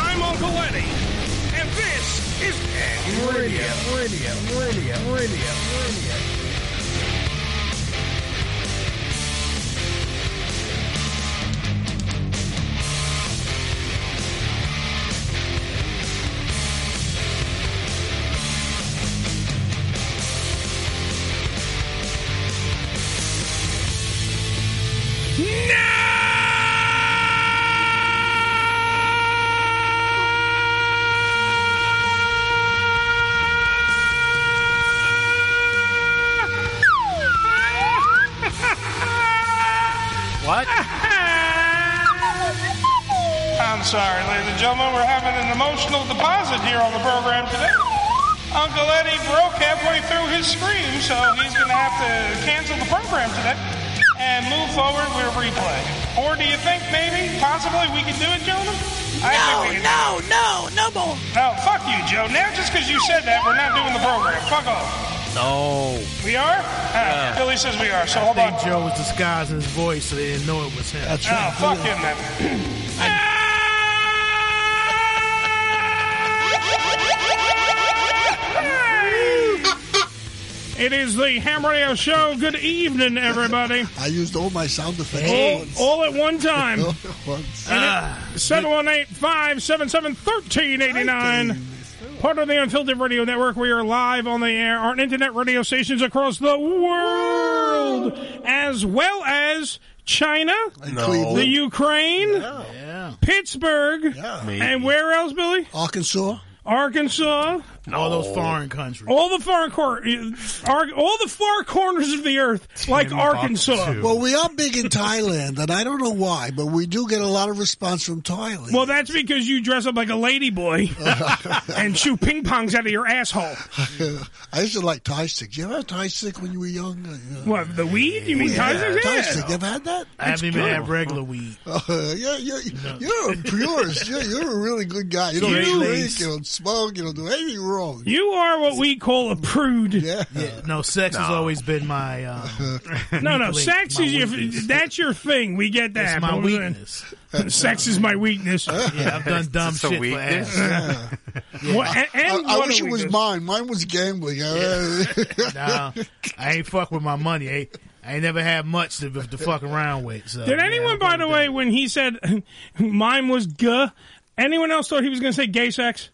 I'm Uncle Eddie, and this is Ed Radio. Radio, Radio, Radio, Radio. What? I'm sorry, ladies and gentlemen, we're having an emotional deposit here on the program today. Uncle Eddie broke halfway through his scream, so he's going to have to cancel the program today and move forward with a replay. Or do you think maybe, possibly, we can do it, gentlemen? I think we can. no, no, no more. No, fuck you, Joe. Now, just because you said that, we're not doing the program. Fuck off. No. We are? Ah, Billy says we are, so I hold on. think Joe was disguising his voice so they didn't know it was him. Oh, fuck him then. It is the Ham Radio Show. Good evening, everybody. I used all my sound effects All, all all at one time. once. All at once. 718 577 1389. Part of the Unfiltered Radio Network. We are live on the air on internet radio stations across the world, as well as China, the Cleveland, Ukraine, Yeah. Pittsburgh, and where else, Billy? Arkansas. Arkansas, All those foreign countries. all the far cor- ar- all the far corners of the earth, like Arkansas. Well, we are big in Thailand, and I don't know why, but we do get a lot of response from Thailand. Well, that's because you dress up like a ladyboy and shoot ping pongs out of your asshole. I used to like Thai stick. Do you ever have Thai stick when you were young? Uh, yeah. What the weed? You mean yeah. Thai Yeah. stick. You ever had that? I haven't even had regular weed. Uh, yeah, yeah, you're a purist. You're, you're a really good guy. You don't You- drink, you don't smoke, you don't do anything wrong. You are what we call a prude. Yeah. No, sex has always been my uh, No, no, Please, sex my is your, weakness. that's your thing. We get that. it's my but- weakness. Sex is my weakness. Yeah, I've done dumb It's a shit for weakness. ass. What- and, and I, I what a wish it was weakness. mine. Mine was gambling. Nah, I ain't fuck with my money. I, ain't- I ain't never had much to, to fuck around with. So, Did yeah, anyone, I'm by good the with way, when he said mine was guh, anyone else thought he was going to say gay sex?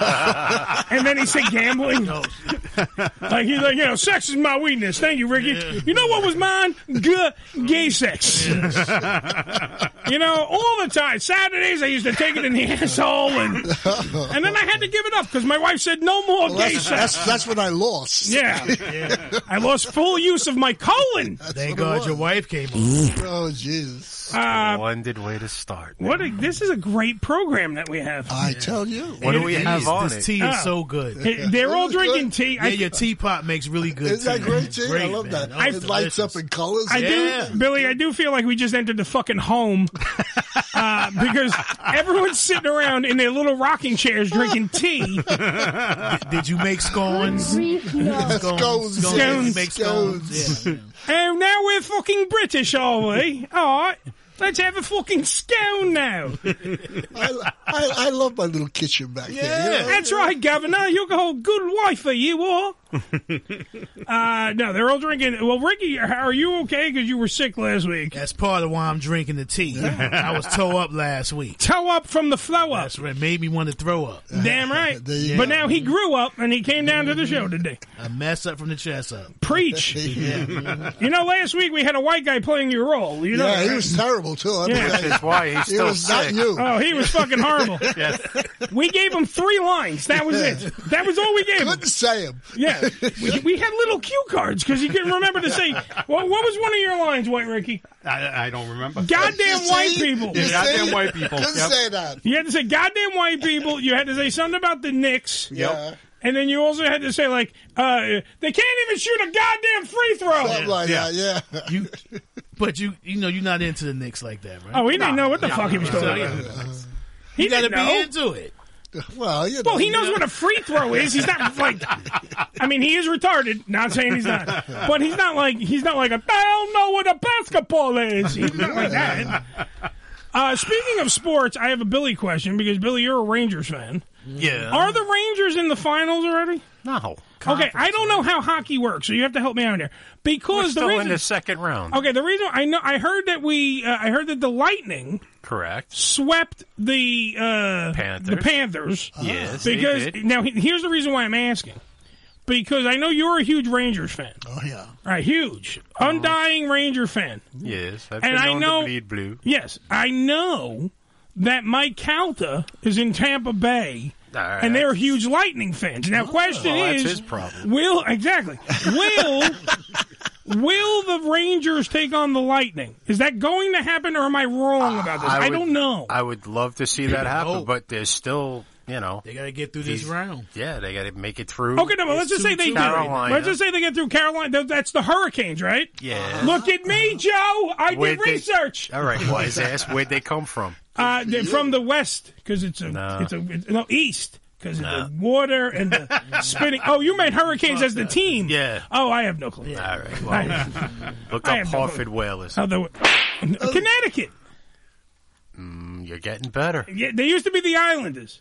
and then he said gambling. like he's like, you know, sex is my weakness. Thank you, Ricky. You know what was mine? Guh, gay sex. you know, all the time. Saturdays I used to take it in the asshole, and and then I had to give it up because my wife said no more gay that's, sex. that's, that's what I lost. Yeah. I lost full use of my colon. that. Thank God your wife came on. Oh, Jesus. Uh, Splendid way to start. What a, this is a great program that we have. I tell you. What do we It have is. on this it? tea Ah. is so good. Hey, They're all This is good. drinking tea. Yeah, I, your teapot makes really good Isn't that tea. great, Jay? I love man. that. Oh, it lights up delicious. in colors. I Yeah. do, Billy. I do feel like we just entered the fucking home uh, because everyone's sitting around in their little rocking chairs drinking tea. Did you make scones? Scones, Scones. yes, You make scones. scones. Yeah. And Oh, now we're fucking British, are we? All right, let's have a fucking scone now. I, I, I love my little kitchen back there. you know? That's right, Governor. You're a whole good wife, are you all? uh, no, they're all drinking. Well, Ricky, are you okay? Because you were sick last week. That's part of why I'm drinking the tea. I was toe up last week. Toe up from the flow up. That's what made me want to throw up. Damn right. There you But go. now he grew up and he came down to the show today. A mess up from the chest up. Preach. You know, last week we had a white guy playing your role. You know, Yeah, that, he right? was terrible, too. I mean, Yeah. Which is why he's it still was not sick. you. Oh, he was fucking horrible. Yes. We gave him three lines. That was it. That was all we gave him. Couldn't say him. Yeah, we, we had little cue cards because he couldn't remember to say. What, what was one of your lines, White Ricky? I, I don't remember. Goddamn You white see? people. You Goddamn see? white people. Couldn't Yep. say that. You had to say goddamn white people. You had to say something about the Knicks. Yeah. and then you also had to say like uh, they can't even shoot a goddamn free throw. Something like Yeah. that, yeah. You, but you, you know, you're not into the Knicks like that, right? Oh, he didn't know what the fuck he was So, doing. yeah. He You got to didn't be know. into it. Well, you know, Well, he knows what a free throw is. He's not like, I mean, he is retarded. Not saying he's not, but he's not like he's not like a. I don't know what a basketball is. He's not like that. Uh, speaking of sports, I have a Billy question because Billy, you're a Rangers fan. Yeah. Are the Rangers in the finals already? No. Okay, I don't know how hockey works, so you have to help me out here because We're the still reason. Oh. in the second round. Okay, the reason I know I heard that we uh, I heard that the Lightning Correct. swept the uh, Panthers. Uh-huh. The Panthers. Yes. they Because did. now he- here's the reason why I'm asking. Because I know you're a huge Rangers fan, Oh, yeah. right? Huge, Uh-huh. undying Ranger fan. Yes. I've been and I known know- to bleed blue. Yes, I know that Mike Calta is in Tampa Bay, All right. and they're huge Lightning fans. Now, question Oh, Well, that's is, his problem. will exactly will will the Rangers take on the Lightning? Is that going to happen, or am I wrong about this? I, would- don't know. I would love to see that happen, hope. but there's still, you know, They got to get through this He's- round. yeah, they got to make it through. Okay, no, but let's just say they do. Carolina. Let's just say they get through Carolina. Th- That's the Hurricanes, right? Yeah. Look at me, Joe. I Where'd did they- research. All right, wise ass. Where'd they come from? Uh, they're from the west because it's a No. it's a it's- no east because of the water and the spinning. Oh, you meant Hurricanes as the team? Yeah. Oh, I have no clue. All right. Well, look I up have no Hartford Whalers. How the Connecticut? Mm, You're getting better. Yeah, they used to be the Islanders.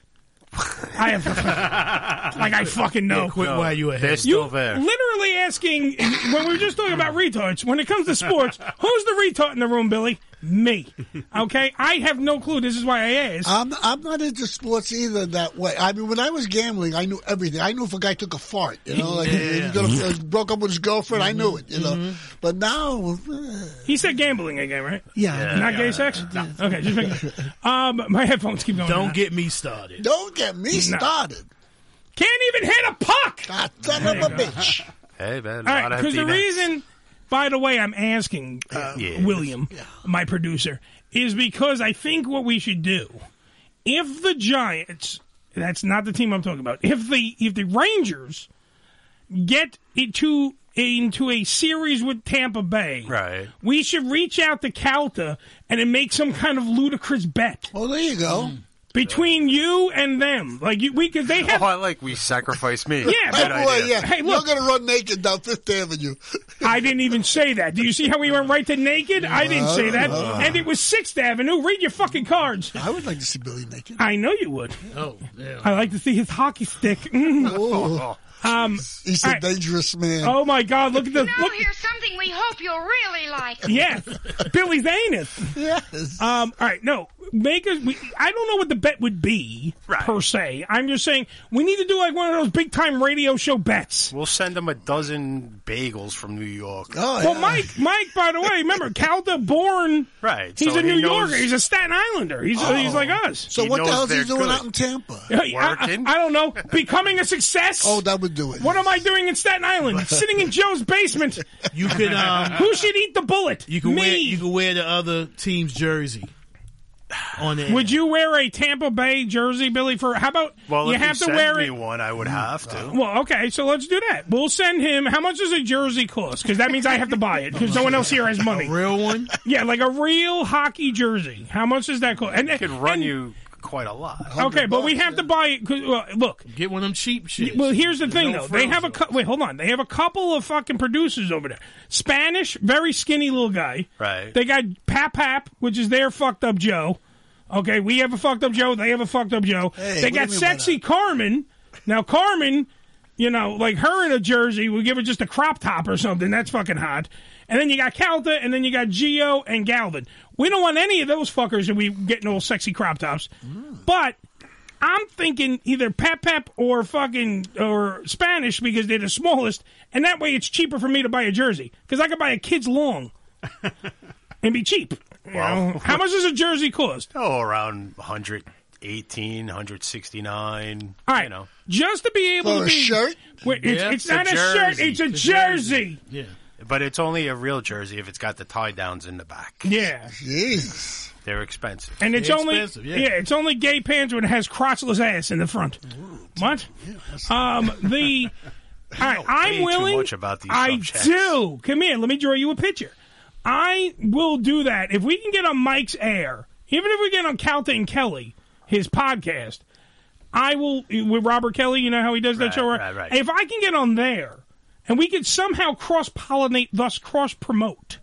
I have like I fucking know. Quit while you They're ahead. still You there. Literally asking when we were just talking about retards. When it comes to sports, who's the retard in the room, Billy? Me. Okay, I have no clue. This is why I asked. I'm, I'm not into sports either that way. I mean, when I was gambling, I knew everything. I knew if a guy took a fart, you know, like he, he got Mm-hmm. a, broke up with his girlfriend, I knew it, you know. But now, eh, he said gambling again, right? yeah. Not gay sex? Okay, just making um, my headphones keep going. Don't get me started. Don't get me started. Can't even hit a puck. God, son of a bitch. Hey, man. All a right, lot of because the D-backs. reason, by the way, I'm asking uh, Yeah. William, my producer, is because I think what we should do, if the Giants, that's not the team I'm talking about, if the if the Rangers get into into a series with Tampa Bay, Right. we should reach out to Calta and then make some kind of ludicrous bet Well, there you go. between you and them, like you, we because they have. Oh, I like we sacrifice me. Yeah, Hey, Good boy, yeah. Hey, You're look. going to run naked down Fifth Avenue. I didn't even say that. Do you see how we went right to naked? I didn't say that. And it was Sixth Avenue. Read your fucking cards. Uh-huh. I would like to see Billy naked. I know you would. Oh, yeah. I like to see his hockey stick. Mm. Oh, Um, he's All a right. dangerous man. oh my God! Look at the Now look. here's something we hope you'll really like. Yes, Billy's anus. Yes. Um, all right, no, make us. We, I don't know what the bet would be per se. I'm just saying we need to do like one of those big time radio show bets. We'll send them a dozen bagels from New York. Oh, Well, yeah. Mike, Mike, by the way, remember Calda Born? Right, He's so a New he knows- Oh. Yorker. He's a Staten Islander. He's he's like us. So he what the knows hell's he they're doing good. out in Tampa? Hey, I- Working. I, I don't know. Becoming a success. Oh, that would do it. what am I doing in Staten Island? Sitting in Joe's basement. You could um, Who should eat the bullet? you could Me. wear you could wear the other team's jersey on it. Would you wear a Tampa Bay jersey, Billy? For how about Well, you if have you to send wear me it? one, I Mm. would have to. Well, okay, so let's do that. We'll send him. How much does a jersey cost? Because that means I have to buy it because no one else here has money. real one? Yeah, like a real hockey jersey. How much does that cost? And Could run you quite a lot. Okay, but we have to buy it. 'cause, well, look, Get one of them cheap shit. Well, here's the thing, no though. They frills, have a cou- wait. Hold on. They have a couple of fucking producers over there. Spanish, very skinny little guy. Right. They got Pap Pap, which is their fucked up Joe. Okay, we have a fucked up Joe. They have a fucked up Joe. Hey, they what do you got mean by sexy Carmen. Now Carmen, you know, like her in a jersey, we give her just a crop top or something. That's fucking hot. And then you got Calta, and then you got Geo and Galvin. We don't want any of those fuckers, and we getting all sexy crop tops. Mm. But I'm thinking either Pep Pep or fucking or Spanish because they're the smallest, and that way it's cheaper for me to buy a jersey because I could buy a kid's long and be cheap. You know? oh, How much does a jersey cost? Oh, around 118, 169. All right, You know, just to be able For to a be shirt? Wait, it's, Yeah, it's a not a, shirt; jersey. it's a jersey. jersey. Yeah. But it's only a real jersey if it's got the tie downs in the back. Yeah, Jeez. They're expensive. and it's They're only expensive, yeah. it's only gay pants when it has crotchless ass in the front. What? Um, the all right, I'm too willing. much about these I subjects. do. Come here, let me draw you a picture. I will do that if we can get on Mike's air, even if we get on Calta and Kelly, his podcast. I will with Robert Kelly. You know how he does that Right, show. right, right. If I can get on there, and we could somehow cross pollinate, thus cross promote,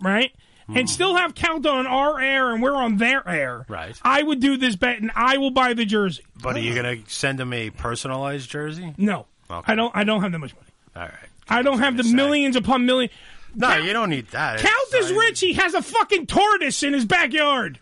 right? Hmm. And still have Calda on our air and we're on their air. Right. I would do this bet and I will buy the jersey. But are you going to send them a personalized jersey? No. Okay. I don't I don't have that much money. All right. I don't have the Say. millions upon millions. No, you don't need that. Count is rich. He has a fucking tortoise in his backyard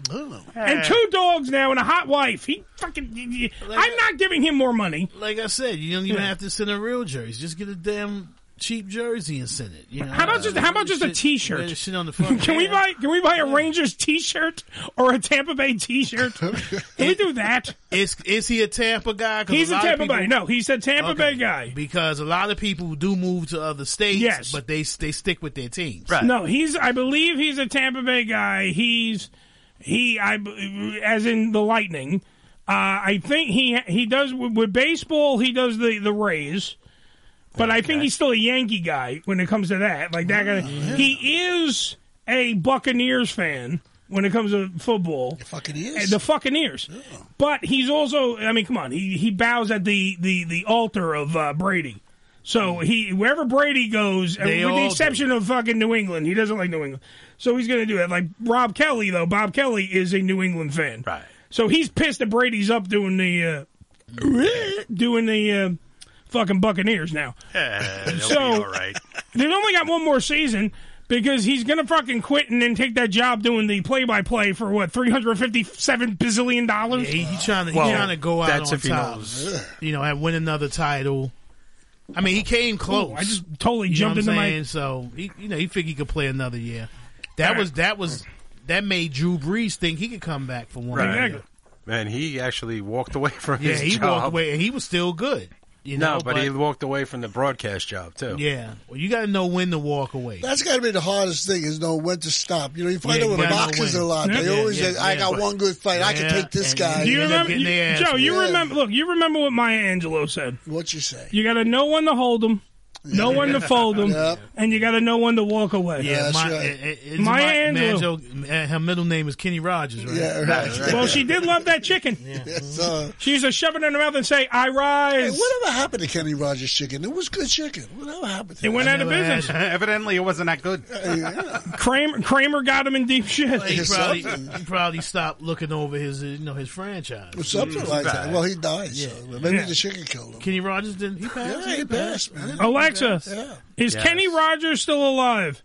and two dogs now and a hot wife. He fucking. I'm not giving him more money. Like I said, you don't even have to send a real jersey. Just get a damn cheap jersey and send it. You know? How about just- how about just a Shit- t-shirt? yeah, shit on the front. Can we Yeah. buy? Can we buy a Rangers T-shirt or a Tampa Bay T-shirt? Can we do that? Is is he a Tampa guy? 'Cause He's a lot of Tampa people- Bay. No, he's a Tampa Okay. Bay guy. Because a lot of people do move to other states, Yes. but they they stick with their teams. Right. No, he's. I believe he's a Tampa Bay guy. He's he. I b- as in the Lightning. Uh, I think he he does with, with baseball. He does the the Rays, but I think he's still a Yankee guy when it comes to that. Like that guy, he is a Buccaneers fan when it comes to football. Fucking Uh, is. The fucking ears. But he's also, I mean, come on, he, he bows at the, the, the altar of uh, Brady. So he wherever Brady goes, and They with the all exception of fucking New England, he doesn't like New England. So he's going to do it. Like Rob Kelly, though, Bob Kelly is a New England fan. Right. So he's pissed that Brady's up doing the uh, doing the uh, fucking Buccaneers now. Yeah, it'll So- be all right. They've only got one more season because he's going to fucking quit and then take that job doing the play by play for what three hundred fifty seven bazillion dollars. He, he trying to he trying to go out that's on if he top. knows. You know, and win another title. I mean, he came close. Oh, I just totally You know jumped what into I'm my. saying? So he, you know, he figured he could play another year. That Right. was that was that made Drew Brees think he could come back for one. Right. Exactly. And he actually walked away from year. Yeah, his he job. walked away and he was still good. You No, know, but, he walked away from the broadcast job too. yeah. Well, you got to know when to walk away. That's got to be the hardest thing is knowing when to stop. You know, you find Yeah, out you with gotta know boxers when. a lot. They Yeah, always yeah, say, "I yeah. got one good fight. I Yeah, can take this and guy." Do you you end up remember, getting you- their ass Joe? You beat. remember? Look, you remember what Maya Angelou said. What you say? You got to know when to hold them, know when to fold them, Yep. and you got to know when to walk away. Yeah, That's my, right. it- it- it's Maya my, Angelou. Manjo- uh, her middle name is Kenny Rogers, right? Yeah, right. Well, she did love that chicken. So, She used to shove it in her mouth and say, "I rise." whatever happened to Kenny Rogers' chicken? It was good chicken. Whatever happened? To it went out of never had business. Evidently, it wasn't that good. Kramer, Kramer got him in deep shit. He It's probably, something. he probably stopped looking over his, uh, you know, his franchise. Or something like that. Well, he died. So maybe Yeah. the chicken killed him. Kenny Rogers didn't. He passed. Yeah, he passed, man. Alexa, Yeah. is Kenny Rogers still alive?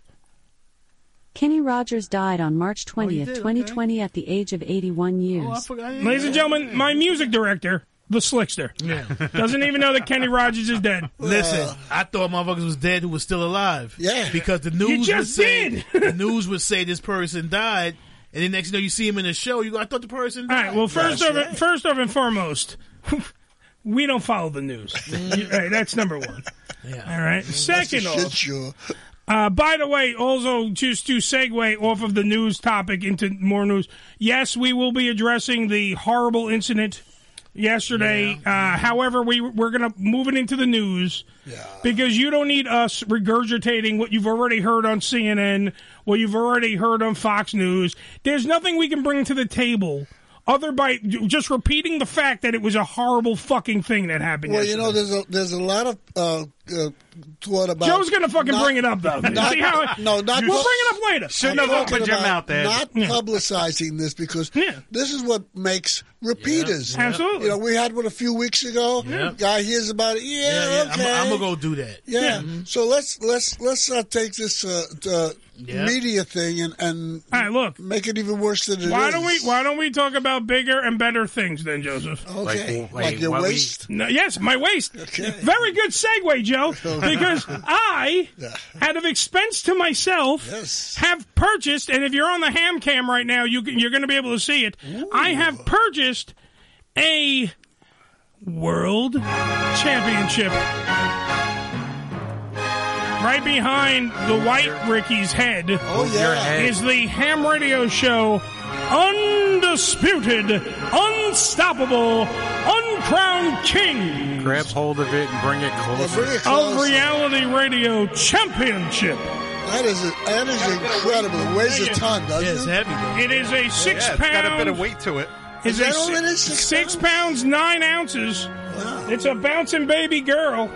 Kenny Rogers died on March 20th, Oh, you did, 2020, at the age of 81 years. Oh, I forgot. Ladies and gentlemen, my music director, the Slickster, Yeah. doesn't even know that Kenny Rogers is dead. Listen, Uh, I thought motherfuckers was dead who was still alive. Yeah. Because the news just would say, did. the news would say this person died, and then next thing you know you see him in the show, you go, I thought the person All died. right. Well, first of first of and foremost, we don't follow the news. You- right, that's number one. Yeah. All right. Second Mm. Shit, off, sure. uh, by the way, also just to segue off of the news topic into more news. Yes, we will be addressing the horrible incident yesterday. Uh, however, we we're gonna move it into the news. Because you don't need us regurgitating what you've already heard on CNN, what you've already heard on Fox News. There's nothing we can bring to the table other by just repeating the fact that it was a horrible fucking thing that happened. Well, you yesterday. know, there's a there's a lot of uh, uh, thought about. Joe's gonna fucking not- bring it up though. not- See how- no, not- We'll bring it up later. Shouldn't have talking opened your about mouth there. Not publicizing this because Yeah. this is what makes repeaters. Absolutely. You know, we had one a few weeks ago. Guy hears about it. Yeah, Yeah, yeah. okay. I'm, I'm gonna go do that. Yeah. So let's let's let's not take this uh, uh, media thing and and All right, look. make it even worse than it is. Why don't we why don't we talk about bigger and better things then, Joseph? Okay. Like, Like, wait, your what we- waist. No, yes, my waist. Okay. Very good segue, Joe, because I, out of expense to myself, Yes. have purchased, and if you're on the ham cam right now, you, can- you're going to be able to see it. I have purchased a world championship. right behind the white Ricky's head Oh, yeah. is the ham radio show Undisputed, Unstoppable, Uncrowned King Grab hold of it and bring it Well, closer. bring it of close. Reality Radio Championship. That is, that is incredible. It weighs a ton, doesn't Yeah, it's it? heavy. Though. It is a six Yeah, it's pound. got a bit of weight to it. is Is a that all it is, six six pounds nine ounces. Wow. It's a bouncing baby girl.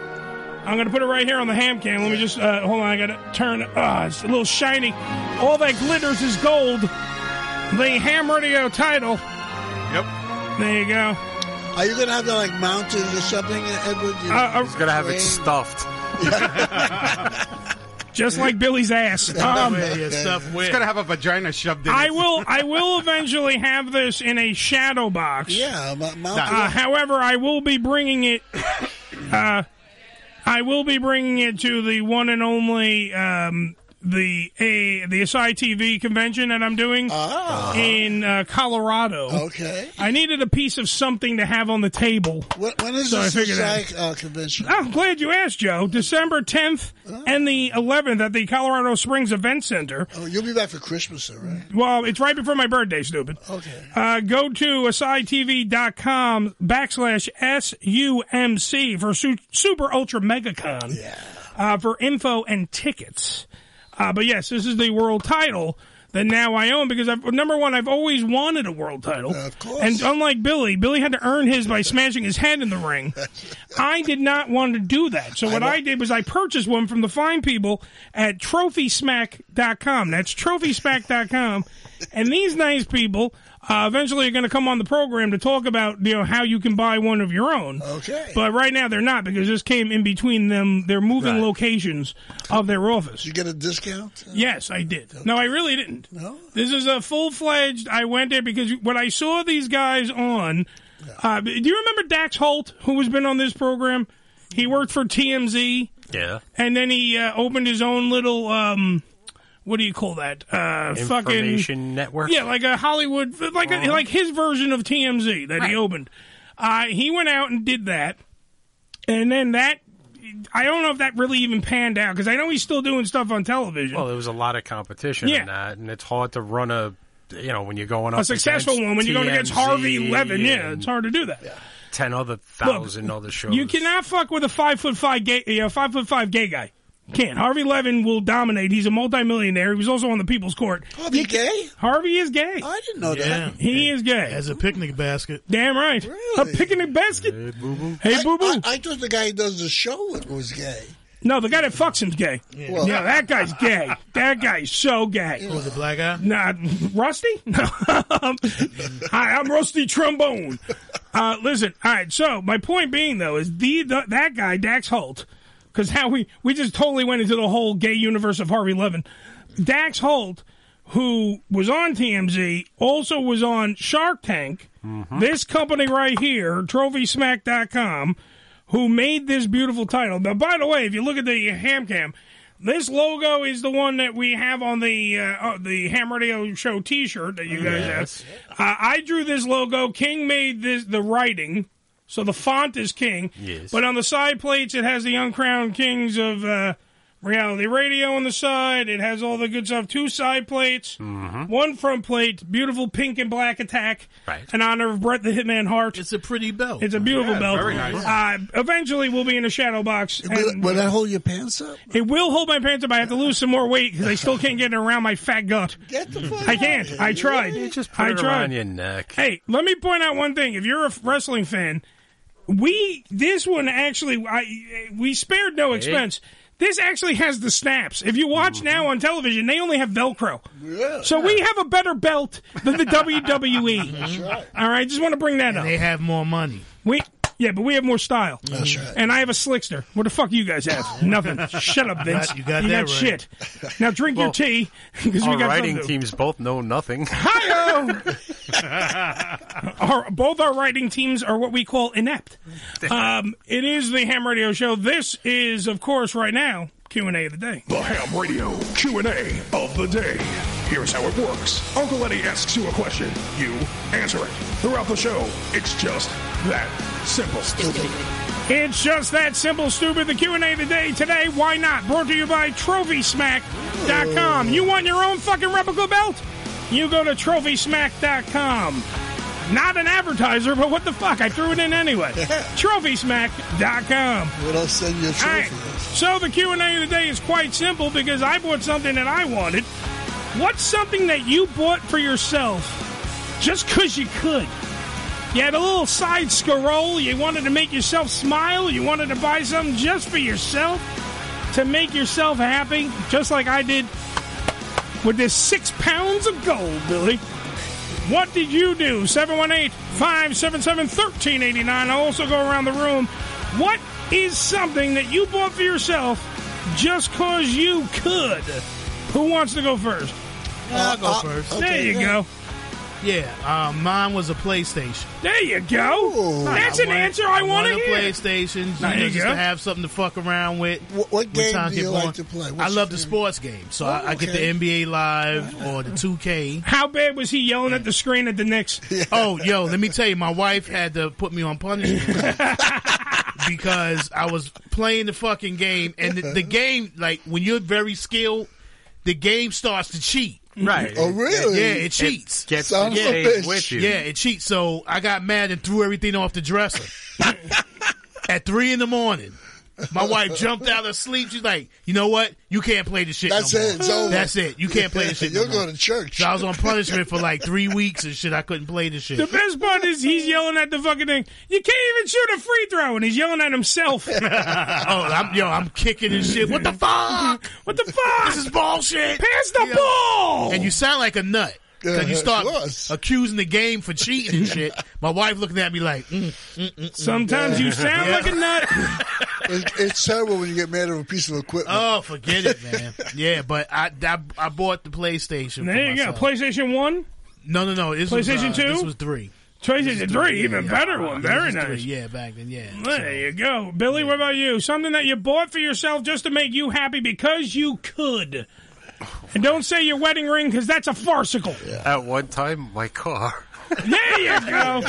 I'm going to put it right here on the ham cam. Let me just uh, hold on. I got to turn. Ah, it's a little shiny. All that glitters is gold. The ham radio title. Yep. There you go. Are you going to have that like mounted or something, Edward? You- Uh, He's gonna have it Wait. stuffed. Just like Billy's ass. Um, Yeah, yeah, stuff It's with. gonna have a vagina shoved in. I it. will. I will eventually have this in a shadow box. yeah, m- mounted. Uh, however, I will be bringing it. Uh, I will be bringing it to the one and only um, the a the SITV convention that I'm doing in uh, Colorado. Ah. okay. I needed a piece of something to have on the table. When, when is So I this figured out. exact uh, convention? I'm glad you asked, Joe. December 10th and the 11th at the Colorado Springs Event Center. Oh, you'll be back for Christmas, though, right? Well, it's right before my birthday, stupid. Okay. Uh, go to asidetv.com backslash SUMC for su- Super Ultra Megacon uh, for info and tickets. Uh, but yes, this is the world title that now I own because I've, number one, I've always wanted a world title. Of course. And unlike Billy, Billy had to earn his by smashing his head in the ring. I did not want to do that. So what I, did was I purchased one from the fine people at trophysmack.com. That's trophysmack.com. and these nice people uh, eventually are going to come on the program to talk about you know how you can buy one of your own. Okay. But right now they're not because this came in between them. They're moving Right. locations of their office. you get a discount? Yes, I did. No, I really didn't. No? This is a full fledged. I went there because when I saw these guys on, uh, do you remember Dax Holt, who has been on this program? He worked for TMZ, Yeah. and then he uh, opened his own little. Um, what do you call that? Uh, fucking Information network. Uh-huh. yeah, like a Hollywood, like a, like his version of TMZ that he opened. Uh, he went out and did that, and then that. I don't know if that really even panned out because I know he's still doing stuff on television. Well, there was a lot of competition Yeah. in that, and it's hard to run a, you know, when you're going up a successful against one when you're going against TMZ Harvey Levin. Yeah, and it's hard to do that. ten other thousand other shows. You cannot fuck with a five foot five gay, you know, five foot five gay guy. Can't. Harvey Levin will dominate. He's a multimillionaire. He was also on the People's Court. Oh, be gay? Harvey is gay. I didn't know Yeah, that. He is gay. as a picnic basket. Damn right. Really? A picnic basket. Hey, I- boo boo. I, I thought the guy who does the show with was gay. No, the guy that fucks him's gay. Well- yeah, that guy's gay. That guy's so gay. Was it black eye? Nah, Rusty? No. Hi, I'm Rusty Trombone. Uh, listen, all right. So my point being though is the, the that guy Dax Holt, because how we we just totally went into the whole gay universe of Harvey Levin. Dax Holt, who was on TMZ, also was on Shark Tank. This company right here, TrophySmack.com, who made this beautiful title. Now, by the way, if you look at the ham cam, this logo is the one that we have on the uh, uh, the Ham Radio Show T-shirt that you guys have. Uh, I drew this logo. King made this the writing, so the font is King. Yes. But on the side plates, it has the uncrowned kings of uh, reality radio on the side. It has all the good stuff. Two side plates, one front plate, beautiful pink and black attack, Right. in honor of Brett the Hitman Hart. It's a pretty belt. It's a beautiful Yeah, belt. very nice. Uh, eventually, we'll be in a shadow box. Will, And will that hold your pants up? it will hold my pants up. I have to lose some more weight because I still can't get it around my fat gut. Get the fuck I out can't. of here. I tried. You just put I it tried. around your neck. Hey, let me point out one thing. If you're a wrestling fan, we this one actually I we spared no expense. This actually has the snaps. If you Mm-hmm. watch now on television, they only have Velcro. So we have a better belt than the WWE. All right, just want to bring that up. They have more money. We yeah, but we have more style. That's right. And I have a slickster. What the fuck do you guys have? Nothing. Shut up, Vince. You got that right. shit. Now drink your tea because we Our got writing something. teams both know nothing. Hi-yo! our, both our writing teams are what we call inept. Um, it is the Ham Radio Show. This is, of course, right now Q and A of the day. The Ham Radio Q&A of the day. Here's how it works. Uncle Eddie asks you a question. You answer it. Throughout the show, it's just that simple. It's just that simple, stupid. The Q&A of the day today, why not? Brought to you by TrophySmack.com. You want your own fucking replica belt? You go to TrophySmack.com. Not an advertiser, but what the fuck? I threw it in anyway. TrophySmack.com. We'll send you a All trophy. right. So the Q and A of the day is quite simple because I bought something that I wanted. What's something that you bought for yourself just because you could? You had a little side scroll. You wanted to make yourself smile. You wanted to buy something just for yourself to make yourself happy, just like I did with this six pounds of gold, Billy. What did you do? 718 577 1389. I'll also go around the room. What is something that you bought for yourself just because you could? Who wants to go first? I'll go Uh, uh, first. okay, there you yeah. go. Yeah, um, mine was a PlayStation. There you go. Ooh. That's an wanted- answer I want to wanted hear. A PlayStation, There you know, you just go. to have something to fuck around with. What- what when game time do get you boring. like to play? I What's love your the favorite? sports games, so Oh, I, I get the okay. NBA Live or the 2K. How bad was he yelling at the screen at the Knicks? Oh, yo, let me tell you, my wife had to put me on punishment because I was playing the fucking game, and the, the game, like when you're very skilled, the game starts to cheat. Right. Oh, really? Yeah, it cheats. Get Son of a bitch. with you. Yeah, it cheats. So I got mad and threw everything off the dresser at three in the morning. My wife jumped out of sleep. She's like, "You know what? You can't play this shit. no That's more. it. It's over. That's it. You can't play this shit. no You'll more." go to church. So I was on punishment for like three weeks and shit. I couldn't play this shit. The best part is he's yelling at the fucking thing. You can't even shoot a free throw, and he's yelling at himself. oh, I'm, yo, I'm kicking and shit. What the fuck? what the fuck? This is bullshit. Pass the You know? ball. And you sound like a nut. Because you Yeah, start of course. accusing the game for cheating and shit. My wife looking at me like, mm, Sometimes you sound like a nut. It- it's terrible when you get mad over a piece of equipment. Oh, forget it, man. yeah, but I, I I bought the PlayStation. for There you go. myself. PlayStation One, No, no, no. This PlayStation was, uh, This 2? was three. PlayStation Three, even better one. This Very was nice. Three. Yeah, back then. Yeah. There you go, Billy. What about you? Something that you bought for yourself just to make you happy because you could. And don't say your wedding ring because that's a farcical. At one time, my car. There you go.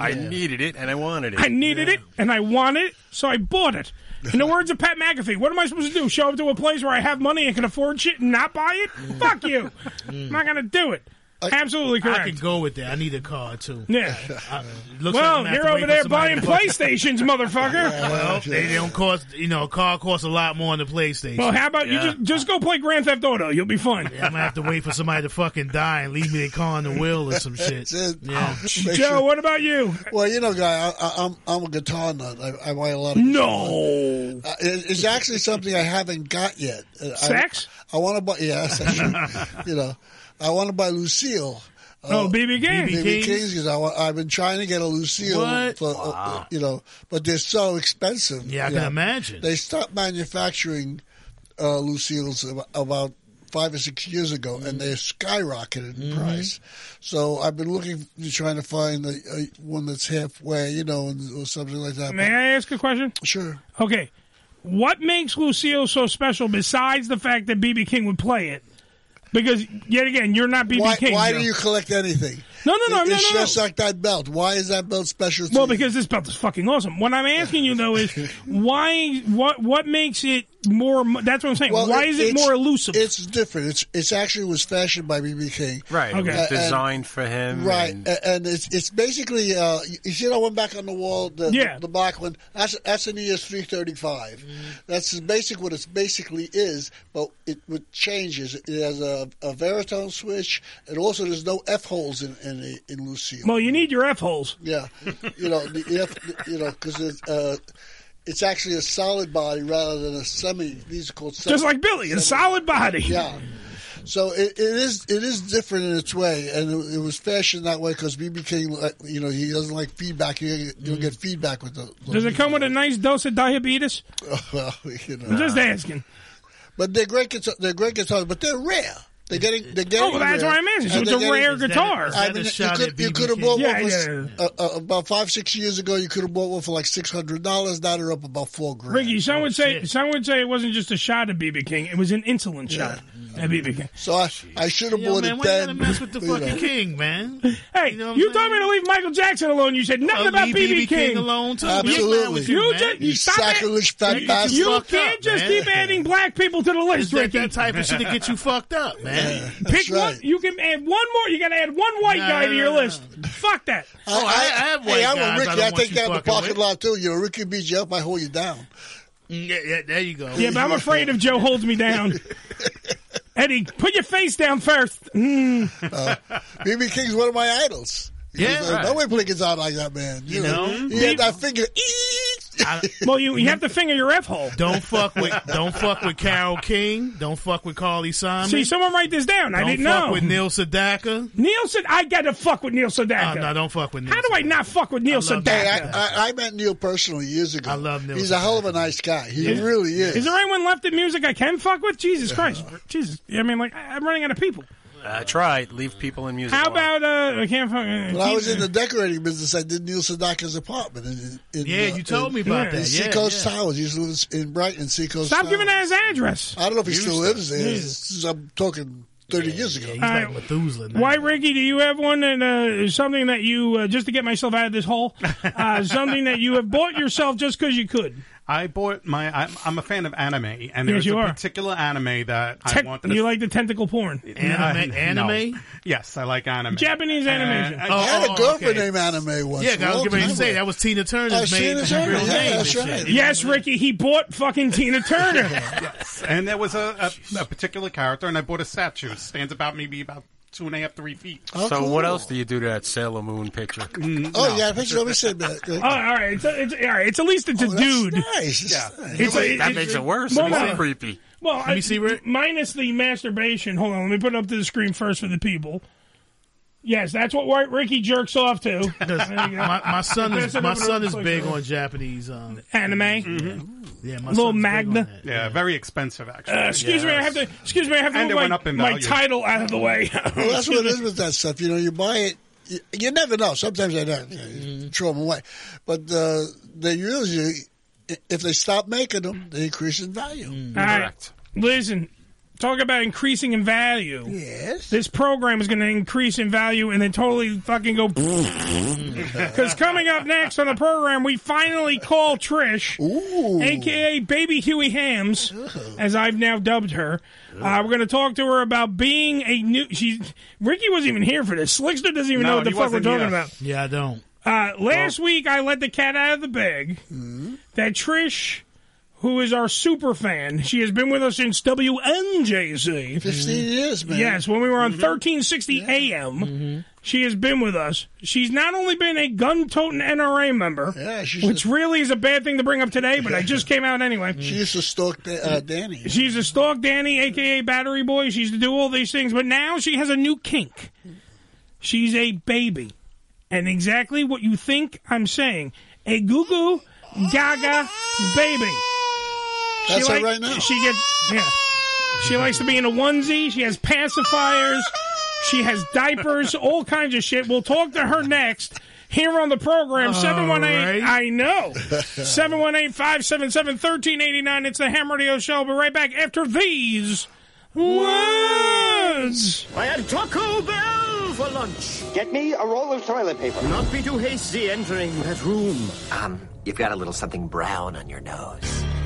I needed it and I wanted it. I needed it and I want it, so I bought it. In the words of Pat McAfee, what am I supposed to do? Show up to a place where I have money and can afford shit and not buy it? Fuck you. I'm not going to do it. Absolutely Mm. I can correct. go with that. I need a car too. Yeah. I, it looks Well, like I'm gonna have to you're wait over for there somebody buying to buy- PlayStations, motherfucker. Well, they, they don't cost. You know, a car costs a lot more than the PlayStation. Well, how about you Yeah. just, just go play Grand Theft Auto? You'll be fine. I'm gonna have to wait for somebody to fucking die and leave me their car on the wheel or some shit. That's it. Yeah. Make Joe, sure- what about you? Well, you know, guy, I, I, I'm I'm a guitar nut. I, I buy a lot of. No. Uh, it- it's actually something I haven't got yet. Uh, I- Sex? I, want to buy. Yeah, sex. you know, I want to buy Lucille. Uh, Oh, BB Gang. BB. BB Kings? Kings because I, wa- I've been trying to get a Lucille, What? for, uh, uh, you know, but they're so expensive. Yeah, I you can know. imagine. They stopped manufacturing uh, Lucille's ab- about five or six years ago, and they skyrocketed Mm-hmm. in price. So I've been looking, trying to find a, a, one that's halfway, you know, and, or something like that. May I ask a question? But- sure. Okay. What makes Lucille so special besides the fact that BB King would play it? Because, yet again, you're not BB why King. why Joe. do you collect anything? No, no, no, It- no, It's no, no. just like that belt. Why is that belt special? to Well, you? because this belt is fucking awesome. What I'm asking you though is why? What what makes it more? That's what I'm saying. Well, why is it it's- more elusive? It's different. It's it's actually was fashioned by BB King. Right. Okay. It Uh, was and- designed for him. Right, and- a- and it's it's basically uh, you- you see that one back on the wall, the, Yeah. the black one. That's that's an ES three thirty five. That's basic what it basically is, but it, it changes. It has a, a Veritone switch, and also there's no f holes in in, the- in Lucille. well, you need your f holes. yeah, you know the F, you know because it's, uh, it's actually a solid body rather than a semi. These are called semi. Just like Billy, a solid body. Yeah. So it, it is it is different in its way, and it, it was fashioned that way because BB King, like, you know, he doesn't like feedback. You you don't get feedback with the. Does it come with a nice dose of diabetes? well, you know. I'm just asking. But they're great. Guitar, they're great guitars, but they're rare. They're getting. They're getting. Oh, well, that's rare, what I mentioned. So and it's they're a getting- rare that- guitar. is that- I a mean, you shot could at you BB could have King. bought Yeah, one for, yeah. Uh, uh, about five six years ago. You could have bought one for like six hundred dollars. Now they're up about four grand. Ricky, some would say shit. some would say it wasn't just a shot at BB King; it was an insulin shot. That'd be the game. So I, I should have Yo, bought man, it why you gotta then. mess with the you know. fucking king, man? Hey, you, You know what I'm told saying? me to leave Michael Jackson alone. You said nothing I'll about leave BB King. alone too. Absolutely. man. With You, man. just You stop it. sacrilege fat You- bastard. You Fucked can't up, just man. keep adding black people to the It's list, that, Ricky. that type of shit that gets you fucked up, man. Pick That's one. right. You can add one more. You got to add one white No, guy no, to your no, no. list. Fuck that. Oh, I- I have hey, white I'm guys a I Ricky. don't I want take you that in the fucking parking with. lot too. You know, Ricky beats you up. I hold you down. mm, Yeah, yeah, there you go. Yeah, but I'm afraid if Joe holds me down. Eddie, put your face down first. Mm. BB Uh, King's one of my idols. You Yeah, know, right. nobody play gets out like that, man. You, know? he had that finger. "Ee." I- Well, you, you have to finger your F hole. don't fuck with don't fuck with Carol King. Don't fuck with Carly Simon. See, someone write this down. I don't didn't fuck know. with Neil Sedaka. Nielsen, I got to fuck with Neil Oh, Sedaka. no, don't fuck with Neil. How do I Sedaka. not fuck with Neil I love Sedaka? Hey, I, I, I met Neil personally years ago. I love Neil. He's a hell of a nice guy. He really is. Is there anyone left in music I can fuck with? Jesus Christ, Jesus! I mean, like I- I'm running out of people. That's right. Uh, Leave people in music. How alone. about uh, I can't fuck. Uh, when I was in the decorating business, I did Neil Sedaka's apartment. In, in, Yeah, uh, you told in- me about Yeah. In that. Yeah, Seacoast yeah. Towers. He used to live in Brighton, Seacoast stop Towers. giving out his address. I don't know if he still lives there. This is- I'm talking 30 years ago. He's like Uh, Methuselah. now. Why, Ricky? Do you have one and uh, something that you uh, just to get myself out of this hole? Uh, something that you have bought yourself just because you could. I bought my. I'm, I'm a fan of anime, and there Yes, was you a are. particular anime that I Tec- wanted. to- you like the tentacle porn? Anime- Uh, anime? no. Yes, I like anime. Japanese Uh, animation. I- I had oh, a girlfriend okay. named Anime once. Yeah, I was long getting ready to time say ago. that was Tina Turner's Oh, maid. Tina Turner, real yeah, name and that's shit. right. Yes, Ricky. He bought fucking Tina Turner. and there was a, a, a particular character, and I bought a statue. It stands about maybe about two and a half, three feet. Oh, So cool. what else do you do to that Sailor Moon picture? Mm, Oh, yeah, I picture let me say that. Oh, all right, it's, it's, all right. It's at least it's a Oh, that's dude. Nice. It's nice. It's a- that it's- makes it worse. Well, It's more no. creepy. Well, I, me see, Rick. minus the masturbation. Hold on, let me put it up to the screen first for the people. Yes, that's what Wi- Ricky jerks off to. There you go. My, my son is That's my another son is place, big right? on Japanese. Um, Anime. yeah, my Mm-hmm. Little son's big Magna. on that. Yeah, very expensive actually. Uh, excuse me, I have to. Excuse me, I have to And it move went my, up in my value. title out of the way. Well, that's what it is with that stuff. You know, you buy it. You, you never know. Sometimes I don't you know, Mm-hmm. you throw them away, but uh, they usually, i- if they stop making them, they increase in value. All right. Correct. Listen, talk about increasing in value. Yes. This program is going to increase in value and then totally fucking go. Because coming up next on the program, we finally call Trish. Ooh. Uh-huh. aka Baby Huey Hams, as I've now dubbed her. Uh, we're going to talk to her about being a new. She Ricky wasn't even here for this. Slickster doesn't even No, know what the he fuck we're wasn't talking here. about. Yeah, I don't. Uh, last week, I let the cat out of the bag that Trish, who is our super fan, she has been with us since WNJC. Fifteen years, man. Mm-hmm. Yes, when we were on 1360 AM, she has been with us. She's not only been a gun toting NRA member, Yeah, she's which a- really is a bad thing to bring up today, but I just came out anyway. She used to stalk da- uh, Danny. She's a stalk Danny, aka Battery Boy. She's to do all these things, but now she has a new kink. She's a baby, and exactly what you think I'm saying. A goo goo gaga baby. She That's her like- right now. She gets yeah. She likes to be in a onesie. She has pacifiers. She has diapers. All kinds of shit. We'll talk to her next. Here on the program, 718, right. I know, 718-577-1389. It's the Ham Radio Show. We'll be right back after these words. I had Taco Bell for lunch. Get me a roll of toilet paper. Not be too hasty entering that room. Um, you've got a little something brown on your nose.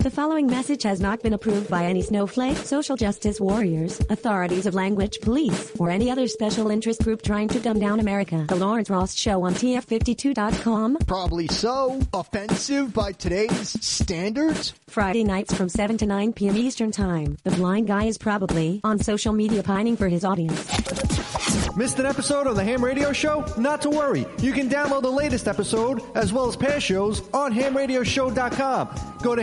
The following message has not been approved by any snowflake, social justice warriors, authorities of language police, or any other special interest group trying to dumb down America. The Lawrence Ross Show on TF52.com, Probably so. Offensive by today's standards? Friday nights from 7 to 9 p.m. Eastern Time. The blind guy is probably on social media pining for his audience. Missed an episode of the Ham Radio Show? Not to worry. You can download the latest episode, as well as past shows, on hamradioshow.com. Go to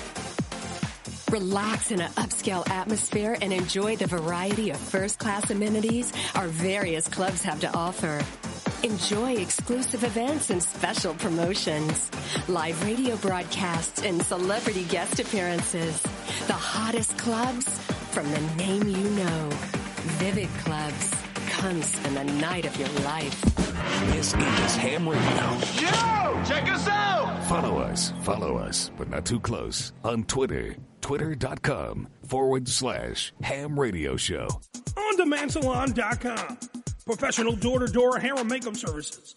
Relax in an upscale atmosphere and enjoy the variety of first class amenities our various clubs have to offer. Enjoy exclusive events and special promotions, live radio broadcasts and celebrity guest appearances. The hottest clubs from the name you know. Vivid Clubs. Come spend the night of your life. This is Ham Radio. Yo! Check us out! Follow us, follow us, but not too close on Twitter. Twitter.com forward slash Ham Radio Show. OnDemandSalon.com. Professional door-to-door hair and makeup services.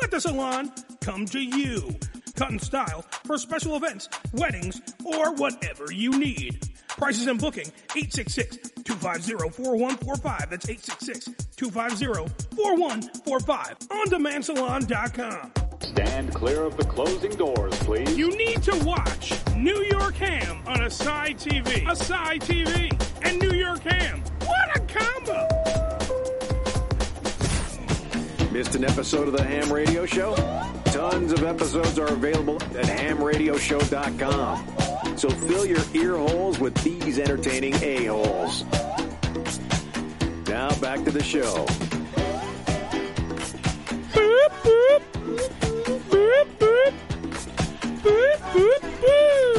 Let the salon come to you. Cut and style for special events, weddings, or whatever you need. Prices and booking, 866-250-4145. That's 866-250-4145. OnDemandSalon.com. Stand clear of the closing doors, please. You need to watch New York Ham on a side TV. A side TV and New York Ham. What a combo! Missed an episode of the Ham Radio Show? Tons of episodes are available at hamradioshow.com. So fill your ear holes with these entertaining a-holes. Now back to the show.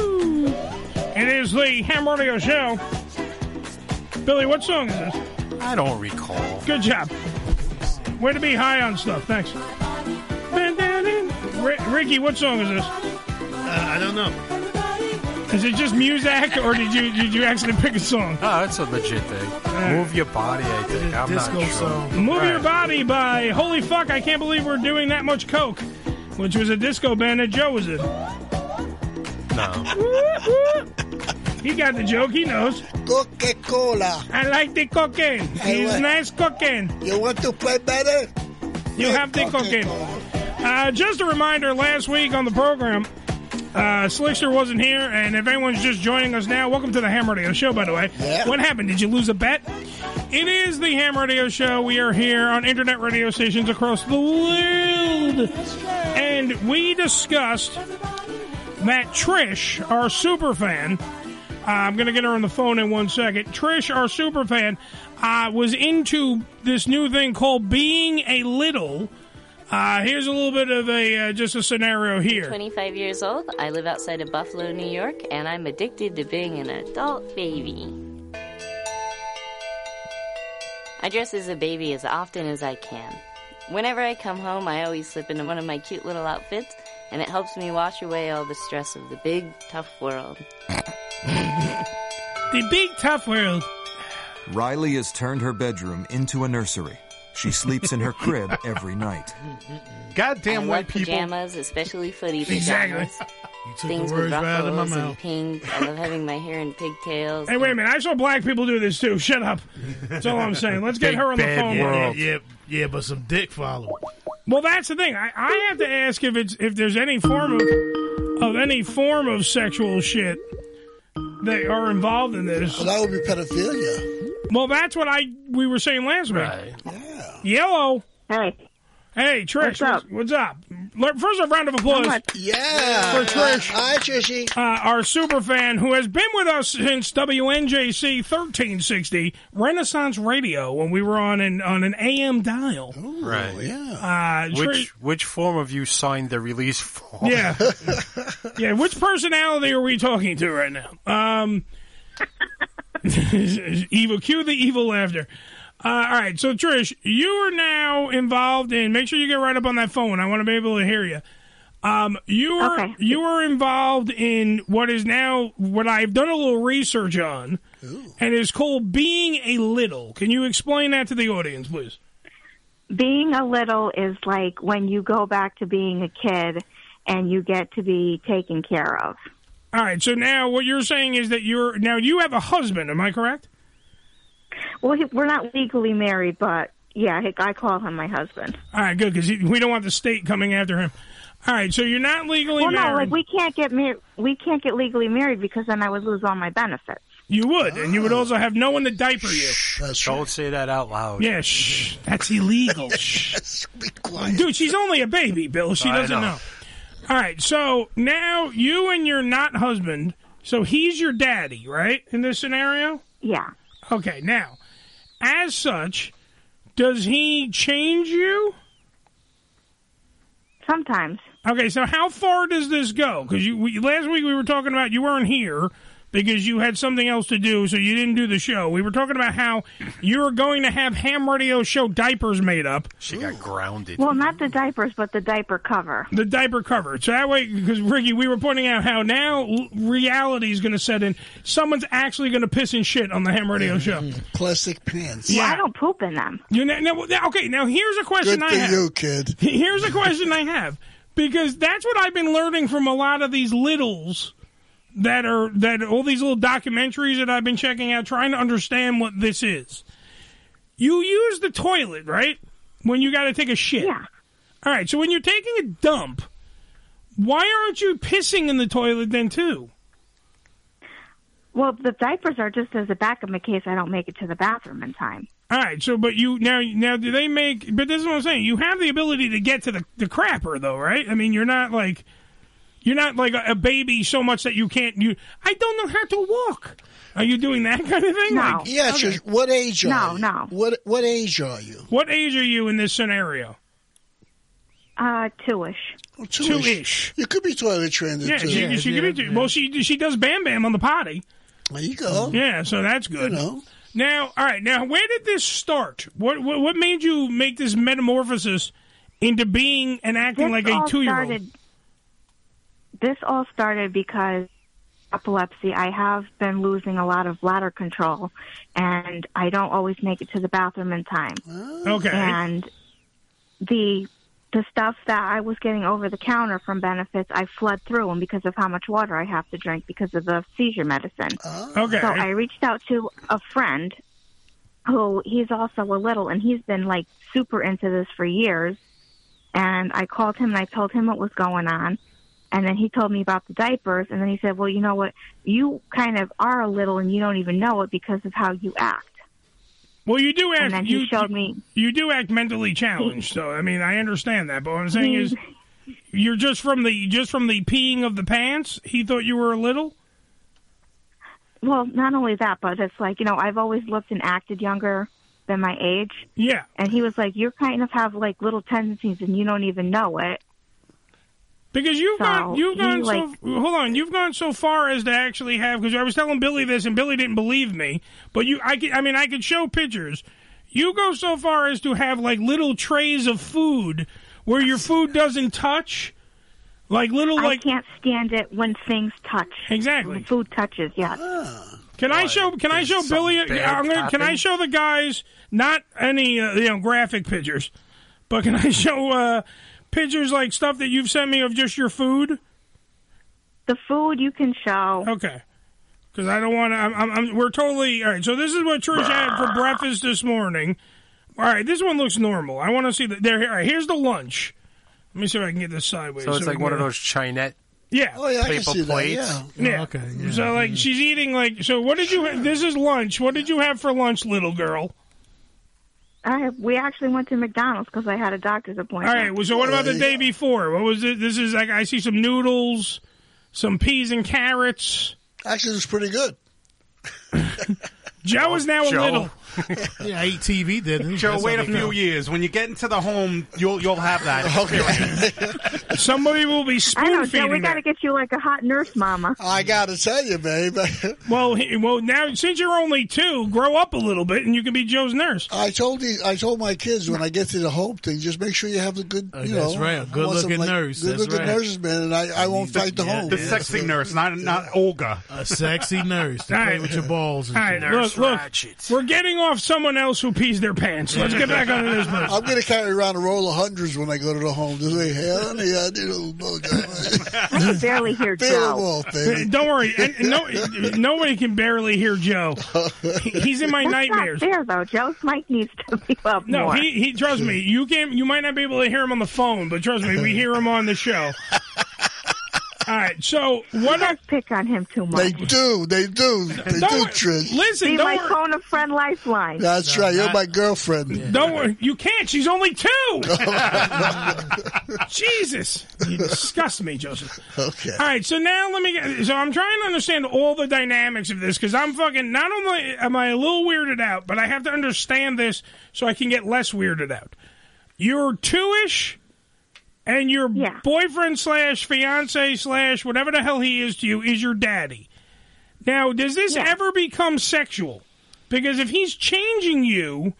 It is the Ham Radio Show. Billy, what song is this? I don't recall. Good job. Way to be high on stuff. Thanks. Ri- Ricky, what song is this? Uh, I don't know. Is it just music, or did you did you actually pick a song? Oh, it's a legit thing. Move your body, I think. I'm not sure. Move Your Right. Body by Holy Fuck, I Can't Believe We're Doing That Much Coke, which was a disco band that Joe was in. No. He got the joke, he knows. Coca Cola. I like the cocaine. It's want- nice cocaine. You want to play better? You have the cocaine. Uh, just a reminder last week on the program, uh, Slickster wasn't here, and if anyone's just joining us now, welcome to the Ham Radio Show, by the way. What happened? Did you lose a bet? It is the Ham Radio Show. We are here on internet radio stations across the world. And we discussed that Trish, our super fan, uh, I'm going to get her on the phone in one second. Trish, our super fan, uh, was into this new thing called being a little. Uh, here's a little bit of a uh, just a scenario here. 25 years old. I live outside of Buffalo, New York, and I'm addicted to being an adult baby. I dress as a baby as often as I can. Whenever I come home, I always slip into one of my cute little outfits, and it helps me wash away all the stress of the big, tough world. The big tough world. Riley has turned her bedroom into a nursery. She sleeps in her crib every night. I Goddamn love white people. pajamas, especially footy Exactly. pajamas. took Things the with words right out of my ruffles and mouth. pink. I love having my hair in pigtails. Hey, wait a minute! I saw black people do this too. Shut up. That's all I'm saying. Let's get Big her on the bad phone. world. Yeah, yeah, yeah, but some dick follow. Well, that's the thing. I, I have to ask if it's if there's any form of of any form of sexual shit that are involved in this. Well, that would be pedophilia. Well, that's what I we were saying last week. Yeah. Yellow. Hey. Hey, Trish. What's up? What's, up? Le- First, a round of applause. Yeah. For Trish. Hi, Trishy. Uh, our super fan who has been with us since WNJC 1360 Renaissance Radio when we were on an on an AM dial. Right. Oh. Uh, Trish- Which which form of you signed the release form? Yeah. yeah, which personality are we talking to right now? Um evil cue the evil laughter. Uh, all right, so Trish, you are now involved in make sure you get right up on that phone. I want to be able to hear you. Um, you are you are involved in what is now what I've done a little research on and is called being a little. Can you explain that to the audience, please? being a little is like when you go back to being a kid and you get to be taken care of. All right, so now what you're saying is that you're now you have a husband, am I correct? Well, he- we're not legally married, but yeah, I I call him my husband. All right, good because we don't want the state coming after him. All right, so you're not legally well, no, like married. we can't get mar- we can't get legally married because then I would lose all my benefits. you would, and you would also have no one to diaper you. Don't say that out loud. Yeah, shh. That's illegal. Shh. Dude, she's only a baby, Bill. She I doesn't know. know. All right, so now you and your not husband, so he's your daddy, right, in this scenario? Yeah. Okay, now, as such, does he change you? Sometimes. Okay, so how far does this go? Because you we, last week we were talking about you weren't here because you had something else to do, so you didn't do the show. We were talking about how you were going to have ham radio show diapers made up. She got grounded. Well, not the diapers, but the diaper cover. The diaper cover. So that way, because Ricky, we were pointing out how now l- reality is going to set in. Someone's actually going to piss and shit on the ham radio show. Plastic Mm-hmm. pants. Yeah. Well, I don't poop in them. You know, now, now- okay, now here's a question Good I for have. you, kid. Here's a question I have because that's what I've been learning from a lot of these littles that are that all these little documentaries that I've been checking out trying to understand what this is. You use the toilet, right? When you got to take a shit. Yeah. All right, so when you're taking a dump, why aren't you pissing in the toilet then too? Well, the diapers are just as a backup in case I don't make it to the bathroom in time. All right, so but you now now do they make? But this is what I'm saying. You have the ability to get to the the crapper though, right? I mean, you're not like you're not like a, a baby so much that you can't. You I don't know how to walk. Are you doing that kind of thing? Like, yeah, it's okay. just what age are No, you? No, What what age are you? What age are you in this scenario? Uh, two-ish. two-ish. You could be toilet trained. Yeah, too. she, she could be. Well, she she does Bam Bam on the potty. There you go. Yeah, so that's good. You know. Now, all right. Now, where did this start? What what, what made you make this metamorphosis into being and acting This like a all two year old? started- This all started because epilepsy. I have been losing a lot of bladder control, and I don't always make it to the bathroom in time. Okay. And the the stuff that I was getting over the counter from benefits, I fled through, and because of how much water I have to drink because of the seizure medicine. Okay. So I reached out to a friend who he's also a little, and he's been like super into this for years. And I called him and I told him what was going on. And then he told me about the diapers. And then he said, Well, you know what? You kind of are a little and you don't even know it because of how you act. Well, you do act. then he you showed me- You do act mentally challenged, so I mean, I understand that. But what I'm saying is, Mm. you're just from the just from the peeing of the pants. He thought you were a little. Well, not only that, but it's like, you know, I've always looked and acted younger than my age. Yeah. And he was like, You kind of have like little tendencies and you don't even know it. Because you've So, gone, you've he, gone like- so. Hold on, you've gone so far as to actually have. Because I was telling Billy this, and Billy didn't believe me. But you, I, could, I mean, I could show pictures. You go so far as to have like little trays of food where your food doesn't touch, like little like. I can't stand it when things touch. Exactly. Ah. When food touches, yes. Can I show? Can I show Billy? bad yeah, I'm gonna, can I happen? show the guys not any uh, you know graphic pictures, but can I show uh, pictures like stuff that you've sent me of just your food? The food you can show. Okay. Because I don't want to. I'm, I'm, I'm, we're totally all right. So this is what Trish had for breakfast this morning. All right, this one looks normal. I want to see that. There, all right, here's the lunch. Let me see if I can get this sideways. So it's we like can one of get- those Chinette. Yeah. Oh, yeah, I can Paper see that, plates? yeah. Yeah. Oh, okay, So like she's eating like so. What did you? ha- This is lunch. What did you have for lunch, little girl? I, we actually went to McDonald's because I had a doctor's appointment. All right. Well, so what about the day before? What was it? This is like I see some noodles, some peas and carrots. Actually, it was pretty good. Joe is now Joe. a little. yeah, I eat TV, didn't Joe, That's wait a not few big deal. years. When you get into the home, you'll you'll have that experience. Somebody will be I know, spoon Joe. We feeding. got to get you like a hot nurse mama. I got to tell you, babe. Well, he, well, now since you're only two, grow up a little bit, and you can be Joe's nurse. I told these, I told my kids when I get to the home thing, just make sure you have the good, you know, Uh, that's right, a I want good-looking some, nurse, good that's looking right. nurses, man, and I, I won't fight the home. The sexy nurse, not not Olga. A sexy nurse to play with your balls. And All right, look, look, we're getting off someone else who pees their pants. Let's get back onto this. Bro. I'm going to carry around a roll of hundreds when I go to the home. Just say, hell, yeah, I did a little blowjob. I barely hear Joe. Wolf, baby. Don't worry. and- and No, nobody can barely hear Joe. He's in my That's nightmares. Not fair though, Joe's mic needs to be up No, more. he, he trust me. You can you might not be able to hear him on the phone, but trust me, we hear him on the show. All right, so what I pick on him too much. They do, they do, they Don't do, worry. Trish. Listen, be don't my worry. phone a friend lifeline. That's right. You're my girlfriend. Don't worry, you can't. She's only two. Jesus, you disgust me, Joseph. Okay. All right, so now let me. Get, so I'm trying to understand all the dynamics of this because I'm fucking. Not only am I a little weirded out, but I have to understand this so I can get less weirded out. You're two-ish, and your boyfriend slash fiance slash whatever the hell he is to you is your daddy. Now, does this ever become sexual? Because if he's changing you,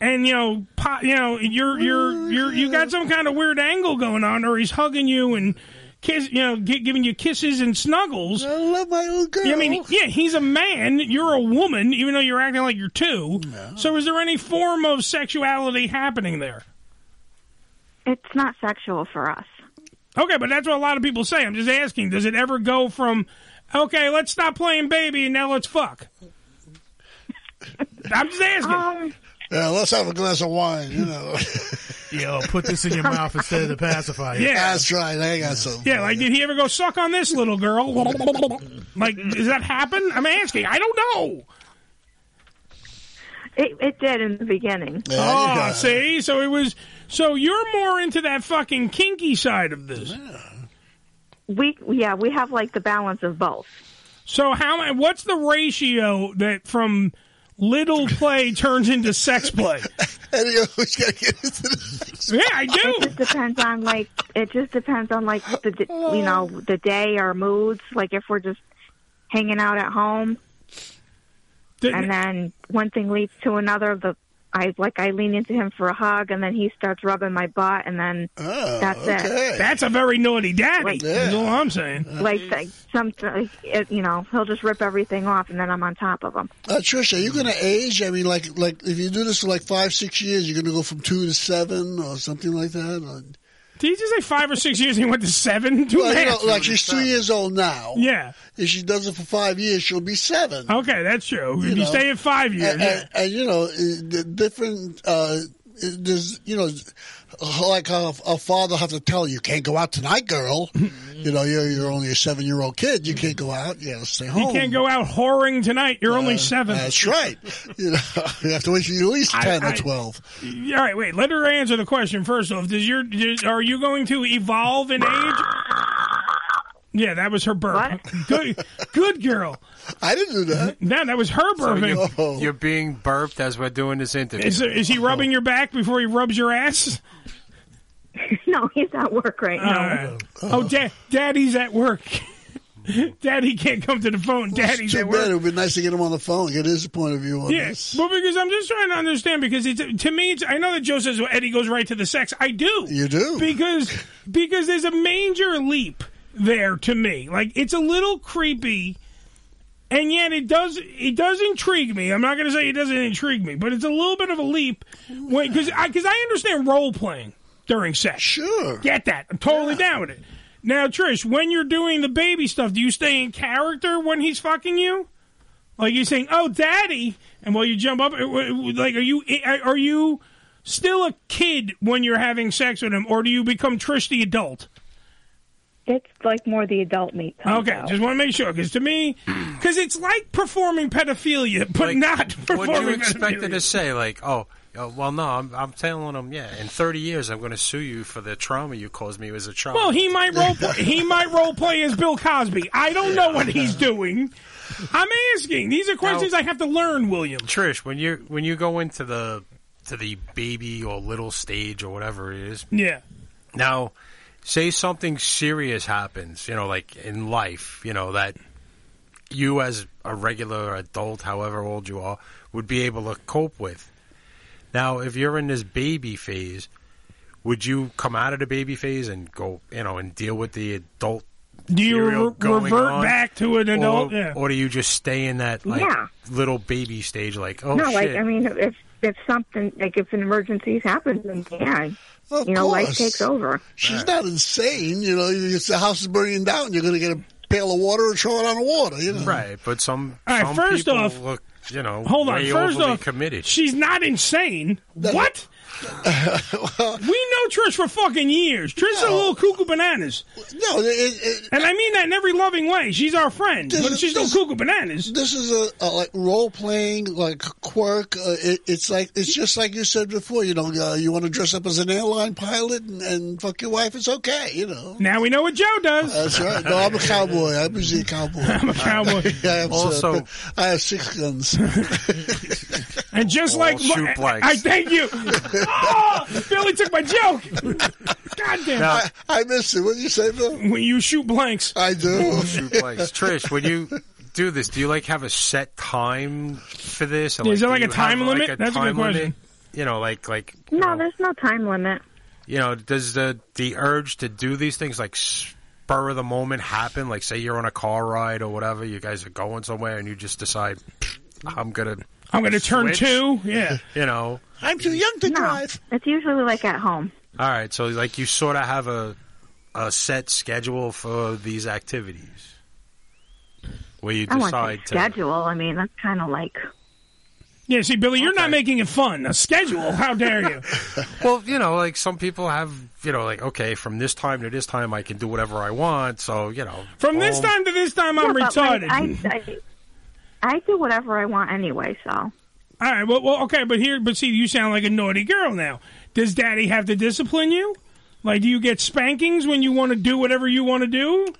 and you know, po- you know, you're you're you're you got some kind of weird angle going on, or he's hugging you and kiss, you know, gi- giving you kisses and snuggles. I love my little girl. I mean, yeah, he's a man. You're a woman, even though you're acting like you're two. So, is there any form of sexuality happening there? It's not sexual for us. Okay, but that's what a lot of people say. I'm just asking: Does it ever go from okay, let's stop playing baby and now let's fuck? I'm just asking. Um, Yeah, let's have a glass of wine, you know. Yo, put this in your mouth instead of the pacifier. Yeah. That's right. I got some. Yeah, like did he ever go suck on this little girl? like, does that happen? I'm asking. I don't know. It, it did in the beginning. oh, see, so it was. So you're more into that fucking kinky side of this. We yeah, we have like the balance of both. So how? What's the ratio that from little play turns into sex play? Eddie always got to get into this. Yeah, I do. It just depends on like it just depends on like the d- you know the day or moods. Like if we're just hanging out at home, and then one thing leads to another. The I like I lean into him for a hug, and then he starts rubbing my butt, and then that's it. That's a very naughty daddy. Right. That's all I'm saying. Like th- some, like, it, you know, he'll just rip everything off, and then I'm on top of him. Uh, Trish, are you going to age? I mean, like, like if you do this for like five, six years, you're going to go from two to seven or something like that. Or, Did he just say five or six years? and He went to seven. Two well, and a you half. know, like she's two years old now. Yeah. If she does it for five years, she'll be seven. Okay, that's true. if you know. stay at five years, And, yeah. and- and, you know, the different. Uh, there's, you know, like a, a father have to tell you, you can't go out tonight, girl. you know, you're, you're only a seven year old kid. You can't go out. You got to stay you home. Uh, can't go out whoring tonight. You're only seven. That's right. You know, you have to wait till you're at least I- ten I- or twelve. All right, wait. Let her answer the question first off. Does your does, are you going to evolve in age? Yeah, that was her burp. Good, good girl. I didn't do that. No, that was her burping. you, you're being burped as we're doing this interview. is, is he rubbing your back before he rubs your ass? No, he's at work right All now. right. Oh, da- daddy's at work. Daddy can't come to the phone. Daddy's too at bad. work. It would be nice to get him on the phone, get his point of view on this. Yes, well, because I'm just trying to understand. Because it's, to me, it's, I know that Joe says well, Eddie goes right to the sex. I do. You do because because there's a major leap there to me. Like it's a little creepy, and yet it does it does intrigue me. I'm not going to say it doesn't intrigue me, but it's a little bit of a leap because I because I understand role playing during sex. Sure, get that. I'm totally down with it. Now, Trish, when you're doing the baby stuff, do you stay in character when he's fucking you? Like you're saying, "Oh, daddy," and while you jump up, uh, uh, like, are you are you still a kid when you're having sex with him, or do you become Trish the adult? It's like more the adult meat. comes Okay, out. just want to make sure because to me, because it's like performing pedophilia, but not performing. What you expected pedophilia. to say? Like, oh, uh, well, no, I'm, I'm telling him, yeah, in 30 years, I'm going to sue you for the trauma you caused me as a child. Well, he might role play, he might role play as Bill Cosby. I don't know what he's doing. I'm asking. These are questions I have to learn, William. Trish, when you when you go into the to the baby or little stage or whatever it is, Yeah. Now, say something serious happens, you know, like in life, you know, that you as a regular adult, however old you are, would be able to cope with. Now, if you're in this baby phase, would you come out of the baby phase and go, you know, and deal with the adult Do you material re- going revert on, back to an or- adult? Yeah. or do you just stay in that like Yeah. little baby stage? Like, oh no, shit, like I mean, if if something like if an emergency's happened, then yeah, Of you know, life course. takes over. She's not insane. You know, it's the house is burning down. You're going to get a pail of water and throw it on the water. You know? right? But some, All right, some first people off- look, you know, Hold on. way First overly off, committed. she's not insane. What? we know Trish for fucking years. Trish is a little cuckoo bananas. No, and I mean that in every loving way. She's our friend, but she's no cuckoo bananas. This is a, a like role playing like quirk. Uh, it, it's like it's just like you said before. You know, uh, you want to dress up as an airline pilot and, and fuck your wife. It's okay. You know. Now we know what Joe does. That's right. No, I'm a cowboy. I'm usually a cowboy. I'm a cowboy. I have, uh, Also- I have six guns. And just Oh, All like shoot I- blanks. I thank you. oh, Billy took my joke. God damn. Now- it. I, missed it. What did you say, Bill? When you shoot blanks, I do. Oh, Shoot blanks. Trish, when you do this, do you like have a set time for this? Is do there, like, a you have, time limit? a That's a good time limit? question. You know, like like No, there's no time limit. you know, does the the urge to do these things like spur of the moment happen? Like, say you're on a car ride or whatever, you guys are going somewhere, and you just decide, "Pfft, I'm gonna, I'm gonna turn switch," two. Yeah. You know, I'm too young to drive. It's usually like at home. all right. So like, you sort of have a a set schedule for these activities where you I want decide a to. schedule. I mean, that's kind of like Yeah, see, Billy, you're not making it fun. A schedule? How dare you? well, you know, like some people have, you know, like okay, from this time to this time, I can do whatever I want. So you know, Oh, From this boom. time to this time, I'm Yeah, but, like, retarded. I, I, I do whatever I want anyway. So All right, well, well, okay, but here, but see, you sound like a naughty girl now. Does daddy have to discipline you? Like, do you get spankings when you want to do whatever you want to do?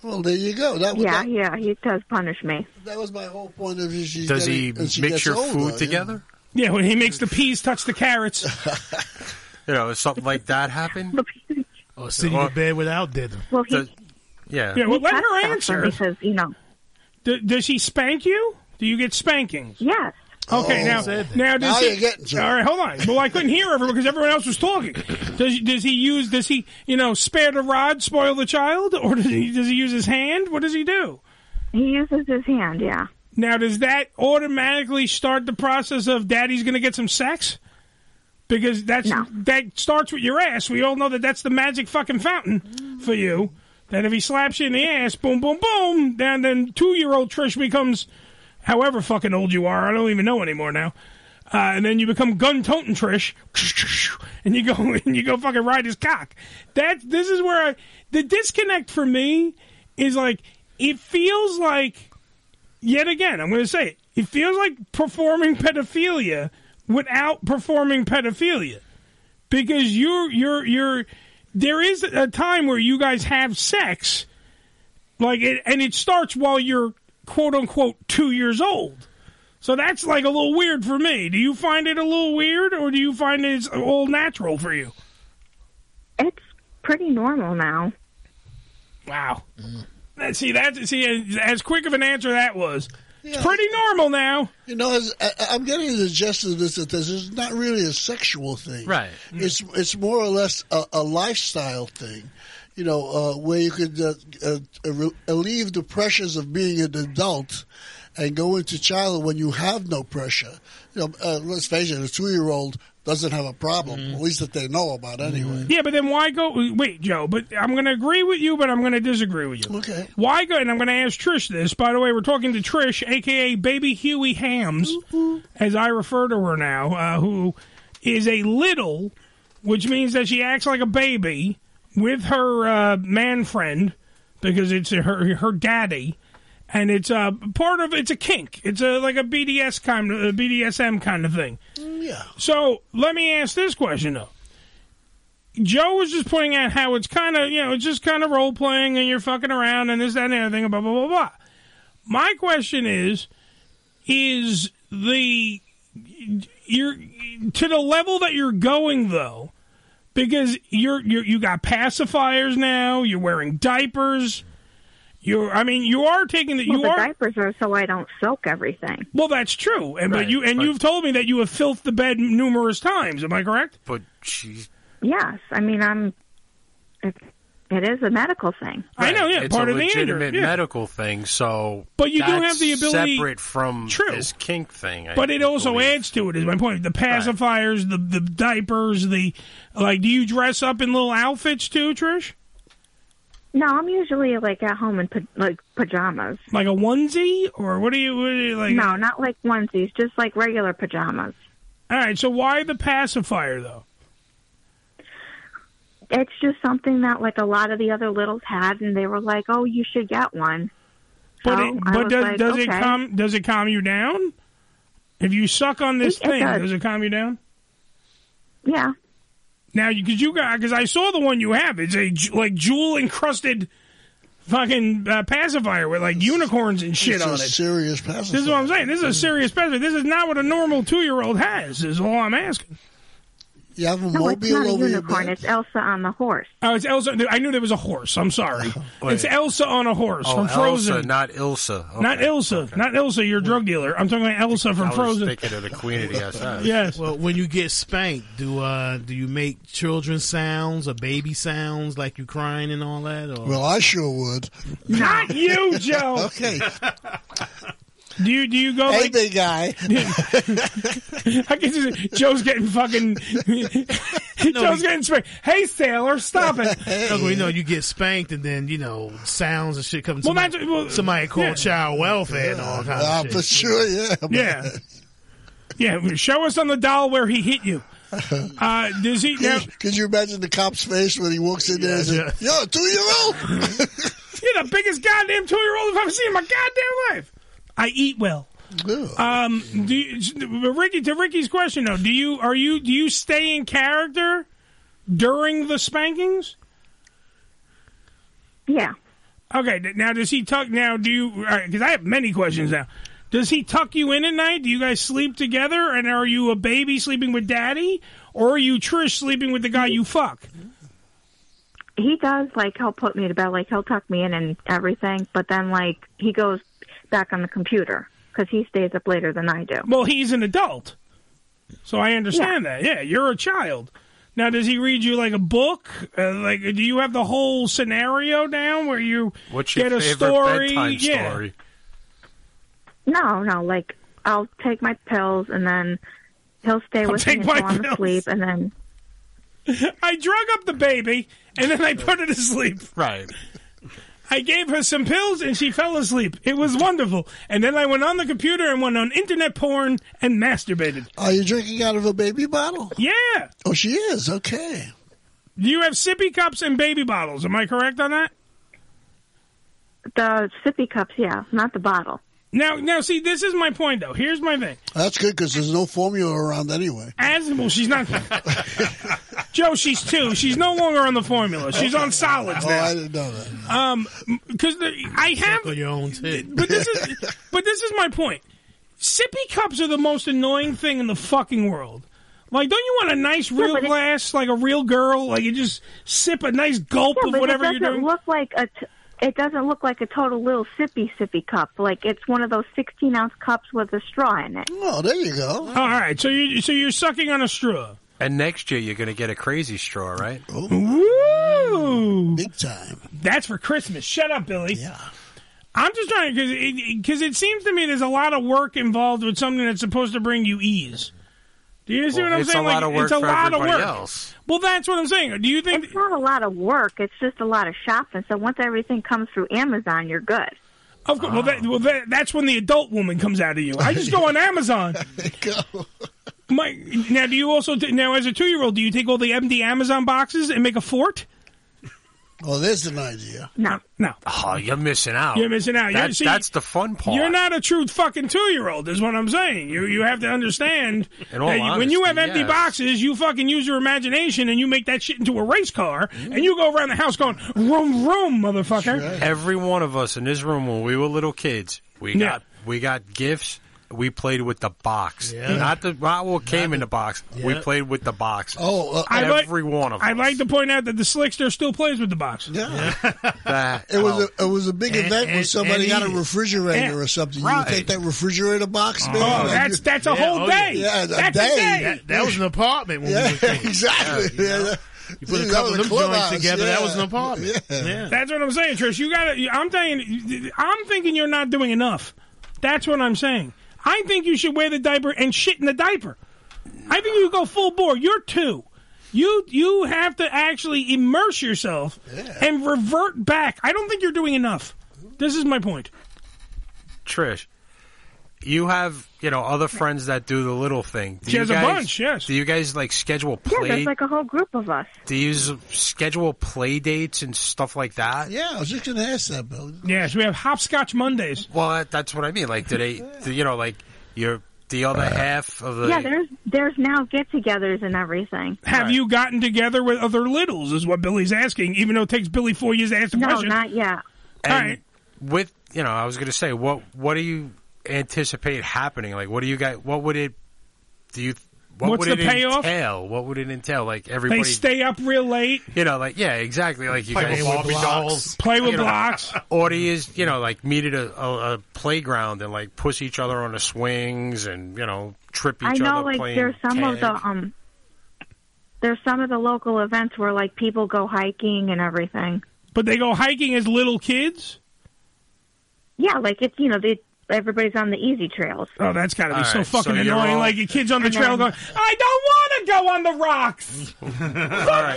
Well, there you go. That was yeah, that, yeah, he does punish me. that was my whole point of view. She's Does getting- he as she mix gets your older, you know. food together? Yeah, when he makes the peas touch the carrots. You know, something like that happen. Oh, Or sitting Or- in bed without dinner. Well, he, Does- yeah. Yeah, well, let cuts her stuff answer. because you know. D- does he spank you? Do you get spankings? Yes. Okay, Oh. now, Said that. now, does Now he, you're getting to it. all right, hold on. Well, I couldn't hear everyone because everyone else was talking. Does does he use? Does he you know spare the rod, spoil the child, or does he does he use his hand? What does he do? He uses his hand. Yeah. Now, does that automatically start the process of daddy's going to get some sex? Because that's that starts with your ass. We all know that that's the magic fucking fountain for you. That if he slaps you in the ass, boom, boom, boom, then then two year old Trish becomes, however fucking old you are, I don't even know anymore now. Uh, and then you become gun toting Trish, and you go and you go fucking ride his cock. That this is where I, the disconnect for me is like it feels like yet again, I'm going to say it. It feels like performing pedophilia without performing pedophilia, because you're you're you're. There is a time where you guys have sex, like it, and it starts while you're quote unquote two years old. So that's like a little weird for me. Do you find it a little weird, or do you find it's all natural for you? It's pretty normal now. Wow. That- See that? See as quick of an answer that was. It's pretty normal now. You know, as, I, I'm getting the gist of this that this is not really a sexual thing, Mm-hmm. Right. It's it's more or less a, a lifestyle thing, you know, uh, where you could uh, uh, re- alleviate the pressures of being an adult and go into childhood when you have no pressure. You know, uh, let's face it, a two year old doesn't have a problem, Mm-hmm. at least that they know about anyway. Yeah, but then why go? Wait, Joe. But I'm going to agree with you, but I'm going to disagree with you. Okay. Why go? And I'm going to ask Trish this. By the way, we're talking to Trish, aka Baby Huey Hams, as I refer to her now, uh, who is a little, which means that she acts like a baby with her uh, man friend because it's her her daddy, and it's uh, part of it's a kink. It's a like a BDS kind of a BDSM kind of thing. Yeah. So let me ask this question though. Joe was just pointing out how it's kind of you know it's just kind of role playing and you're fucking around and this that and the other thing blah blah blah blah. My question is, is the you're to the level that you're going though, because you're you you got pacifiers now, you're wearing diapers, you're I mean you are taking the Well, you the are diapers are so I don't soak everything. well that's true and Right, but you and but- you've told me that you have filthed the bed numerous times. Am I correct? But she's Yes, I mean I'm. It's It is a medical thing. I know, yeah, it's part a of the anger, legitimate yeah. medical thing. So, But you do that's have the ability- separate from True. this kink thing. I But it also adds to it. Is my point. The pacifiers, the the diapers, the like. Do you dress up in little outfits too, Trish? No, I'm usually like at home in pa- like pajamas. Like a onesie, or what do you, what do you like? No, not like onesies, just like regular pajamas. All right. So why the pacifier though? It's just something that like a lot of the other littles had, and they were like, "Oh, you should get one." But So it, I but was does like, does it okay. calm does it calm you down? If you suck on this It- it thing, does. does it calm you down? Yeah. Now, because you got because I saw the one you have. It's a ju- like jewel encrusted fucking uh, pacifier with like unicorns and shit It's a on it. serious pacifier. This is what I'm saying. This is a serious pacifier. This is not what a normal two year old has. Is all I'm asking. You have a No, it's not a unicorn. It's Elsa on the horse. Oh, it's Elsa. I knew there was a horse. I'm sorry. Wait. It's Elsa on a horse Oh, from Frozen. Elsa, not Ilsa. Okay. Not Elsa. Not Elsa, your drug dealer. I'm talking about Elsa I from was Frozen. thinking of the Queen of the SS. Yes. Uh, Well, when you get spanked, do uh do you make children sounds or baby sounds like you crying and all that? Or Well, I sure would. Not you, Joe. okay. Do you do you go? Hey, like, big guy. I can just, Joe's getting fucking. Joe's getting spanked. Hey, sailor, stop it. No, well, you know, you get spanked and then you know sounds and shit come. Well, somebody, that's- well, somebody called yeah. child welfare and all kinds Ah, of shit. for sure, yeah. Yeah. Yeah, show us on the doll where he hit you. Uh, does he now? Could, could you imagine the cop's face when he walks in there and says, Yo, two year old? You're the biggest goddamn two year old I've ever seen in my goddamn life. I eat well. Um, do you, Ricky to Ricky's question though, do you are you do you stay in character during the spankings? Yeah. Okay. th- Now does he tuck? Now do you? Because I have many questions now. Does he tuck you in at night? Do you guys sleep together? And are you a baby sleeping with daddy, or are you Trish sleeping with the guy you fuck? He does like he'll put me to bed, like he'll tuck me in and everything. But then like he goes back on the computer because he stays up later than I do. Well, he's an adult, so I understand that. Yeah, you're a child. Now, does he read you like a book? Uh, like, do you have the whole scenario down where you What's your get a favorite story? bedtime yeah. story? No, no, like I'll take my pills and then he'll stay I'll with take me my until I'm pills. asleep, and then I drug up the baby and then I put her to sleep. Right. I gave her some pills and she fell asleep. It was wonderful. And then I went on the computer and went on internet porn and masturbated. Are you drinking out of a baby bottle? Yeah. Oh, she is. Okay. Do you have sippy cups and baby bottles? Am I correct on that? the sippy cups, yeah, not the bottle. Now, now, see, this is my point though. Here's my thing. That's good because there's no formula around anyway. As well, she's not. Joe, she's two. She's no longer on the formula. She's on solids Oh, now. I didn't know that. Um, because I have on your own too. but this is but this is my point. Sippy cups are the most annoying thing in the fucking world. Like, don't you want a nice real glass, like a real girl? Like you just sip a nice gulp Yeah, of but whatever it you're doesn't doing. look like a. T- it doesn't look like a total little sippy sippy cup. Like it's one of those sixteen ounce cups with a straw in it. Oh, there you go. All right, so you so you're sucking on a straw. And next year you're going to get a crazy straw, right? Woo! Big time. That's for Christmas. Shut up, Billy. Yeah. I'm just trying because because it, seems to me there's a lot of work involved with something that's supposed to bring you ease. Do you see Well, what I'm it's a saying? lot Like, of work it's a for lot of everybody work. else. Well, that's what I'm saying. Do you think It's not a lot of work. It's just a lot of shopping. So once everything comes through Amazon, you're good. Of course. Well, that, well that, that's when the adult woman comes out of you. I just go on Amazon. My, now, do you also t- now as a two year old, do you take all the empty Amazon boxes and make a fort? Oh, there's an idea. No, no. Oh, you're missing out. You're missing out. You're- That's, see, that's the fun part. You're not a true fucking two year old, is what I'm saying. You you have to understand In all that you- when you honesty, have empty yes. boxes, you fucking use your imagination and you make that shit into a race car and you go around the house going room room motherfucker. Every one of us in this room when we were little kids, we Yeah. got we got gifts. We played with the box, Yeah. not the not what came in the box. We Yeah. played with the boxes. Oh, uh, I like- every one of them. I'd like to point out that the slickster still plays with the box. Yeah. That- It was oh. a, it was a big And- event when and- somebody and got a eat it. refrigerator Yeah, or something. You right. would take that refrigerator box, man. Oh, and that's you- that's a whole day. Yeah, that's a day. That, that oh, was an apartment when we Yeah, were kids. exactly. Yeah, that- You put a couple of them joints together. That was an apartment. Yeah. That's what I'm saying, Trish. You got to. I'm saying. I'm thinking you're not doing enough. That's what I'm saying. I think you should wear the diaper and shit in the diaper. I think you go full bore. You're two. You you have to actually immerse yourself and revert back. I don't think you're doing enough. This is my point. Trish, you have you know other friends that do the little thing. Do She you has a guys- bunch, yes. Do you guys like schedule Yeah, play? there's like a whole group of us. do you s- schedule play dates and stuff like that? Yeah, I was just going to ask that, Bill. Yes, we have hopscotch Mondays. Well, that- that's what I mean. Like, do they? Do, you know, like you're the other Uh, half of the. yeah, there's there's now get-togethers and everything. Have you gotten together with other littles? Is what Billy's asking. Even though it takes Billy four years to ask the No, question. not yet. All And right. With you know, I was going to say, what what do you anticipate happening? Like, what do you guys? What would it? Do you? What What's would the it payoff? entail? What would it entail? Like everybody, They stay up real late. you know, like yeah, exactly. Like you Play guys with Barbie dolls. Play with You know, blocks. Or do you, you know, like meet at a, a, a playground and like push each other on the swings and you know trip each I know, other. like playing there's some of tag. the um, there's some of the local events where like people go hiking and everything. But they go hiking as little kids. Yeah, like it's you know they everybody's on the easy trails. Oh, that's got to be All so right, so fucking you're annoying. all- Like your kids on the And trail then- going, I don't want to go on the rocks. All Fuck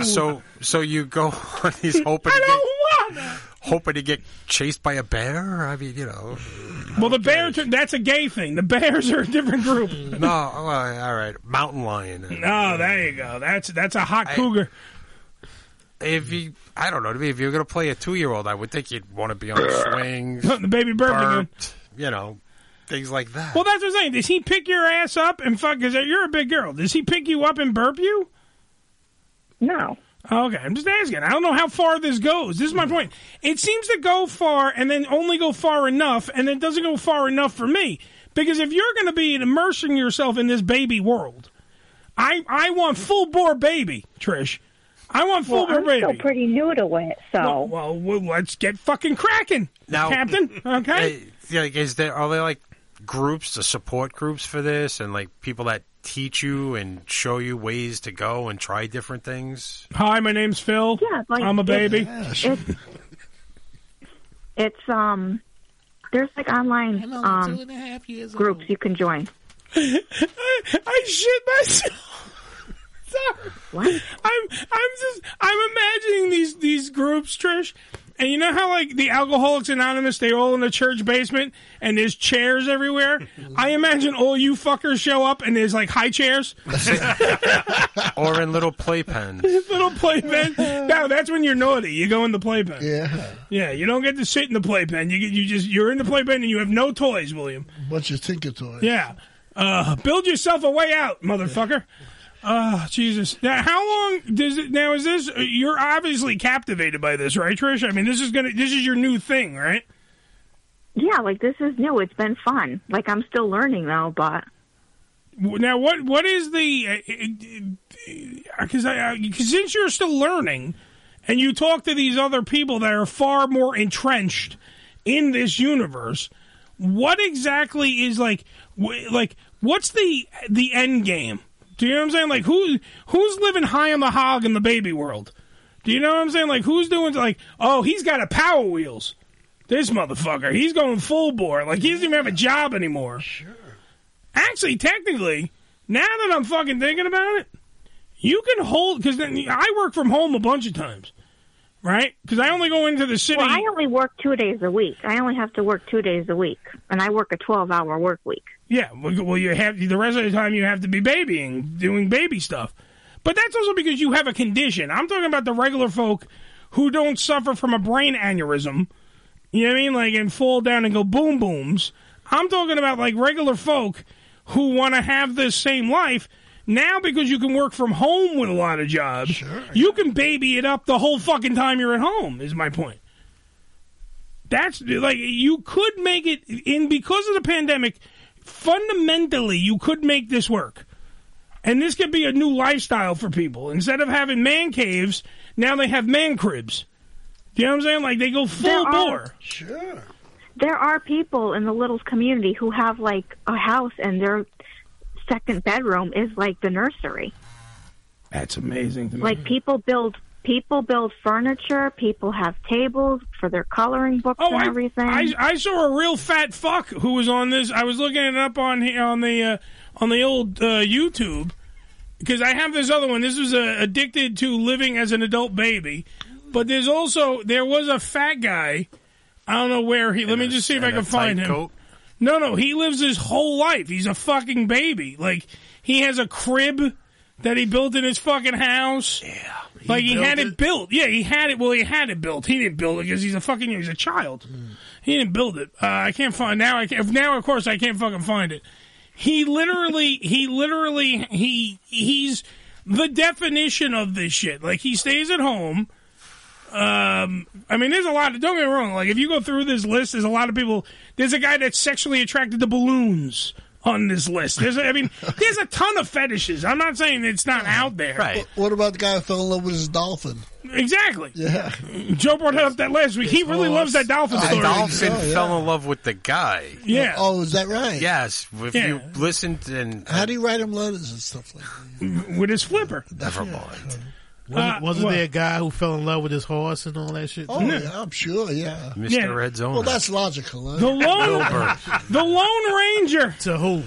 you! So so you go on these hoping I to get, don't want. hoping to get chased by a bear. I mean, you know. Mm, Well, the bears. Are, that's a gay thing. The bears are a different group. No, all right, all right. Mountain lion. No, there you go. That's that's a hot cougar. If you, I don't know. to me, If you're going to play a two-year-old, I would think you'd want to be on swings. The baby burped again. burped, You know, things like that. Well, that's what I'm saying. Does he pick your ass up and fuck? Because you're a big girl. Does he pick you up and burp you? No. Okay, I'm just asking. I don't know how far this goes. This is my point. It seems to go far and then only go far enough, and it doesn't go far enough for me. Because if you're going to be immersing yourself in this baby world, I I want full bore baby, Trish. I want Well, full bore I'm baby. still pretty new to it, Well, so well, well, let's get fucking cracking, Now- Captain. Okay. Eh, yeah, like, is there are there like groups, the support groups for this, and like people that teach you and show you ways to go and try different things? Hi, my name's Phil. Yeah, like, I'm a it's- baby. It's, it's um, there's like online I'm only two um and a half years groups old. you can join. I shit myself. Sorry. I'm I'm just I'm imagining these these groups, Trish. And you know how like the Alcoholics Anonymous, they all in the church basement and there's chairs everywhere? I imagine all you fuckers show up and there's like high chairs. or in little playpens. little playpen. No, that's when you're naughty. You go in the playpen. Yeah. Yeah, you don't get to sit in the playpen. You get you just you're in the playpen and you have no toys, William. Bunch of tinker toys. Yeah. Uh, build yourself a way out, motherfucker. Oh, Jesus. Now, how long does it? Now, is this? You're obviously captivated by this, right, Trish? I mean, this is gonna. This is your new thing, right? Yeah, like this is new. It's been fun. Like I'm still learning though, but W- Now, what? What is the? uh, Because I, because since you're still learning, and you talk to these other people that are far more entrenched in this universe, what exactly is like? wh- Like, what's the the end game? Do you know what I'm saying? Like, who who's living high on the hog in the baby world? Do you know what I'm saying? Like, who's doing like? Oh, he's got a power wheels. This motherfucker, he's going full bore. Like, he doesn't even have a job anymore. Actually, technically, now that I'm fucking thinking about it, you can hold because then I work from home a bunch of times, right? Because I only go into the city. well, I only work two days a week. I only have to work two days a week, and I work a twelve-hour work week. yeah, well, well, you have the rest of the time you have to be babying, doing baby stuff. But that's also because you have a condition. I'm talking about the regular folk who don't suffer from a brain aneurysm. You know what I mean? Like and fall down and go boom booms. I'm talking about like regular folk who want to have this same life. Now, because you can work from home with a lot of jobs, you can baby it up the whole fucking time you're at home, is my point. That's like you could make it in because of the pandemic. Fundamentally, you could make this work, and this could be a new lifestyle for people. Instead of having man caves, now they have man cribs. Do you know what I'm saying? Like they go full There are- bore. Sure. There are people in the Littles community who have like a house, and their second bedroom is like the nursery. That's amazing to me. Like people build people build furniture, people have tables for their coloring books Oh, and I, everything. I I saw a real fat fuck who was on this. I was looking it up on he- on the uh, on the old uh, YouTube because I have this other one. This was uh, addicted to living as an adult baby, but there's also there was a fat guy. I don't know where he. let me just see if I and a can find tight him. coat? No, no, he lives his whole life. He's a fucking baby. Like he has a crib that he built in his fucking house. Yeah. Like he, built had it, built. Yeah, he had it. Well, he had it built. He didn't build it because he's a fucking he's a child. He didn't build it. Uh, I can't find now. I can't, now of course I can't fucking find it. He literally, he literally, he he's the definition of this shit. Like he stays at home. Um, I mean, there's a lot. Don't get me wrong. Like if you go through this list, there's a lot of people. There's a guy that's sexually attracted to balloons on this list. There's, a, I mean, there's a ton of fetishes. I'm not saying it's not out there. Right. What about the guy who fell in love with his dolphin? Exactly. Yeah. Joe brought it up that last week. He really Oh, loves that dolphin The story. dolphin fell in love with the guy. Yeah. Oh, is that Oh, right? Yes, if Yeah. you listened and How do you write him letters and stuff like Mm-hmm. with his flipper? Never mind. Wasn't, Uh, wasn't what? there a guy who fell in love with his horse and all that shit? Oh, yeah, I'm sure, yeah. Mr. Red Zone. Well, that's logical. Huh? The Lone, the Lone Ranger. To who?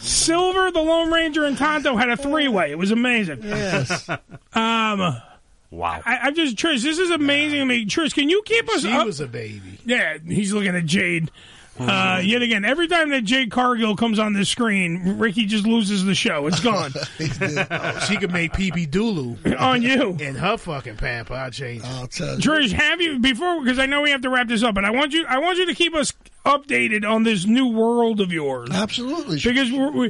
Silver, the Lone Ranger, and Tonto had a three-way. It was amazing. Yes. Um. Wow. I, I'm just Trish. This is amazing to me. Trish, can you keep us She up? was a baby. Yeah, he's looking at Jade. Uh, yet again, every time that Jade Cargill comes on this screen, Ricky just loses the show. It's gone. Oh, she could make pee pee dooloo On you. and her fucking pamper. I change. I'll tell Trish, have you before? Because I know we have to wrap this up, but I want you. I want you to keep us updated on this new world of yours. Absolutely, because we're, we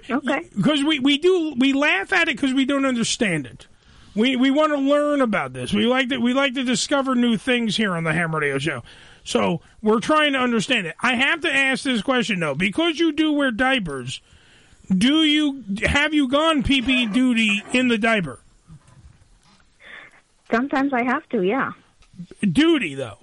because we, we do we laugh at it because we don't understand it. We we want to learn about this. We like to we like to discover new things here on the Ham Radio Show. So we're trying to understand it. I have to ask this question though, because you do wear diapers. Do you have you gone pee pee duty in the diaper? Sometimes I have to, yeah. Duty though.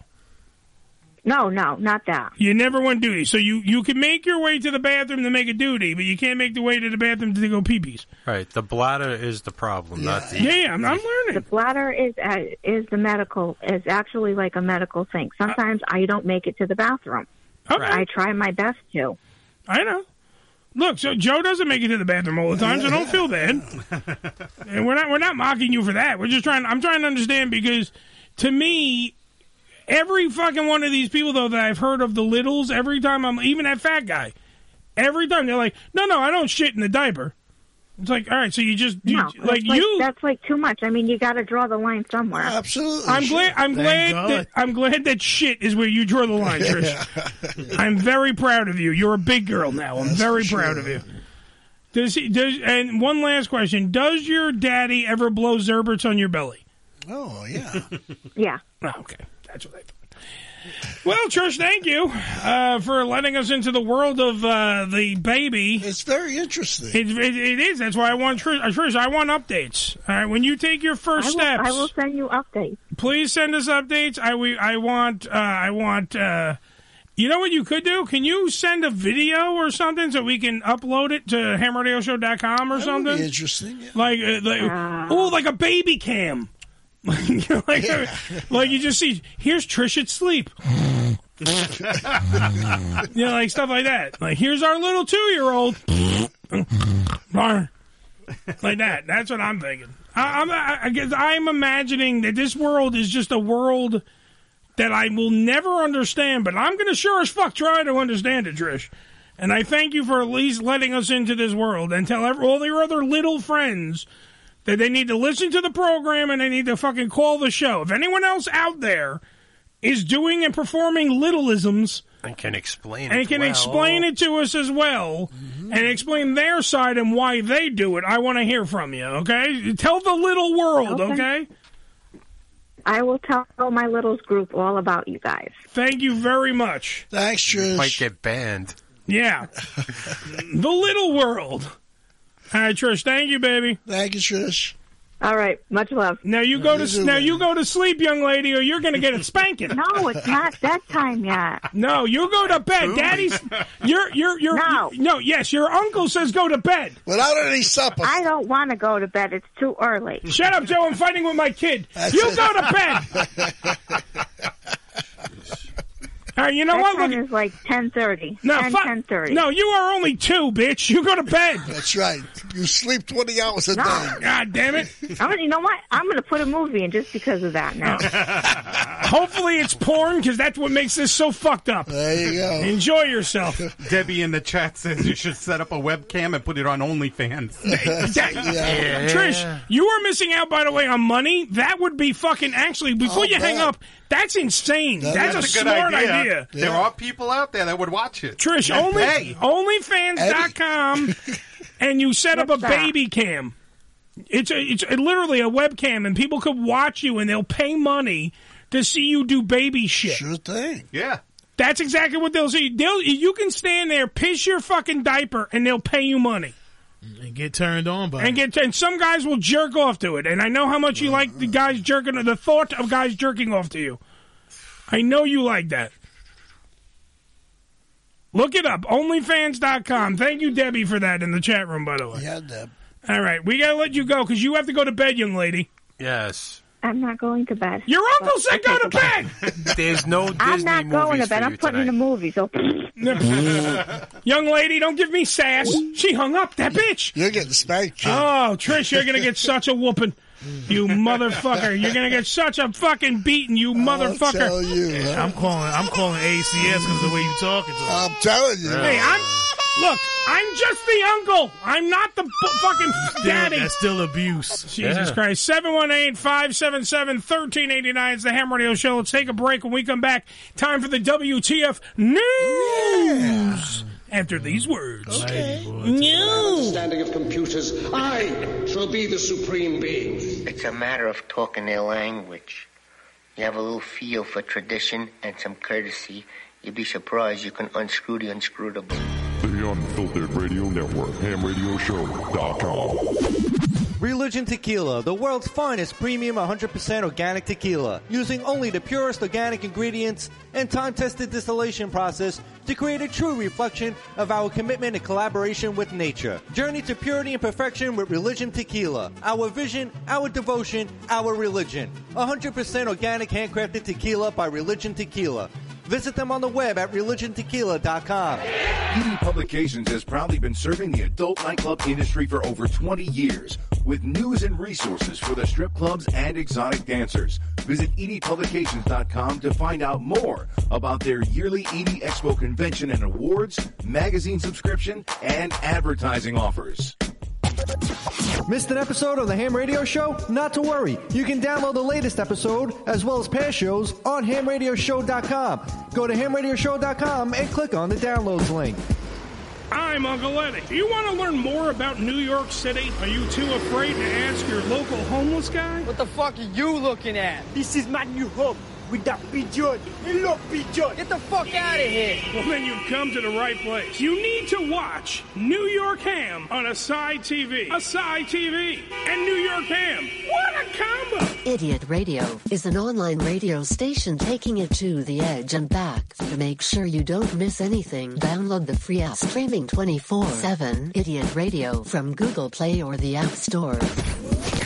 No, no, not that. You never went duty. So you, you can make your way to the bathroom to make a duty, but you can't make the way to the bathroom to go pee pees. Right, the bladder is the problem, not the. Yeah, yeah, I'm, I'm learning. The bladder is uh, is the medical is actually like a medical thing. Sometimes I don't make it to the bathroom. Okay. I try my best to. I know. Look, so Joe doesn't make it to the bathroom all the time, so don't feel bad. and we're not we're not mocking you for that. We're just trying. I'm trying to understand because to me, every fucking one of these people though that I've heard of the littles, every time I'm even that fat guy, every time they're like, no, no, I don't shit in the diaper. It's like, all right, so you just you, No, that's like you That's like too much. I mean, you got to draw the line somewhere. Absolutely. I'm glad. I'm glad. That, I'm glad that shit is where you draw the line, Trish. I'm very proud of you. You're a big girl now. I'm very proud of you. Does he? Does and one last question: Does your daddy ever blow zerberts on your belly? Oh, Oh yeah. yeah. okay, that's what I thought. Well, Trish, thank you uh, for letting us into the world of uh, the baby. It's very interesting. It, it, it is. That's why I want Trish. uh, Trish, I want updates. All right, when you take your first I will, steps, I will send you updates. please send us updates. I we I want uh, I want. Uh, you know what you could do? Can you send a video or something so we can upload it to hamradioshow.com or something? interesting. Like, uh, like oh, like a baby cam. like, like you just see, here's Trish at sleep. you know, like stuff like that. Like, here's our little two year old. like that. That's what I'm thinking. I, I'm, I, I guess I'm imagining that this world is just a world that I will never understand, but I'm going to sure as fuck try to understand it, Trish. And I thank you for at least letting us into this world and tell ev- all your other little friends that they need to listen to the program and they need to fucking call the show. If anyone else out there is doing and performing littleisms, And can explain and it. can well. Mm-hmm. explain it to us as well and explain their side and why they do it. I want to hear from you, okay? Tell the little world, Okay. okay? I will tell my littles group all about you guys. Thank you very much. Thanks, Trish. Might get banned. Yeah. the little world. All right, Trish, thank you, baby. Thank you, Trish. All right, much love. Now you go to now you go to sleep, young lady, or you're going to get a spanking. No, it's not bedtime yet. No, you go to bed. Daddy's your your your No. you- no. Yes, your uncle says go to bed Without any supper. I don't want to go to bed. It's too early. Shut up, Joe. I'm fighting with my kid. You go to bed. All right, you know what? Bedtime is like ten thirty. No, ten fuck- ten thirty. no, you are only two, bitch. You go to bed. That's right. You sleep 20 hours a No. day. God damn it. I'm gonna, you know what? I'm going to put a movie in just because of that now. Oh. Uh, Hopefully it's porn because that's what makes this so fucked up. There you go. Enjoy yourself. Debbie in the chat says you should set up a webcam and put it on OnlyFans. Yeah. Trish, you are missing out, by the way, on money. That would be fucking actually. Before Oh, I'll you hang bet. up, that's insane. that's, a, good smart idea. There are people out there that would watch it. Trish, And only pay. OnlyFans.com, and you set up a What's that? baby cam. It's a, it's a- literally a webcam, and people could watch you, and they'll pay money to see you do baby shit. Sure thing. Yeah. That's exactly what they'll see. They'll you can stand there, piss your fucking diaper, and they'll pay you money. And get turned on by And get and some guys will jerk off to it. And I know how much you like the guys jerking the thought of guys jerking off to you. I know you like that. Look it up, onlyfans.com. Thank you, Debbie, for that in the chat room, by the way. Yeah, Deb. All right, we got to let you go because you have to go to bed, young lady. Yes. I'm not going to bed. Your uncle said go to bed! There's no Disney I'm not going to movies bed. for I'm you putting in a tonight. movie. So Young lady, don't give me sass. She hung up, that bitch. You're getting spanked. Oh, Trish, you're going to get such a whooping. You motherfucker. You're going to get such a fucking beating, you motherfucker. I'm calling. I'm calling ACS because the way you talking to. Them. I'm telling you. Hey, I'm. Look, I'm just the uncle. I'm not the bu- fucking daddy. That's still abuse. Jesus Yeah. Christ. 718 577 1389 is the Ham Radio Show. Let's take a break. When we come back, time for the WTF News. After these words. Understanding of computers, I shall be the supreme being. It's a matter of talking their language. You have a little feel for tradition and some courtesy. You'd be surprised you can unscrew the unscrewable. The Unfiltered Radio Network, hamradioshow.com. Religion Tequila, the world's finest premium 100% organic tequila, using only the purest organic ingredients and time-tested distillation process to create a true reflection of our commitment and collaboration with nature. Journey to purity and perfection with Religion Tequila. Our vision, our devotion, our religion. 100% organic handcrafted tequila by Religion Tequila. Visit them on the web at religiontequila.com. ED Publications has proudly been serving the adult nightclub industry for over 20 years with news and resources for the strip clubs and exotic dancers. Visit E edpublications.com to find out more about their yearly ED Expo convention and awards, magazine subscription, and advertising offers. Missed an episode of the Ham Radio Show? Not to worry. You can download the latest episode as well as past shows on hamradioshow.com. Go to hamradioshow.com and click on the downloads link. I'm Uncle Eddie. Do you want to learn more about New York City? Are you too afraid to ask your local homeless guy? What the fuck are you looking at? This is my new home with that pigeon. Hey, look, pigeon. Get the fuck out of here. Well, then you've come to the right place. You need to watch New York Ham on Asai TV. Asai TV and New York Ham. What a combo! Idiot Radio is an online radio station taking it to the edge and back. To make sure you don't miss anything, download the free app streaming 24-7 Idiot Radio from Google Play or the App Store.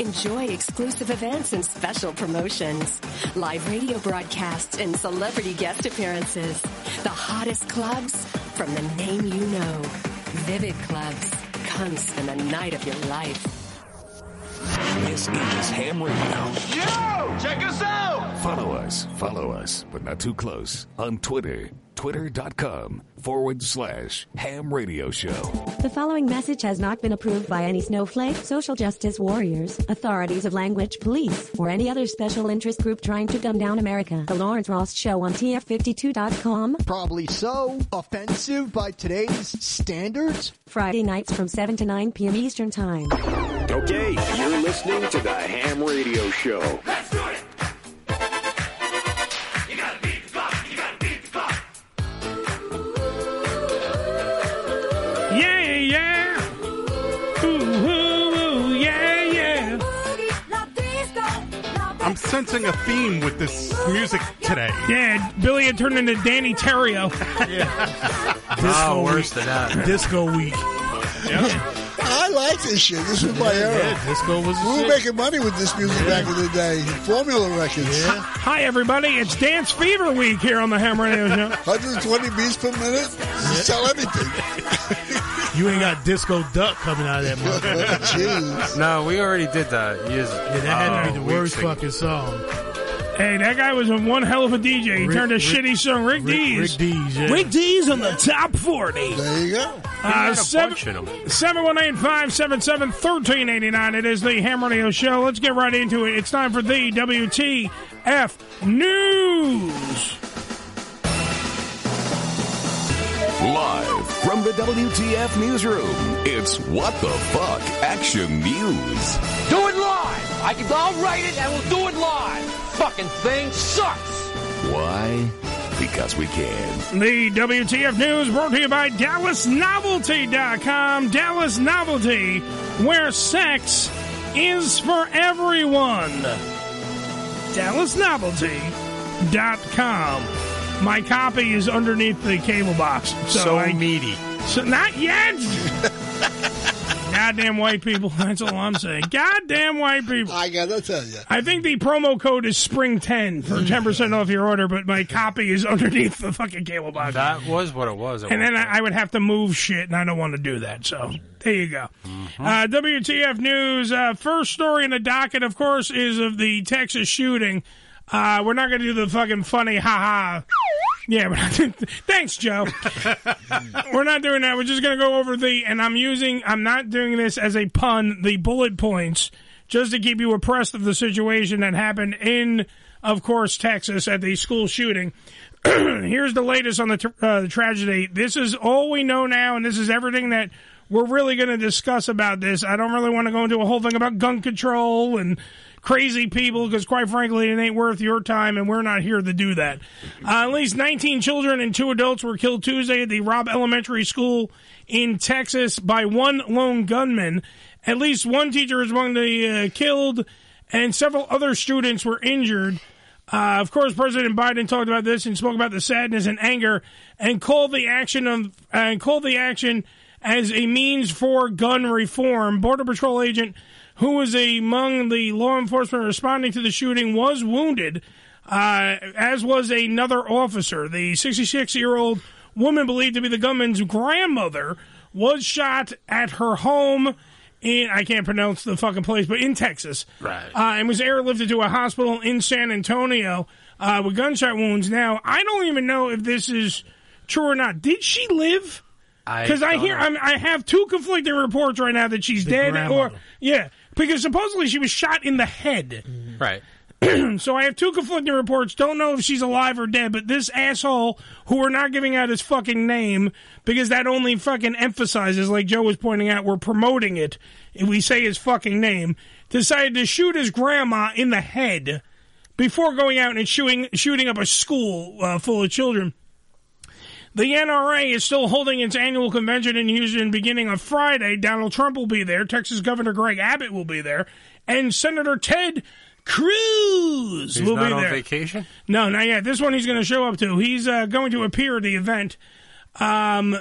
Enjoy exclusive events and special promotions, live radio broadcasts, and celebrity guest appearances. The hottest clubs from the name you know. Vivid Clubs. Come spend the night of your life. This is Ham Radio. Yo! Check us out! Follow us, follow us, but not too close on Twitter. Twitter.com forward slash Ham Radio Show. The following message has not been approved by any snowflake, social justice warriors, authorities of language, police, or any other special interest group trying to dumb down America. The Lawrence Ross Show on TF52.com. Probably so. Offensive by today's standards? Friday nights from 7 to 9 p.m. Eastern Time. Okay, you're listening to the Ham Radio Show. Yeah, yeah. Ooh, ooh, ooh, yeah, yeah. I'm sensing a theme with this music today. Yeah, Billy had turned into Danny Terrio. Oh, worse than that. Disco week. I like this shit. This was my era. disco was we were making money with this music back in the day. Formula Records. Hi, everybody. It's Dance Fever Week here on the Ham Radio Show. 120 beats per minute. Sell everything. You ain't got disco duck coming out of that motherfucker. No, we already did that years. Yeah, that had to be the worst fucking song. Oh, Hey, that guy was one hell of a DJ. He Rick- turned a Rick- shitty song, Rick, Rick- D's. Rick D's, yeah. Rick D's on the top 40. There you go. Uh, seven, 718 577 1389. It is the Ham Radio Show. Let's get right into it. It's time for the WTF News. Live from the WTF Newsroom, it's What the Fuck Action News. Do it live! I can, I'll write it and we'll do it live! Fucking thing sucks! Why? Because we can. The WTF News brought to you by DallasNovelty.com. Dallas Novelty, where sex is for everyone. DallasNovelty.com. My copy is underneath the cable box. So, So I- meaty. So, not yet! Goddamn white people. That's all I'm saying. Goddamn white people. I gotta tell you. I think the promo code is SPRING10 for 10% off your order, but my copy is underneath the fucking cable box. That was what it was. It And was- then I, I would have to move shit, and I don't want to do that. So there you go. Uh, WTF News. Uh, first story in the docket, of course, is of the Texas shooting. Uh, we're not going to do the fucking funny ha ha. Yeah, we're not- thanks, Joe. we're not doing that. We're just going to go over the, and I'm using, I'm not doing this as a pun, the bullet points, just to keep you abreast of the situation that happened in, of course, Texas at the school shooting. here's the latest on the, tr uh, the tragedy. This is all we know now, and this is everything that we're really going to discuss about this. I don't really want to go into a whole thing about gun control and crazy people because, quite frankly, it ain't worth your time, and we're not here to do that. Uh, at least 19 children and two adults were killed Tuesday at the Robb Elementary School in Texas by one lone gunman. At least one teacher is among the uh, killed, and several other students were injured. Uh, of course, President Biden talked about this and spoke about the sadness and anger, and called the action of and called the action as a means for gun reform. Border Patrol agent, who was among the law enforcement responding to the shooting, was wounded, uh, as was another officer. The 66 year old woman believed to be the gunman's grandmother was shot at her home in I can't pronounce the fucking place, but in Texas, Right. uh, and was airlifted to a hospital in San Antonio uh, with gunshot wounds. Now I don't even know if this is true or not. Did she live? I Because I, don't hear know. I'm, I have two conflicting reports right now that she's dead or grandmother. yeah, because supposedly she was shot in the head. right. so I have two conflicting reports. Don't know if she's alive or dead, but this asshole who we're not giving out his fucking name because that only fucking emphasizes, like Joe was pointing out, we're promoting it if we say his fucking name, decided to shoot his grandma in the head before going out and shooting shooting up a school uh, full of children. The NRA is still holding its annual convention in Houston beginning on Friday. Donald Trump will be there. Texas Governor Greg Abbott will be there. And Senator Ted Cruz He's will not be on there. vacation. No, not yet. This one he's going to show up to. He's uh, going to appear at the event. Um, i-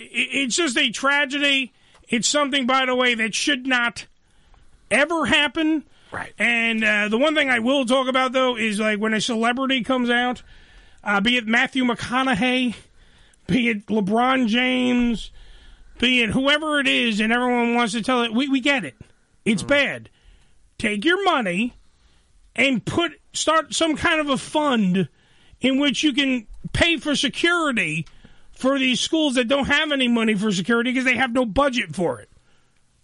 it's just a tragedy. It's something, by the way, that should not ever happen. Right. And uh, the one thing I will talk about though is like when a celebrity comes out, uh, be it Matthew McConaughey, be it LeBron James, be it whoever it is, and everyone wants to tell it, we we get it. It's bad take your money and put start some kind of a fund in which you can pay for security for these schools that don't have any money for security because they have no budget for it.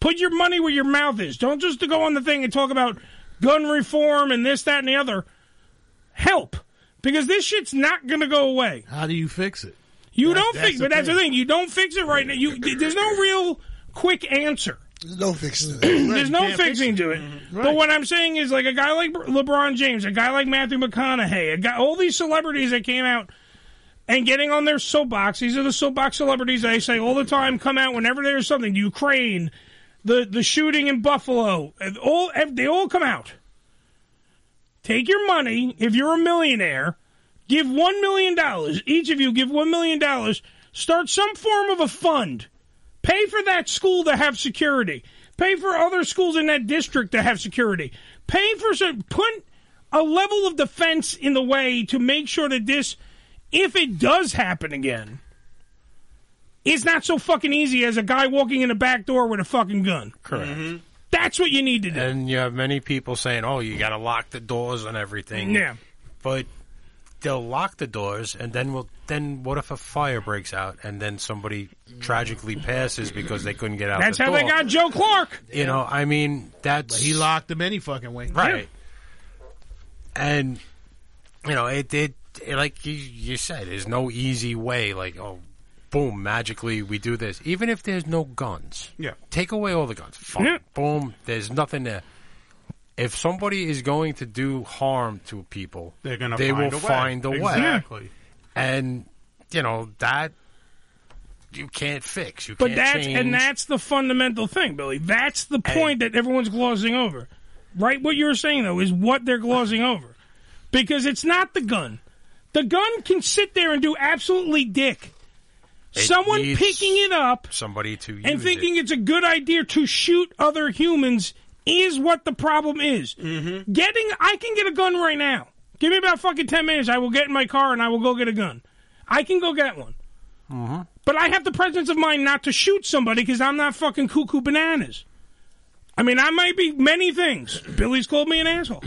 Put your money where your mouth is. Don't just go on the thing and talk about gun reform and this, that, and the other. Help. Because this shit's not going to go away. How do you fix it? You That- don't that's fix the but that's the thing. thing. You don't fix it right now. You th- there's no real quick answer. No fixing. there's no Can't fix fixing to it. Mm-hmm. But what I'm saying is, like a guy like LeBron James, a guy like Matthew McConaughey, a guy, all these celebrities that came out and getting on their soapbox. These are the soapbox celebrities that I say all the time. Come out whenever there's something. Ukraine, the the shooting in Buffalo, and all ev- they all come out. Take your money if you're a millionaire. Give one million dollars each of you. Give one million dollars. Start some form of a fund. Pay for that school to have security. Pay for other schools in that district to have security. Pay for some put a level of defense in the way to make sure that this, if it does happen again, is not so fucking easy as a guy walking in the back door with a fucking gun. Correct. Mm-hmm. That's what you need to do. And you have many people saying, "Oh, you got to lock the doors on everything." Yeah. But they'll lock the doors, and then we'll then what if a fire breaks out, and then somebody tragically passes because they couldn't get out. That's the how they door? got Joe Clark. You know, I mean, that's he locked them any fucking way, right? And you know, it did. Like you, you said, there's no easy way. Like, oh, boom, magically we do this. Even if there's no guns, Yeah. take away all the guns. Fine. Yeah. Boom, there's nothing there. If somebody is going to do harm to people, They're gonna they find will a way. find a way. Exactly. And you know that you can't fix. You But can't that's change. and that's the fundamental thing, Billy. That's the point that everyone's glossing over. Right? What you're saying though is what they're glossing over, because it's not the gun. The gun can sit there and do absolutely dick. It Someone needs picking it up somebody to use and thinking it's a good idea to shoot other humans is what the problem is. Mm-hmm. Getting, I can get a gun right now. Give me about fucking ten minutes. I will get in my car and I will go get a gun. I can go get one. But I have the presence of mind not to shoot somebody because I'm not fucking cuckoo bananas. I mean, I might be many things. Billy's called me an asshole.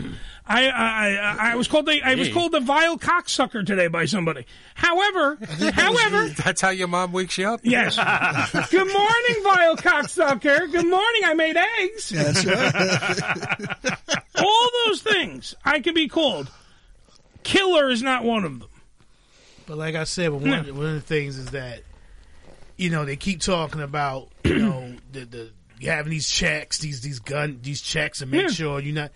I I, I, I was called the, I was Me? called the vile cocksucker today by somebody. However, however, that's how your mom wakes you up. Yes. Good morning, vile cocksucker. Good morning. I made eggs. All those things I can be called. Killer is not one of them. But like I said, but one, of the- one of the things is that you know they keep talking about you know the, the you having these checks, these these gun these checks, and make sure you're not.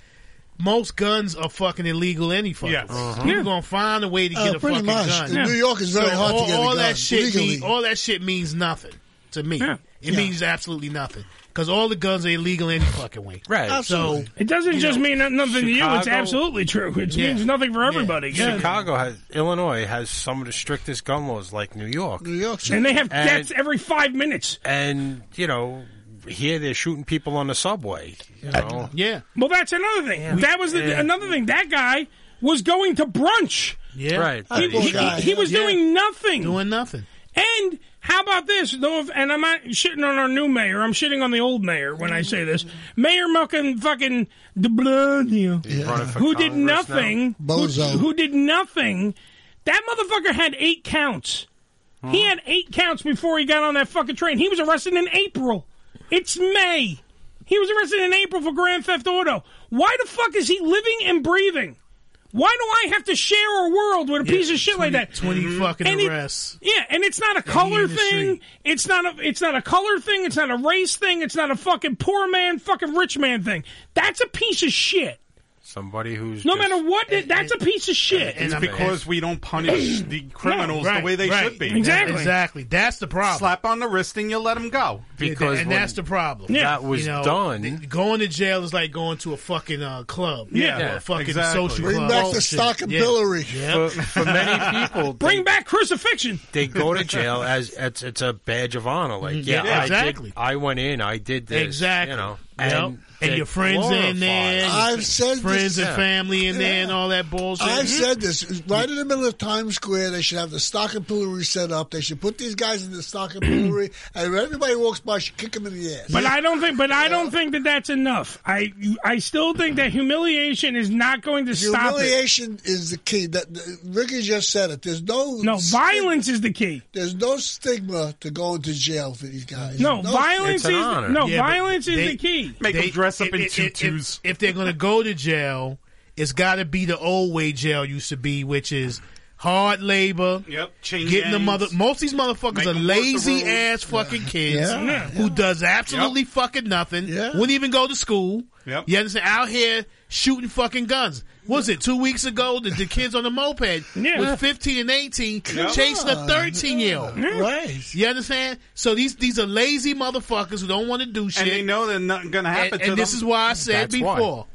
Most guns are fucking illegal any fucking. Yeah. way. Uh-huh. You're gonna find a way to Uh, get a pretty fucking much. gun. In Yeah. New York, it's very So hard to all, get a all gun that shit. legally. Mean, all that shit means nothing to me. It means absolutely nothing because all the guns are illegal any fucking way. Right. So Absolutely. It doesn't you just know, mean nothing to you. It's Chicago- absolutely true. It Yeah. means nothing for everybody. Yeah. Chicago has Illinois has some of the strictest gun laws, like New York. New York, And they have deaths And, every five minutes. and, you know, here they're shooting people on the subway. You know, Yeah. Well, that's another thing. That was the, Yeah. another thing. That guy was going to brunch. Yeah. Right. He, he- he- he was doing nothing. Doing nothing. And how about this? Though, if- and I'm not shitting on our new mayor. I'm shitting on the old mayor when I say this. Mayor fucking fucking de Blasio, running for who Congress did now. nothing, who, Bozo. who did nothing. That motherfucker had eight counts. He had eight counts before he got on that fucking train. He was arrested in April. It's May. He was arrested in April for grand theft auto. Why the fuck is he living and breathing? Why do I have to share a world with a piece of shit like that? 20 fucking And it- arrests. yeah, and it's not a color thing. It's not a it's not a color thing. It's not a race thing. It's not a fucking poor man, fucking rich man thing. That's a piece of shit. somebody who's No just- matter what, that's a piece of shit. It's because we don't punish the criminals No, right, the way they right. should be. Exactly. Exactly. That's the problem. Slap on the wrist and you let them go. Because and that's the problem. that was You know, done- th- Going to jail is like going to a fucking uh, club. Yeah. Or a fucking Exactly. social Bring club. back Oh, the shit. stock and Yeah. Hillary. Yeah. For- for many people, Bring back crucifixion. They go to jail as it's it's a badge of honor. Like, yeah, Mm-hmm. Yeah, I did- exactly. I, went in. I did this. Exactly. You know, Yep. and, And your friends are in there. and your I've said friends this- and family in there and Yeah. all that bullshit. Mm-hmm. I've said this right in the middle of Times Square. They should have the stock and pillory set up. They should put these guys in the stock and pillory, and when everybody walks by, she kick him in the ass. But I don't think. But I don't think that that's enough. I I still think that humiliation is not going to stop it. Humiliation is the key. That that- Ricky just said it. There's no No, violence is the key. There's no stigma to going to jail for these guys. No, violence It's an is- honor. no, Yeah, but they- Make they- it- it- it- If, if they're going to go to jail, it's got to be the old way jail used to be, which is hard labor. Yep, chain Getting the gangs. mother, most of these motherfuckers Make are them work the lazy rules. ass fucking Yeah. kids Yeah. Yeah. who does absolutely fucking nothing. Wouldn't even go to school. Yep. You understand? Out here shooting fucking guns. Was it two weeks ago that the kids on the moped was fifteen and eighteen Yep. chasing a thirteen year old? Right. You understand? So these these are lazy motherfuckers who don't want to do shit. they know that nothing gonna happen And, to and this them. is why I said That's why. before.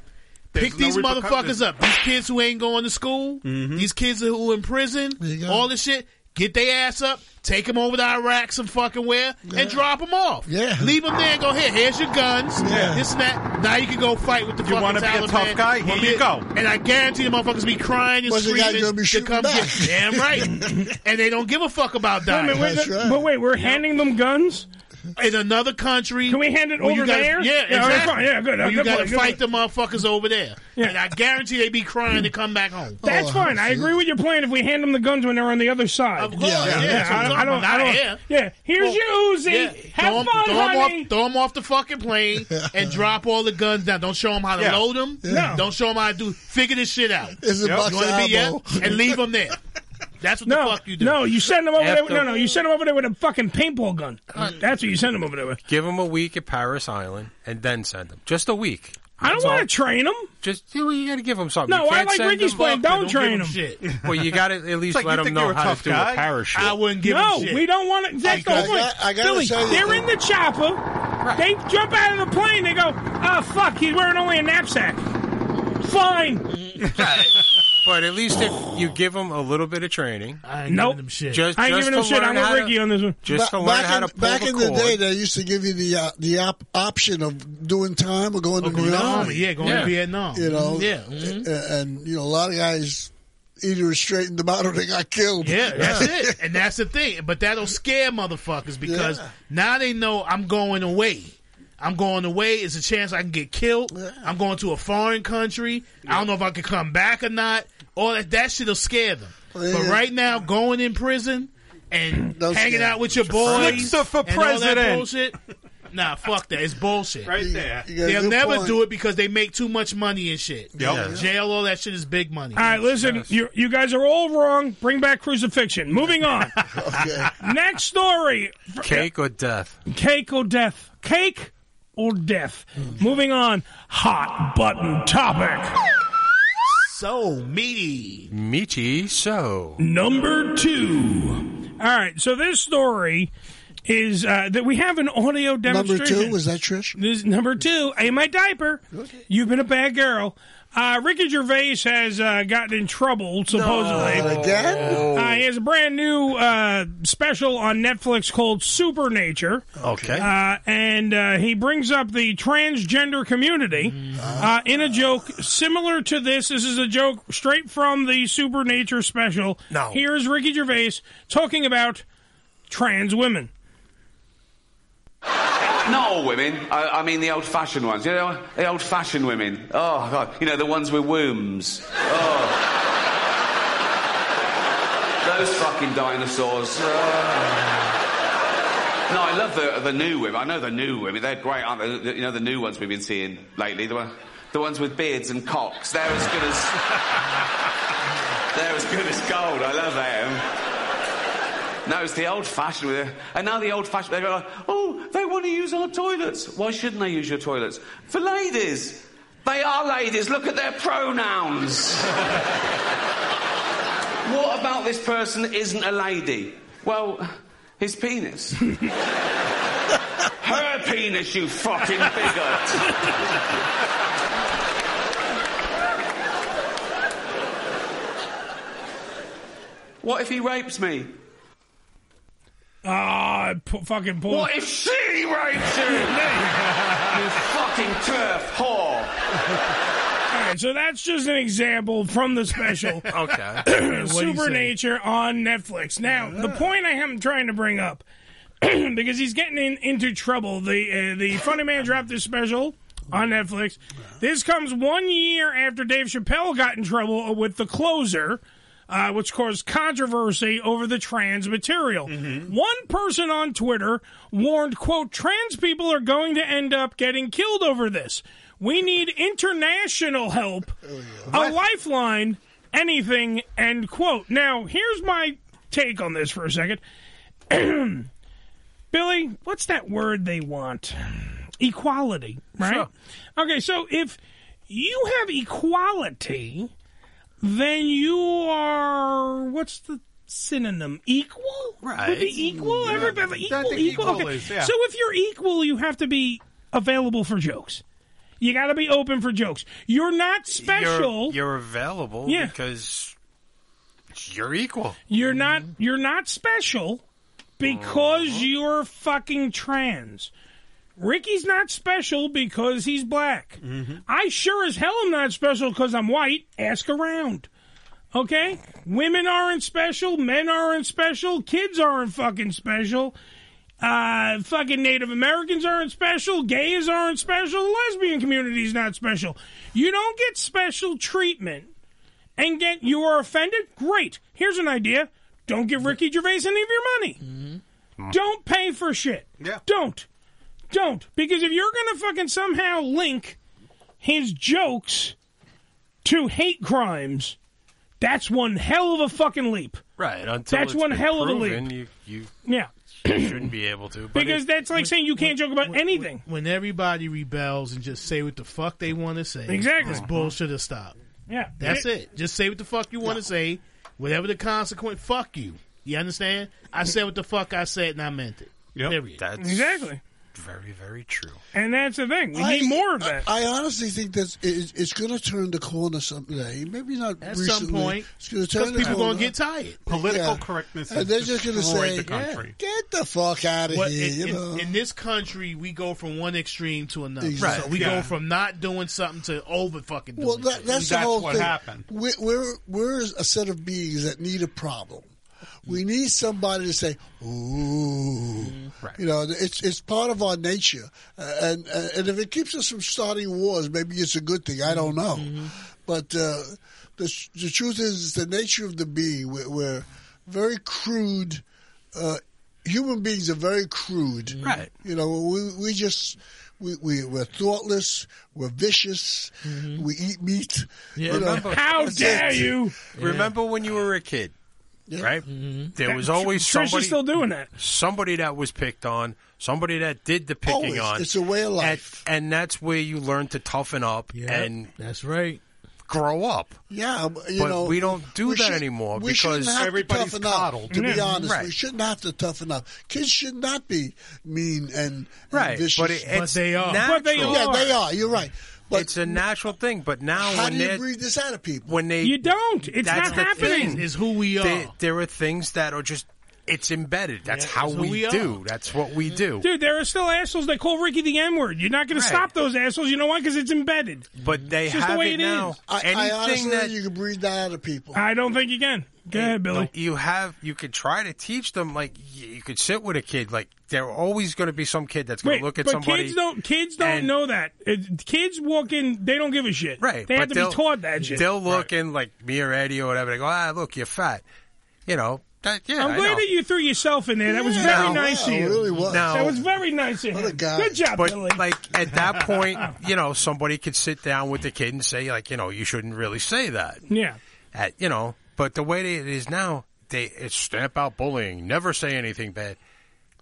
There's Pick no these repercussions. motherfuckers Mm-hmm. up. These kids who ain't going to school, these kids who in prison, all this shit. Get their ass up, take them over to Iraq some fucking where, and drop them off. Yeah, leave them there. and Go here. Here's your guns. Yeah. this and that. Now you can go fight with the You fucking wanna be a Taliban. tough guy? Here you go. And I guarantee the motherfuckers be crying and What's the guy screaming. gonna be to shooting come back? get- Damn right. and they don't give a fuck about Wait a dying. minute, wait, that- But wait, we're handing them guns in another country. Can we hand it Well, you over gotta- there? Yeah, all right, exactly. fine, yeah, good. Well, you Good got point, to good fight the motherfuckers over there, and I guarantee they be crying to come back home. That's fine. I agree with your plan if we hand them the guns when they're on the other side. Of course, yeah, that's what I'm I, I don't. I talking don't. about. Not Yeah. Here's your Uzi. Yeah. Have throw 'em- fun, throw 'em honey. off, throw 'em off the fucking plane and drop all the guns down. Don't show them how to Yeah. load them. Yeah. No. Don't show them how to do. Figure this shit out. It's a You box wanna of be yeah? Albo. And leave them there. That's what the fuck you do. No, you send them over After- there. No, no, you send them over there with a fucking paintball gun. That's what you send them over there with. Give them a week at Paris Island and then send them. Just a week. I don't want to train them. Just you, know, you got to give them something. No, Oh, You I can't like send Ricky's them plan. up, Don't, but train give them. 'em Well, you got to at least It's like let you them think know you're a how tough to do guy? a parachute. I wouldn't give No, we don't want to. That's the I whole got- point. I gotta Billy, say- they're in the chopper. They jump out of the plane. They go, "Ah, fuck! He's wearing only a knapsack." Fine. But at least if you give them a little bit of training. I ain't Nope. giving 'em shit. Just, I ain't just giving 'em to shit. learn I'm with how to- Ricky on this one. Just Ba- to learn back how in, to pull back the in cord. the day, they used to give you the uh, the op- option of doing time or going to going the to the army. army, yeah, going to Yeah. Vietnam. You know, Mhm. Yeah, a- and you know, a lot of guys either straightened them out or they got killed. Yeah, that's it. And that's the thing. But that'll scare motherfuckers because Yeah. now they know I'm going away. I'm going away. It's a chance I can get killed. I'm going to a foreign country. I don't know if I can come back or not. All that that shit'll scare them. But Yeah. right now, going in prison and They'll hanging scare out with your them. boys Snitzer for and all that president. bullshit. Nah, fuck that. It's bullshit. Right there. You got a They'll good never point. do it because they make too much money and shit. Yeah. Jail, all that shit is big money. All right, listen, you, you guys are all wrong. Bring back crucifixion. Moving on. Next story. Cake or death? Cake or death? Cake or death? Moving on. Hot button topic. So meaty. Meaty so. Number two. All right, so this story is uh, that we have an audio Number demonstration. two was that Trish? This is number two. In my diaper. You've been a bad girl. Uh, Ricky Gervais has uh, gotten in trouble, supposedly. again? Uh, he has a brand new uh, special on Netflix called Supernature. Okay. Uh, and uh, he brings up the transgender community Mm-hmm. uh, in a joke similar to this. This is a joke straight from the Supernature special. No. Here's Ricky Gervais talking about trans women. Not all women. I, I mean the old-fashioned ones. You know, the old-fashioned women. Oh God, you know the ones with wombs. Oh, those fucking dinosaurs. Oh. No, I love the the new women. I know the new women. They're great, aren't they? The- You know the new ones we've been seeing lately. The one, the ones with beards and cocks. They're as good as they're as good as gold. I love them. No, it's the old fashioned with it. And now the old fashioned, they go, like, oh, they want to use our toilets. Why shouldn't they use your toilets? For ladies. They are ladies. Look at their pronouns. what about this person isn't a lady? Well, his penis. Her penis, you fucking bigot. what if he rapes me? Ah, p- fucking poor. What if she rapes you? you fucking turf whore. All right, so that's just an example from the special. okay. Supernature on Netflix. Now, the point I am trying to bring up because he's getting in, into trouble. The uh, the Funny Man dropped this special on Netflix. This comes one year after Dave Chappelle got in trouble with The Closer, uh, which caused controversy over the trans material. One person on Twitter warned, "quote Trans people are going to end up getting killed over this. We need international help, a lifeline, anything." End quote. Now, here's my take on this for a second. Billy, what's that word they want? Equality, right? Okay, so if you have equality, then you are what's the synonym? Equal, Right. Would be equal, Yeah. everybody I equal, think equal. equal Okay. is, yeah. So if you're equal, you have to be available for jokes. You got to be open for jokes. You're not special. You're, you're available Yeah. because you're equal. You're not you're not special because you're fucking trans. Ricky's not special because he's black. I sure as hell am not special because I'm white. Ask around. Okay? Women aren't special. Men aren't special. Kids aren't fucking special. Uh, fucking Native Americans aren't special. Gays aren't special. Lesbian community's not special. You don't get special treatment and get you are offended. Great. Here's an idea. Don't give Ricky Gervais any of your money. Mm-hmm. Don't pay for shit. Yeah. Don't. Don't. Because if you're going to fucking somehow link his jokes to hate crimes, that's one hell of a fucking leap. Right. Until That's it's one been hell of a proven, leap. You, Yeah. you shouldn't be able to. But Because it- that's like saying you can't joke about anything. When everybody rebels and just say what the fuck they want to say, Exactly. this bullshit will stop. Yeah. That's it. Just say what the fuck you want to say, whatever the consequence. Fuck you. You understand? I said what the fuck I said, and I meant it. Period. That's exactly very, very true. And that's the thing. We need more of that. I, I honestly think that it, it's going to turn the corner someday. Maybe not At some recently. point, It's going to 'cause turn the people corner. gonna get tired. Political correctness And has they're just going to destroyed say, the country. "Yeah, "Get the fuck out of What- here!" in, you in- know? in this country, we go from one extreme to another. Exactly. So we Yeah. go from not doing something to over fucking doing Well, that, it. that's, the whole thing. We're, we're we're a set of beings that need a problem. We need somebody to say, "Ooh," you know. It's it's part of our nature, uh, and uh, and if it keeps us from starting wars, maybe it's a good thing. I don't know, Mm-hmm. but uh, the the truth is, it's the nature of the being. We're, we're very crude. Uh, human beings are very crude, Mm. right? You know, we we just. We, we, we're thoughtless. We're vicious. Mm-hmm. We eat meat. you know. That's it. Remember when you were a kid, right? There Mm-hmm. That- was always Trish is somebody still doing that. Somebody that was picked on, somebody that did the picking Always. on. It's a way of life, and, and that's where you learn to toughen up and that's right. Grow up. Yeah, but, you But know, we don't do we that should- anymore we shouldn't because have everybody's to toughen up, coddled. To be Yeah. honest, we Right. shouldn't have to toughen up. Kids should not be mean and, Right, and vicious. but it- But it's they are. natural. Yeah, they are. You're right. But it's a natural thing. But now How when do you they're- breed this out of people? when they You don't. It's that's not the happening. Thing. It's who we There, are. there are things that are just it's embedded. That's how that's who we, we are. do. That's what we do. Dude, there are still assholes that call Ricky the N word. You're not going to stop those assholes. You know why? Because it's embedded. But they It's just have the way it, it now. is. I, I honestly think you can breed that out of people. I don't think you can. Go ahead, Billy. No, you have you could try to teach them like y- you could sit with a kid like there are always going to be some kid that's going Wait, to look at but somebody. kids don't kids don't and- know that. It, kids walk in, they don't give a shit. Right, they have but to they'll- be taught that shit. They'll look and like me or Eddie or whatever. They go, ah, look, you're fat. You know. That, yeah, I'm I glad know. that you threw yourself in there. That was Yeah. very Wow, nice of Oh, it you. really was. No. That was very nice of you. Good job, Uh, but Billy. like at that point, you know, somebody could sit down with the kid and say, like, you know, you shouldn't really say that. Yeah. At, you know, but the way that it is now, they it's stamp out bullying, never say anything bad.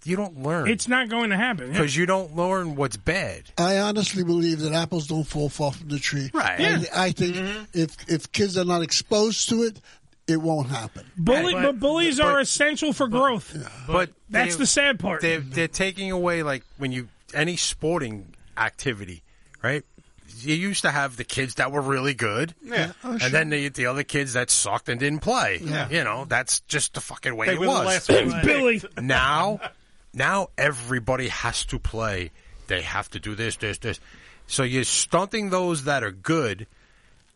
You don't learn It's not going to happen. yeah. because you don't learn what's bad. I honestly believe that apples don't fall far from the tree. Right. And I think Mm-hmm. if if kids are not exposed to it, it won't happen. Bully, but, bullies are essential for growth. But that's the sad part. They're, they're taking away like when you any sporting activity, right? You used to have the kids that were really good, Yeah. Oh, and sure. then the, the other kids that sucked and didn't play. Yeah. You know, that's just the fucking way They it were the was. last ones Billy. Now, now everybody has to play. They have to do this, this, this. So you're stunting those that are good.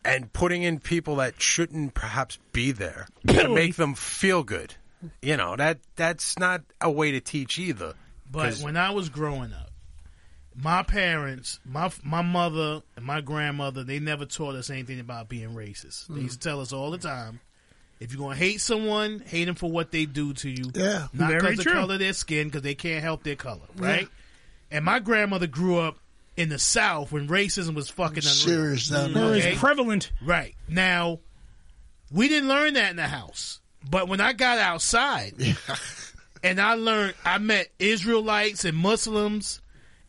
And putting in people that shouldn't perhaps be there to Billy. make them feel good. You know that that's not a way to teach either. But 'Cause- when I was growing up, my parents, my my mother and my grandmother, they never taught us anything about being racist. They Mhm. used to tell us all the time, if you're gonna hate someone, hate them for what they do to you. Yeah. not Very because the true. color of their skin, because they can't help their color, Yeah. right? And my grandmother grew up in the South when racism was fucking unreal. Serious down there. Or is prevalent. Right. Now, we didn't learn that in the house. But when I got outside and I learned, I met Israelites and Muslims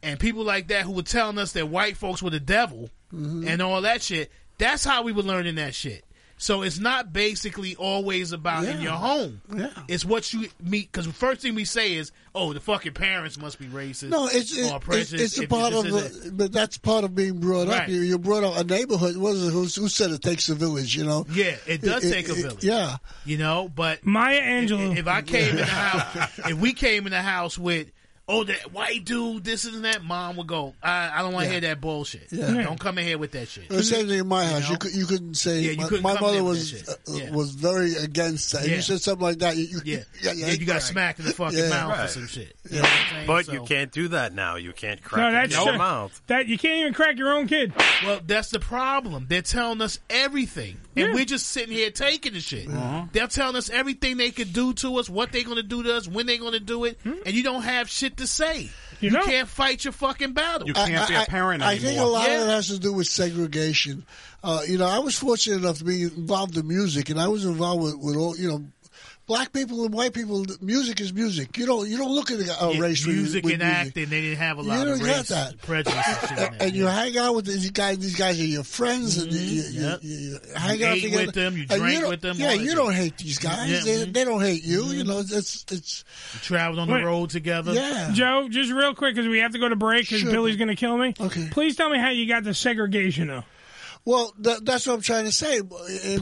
and people like that who were telling us that white folks were the devil Mm-hmm. and all that shit. That's how we were learning that shit. So it's not basically always about in Yeah. your home. Yeah. It's what you meet. Because the first thing we say is, oh, the fucking parents must be racist. No, it's or it, it's, prejudiced it's a if you part just of, did that." the, but that's part of being brought up. Right. You, you brought up a neighborhood. What is it? Who, who said it takes a village? You know? Yeah, it does take a village. yeah. You know, but Maya Angelou. If, I came in the house, if we came in the house with, oh, that white dude, this and that, mom would go, I, I don't want to Yeah. hear that bullshit. Yeah. Don't come in here with that shit. The same thing in my house. You, could, you couldn't say. Yeah, you my, couldn't my come mother there with was that uh, shit. Yeah. was very against that. If Yeah. You said something like that. You, you, yeah. yeah, Yeah, you got smacked in the fucking Yeah. mouth or Right. some shit. But you can't do that now. You can't No, crack that's your true. mouth. That you can't even crack your own kid. Well, that's the problem. They're telling us everything, and we're just sitting here taking the shit. Uh-huh. They're telling us everything they could do to us, what they're going to do to us, when they're going to do it, Hmm? and you don't have shit to say. You, can't fight your fucking battle. I- I- I- I think a lot of it has to do with segregation. Uh, you know, I was fortunate enough to be involved in music, and I was involved with, with all you know. Black people and white people, music is music. You don't you don't look at a, a Yeah, race with- music with and music. acting. They didn't have a You lot don't of get race that. prejudice and shit. in and, there. Mm-hmm. you hang out with these guys. These guys are your friends, and you, you, you- you, hang You out ate together. with them, you And drank don't- with them, Yeah, all that you shit. don't hate these guys. Yeah, They, mhm. they don't hate you. You know, it's it's traveled on the Wait. road together. Joe, just real quick because we have to go to break because Sure. Billy's going to kill me. Okay. Please tell me how you got the segregation though. Well, tha- that's what I'm trying to say.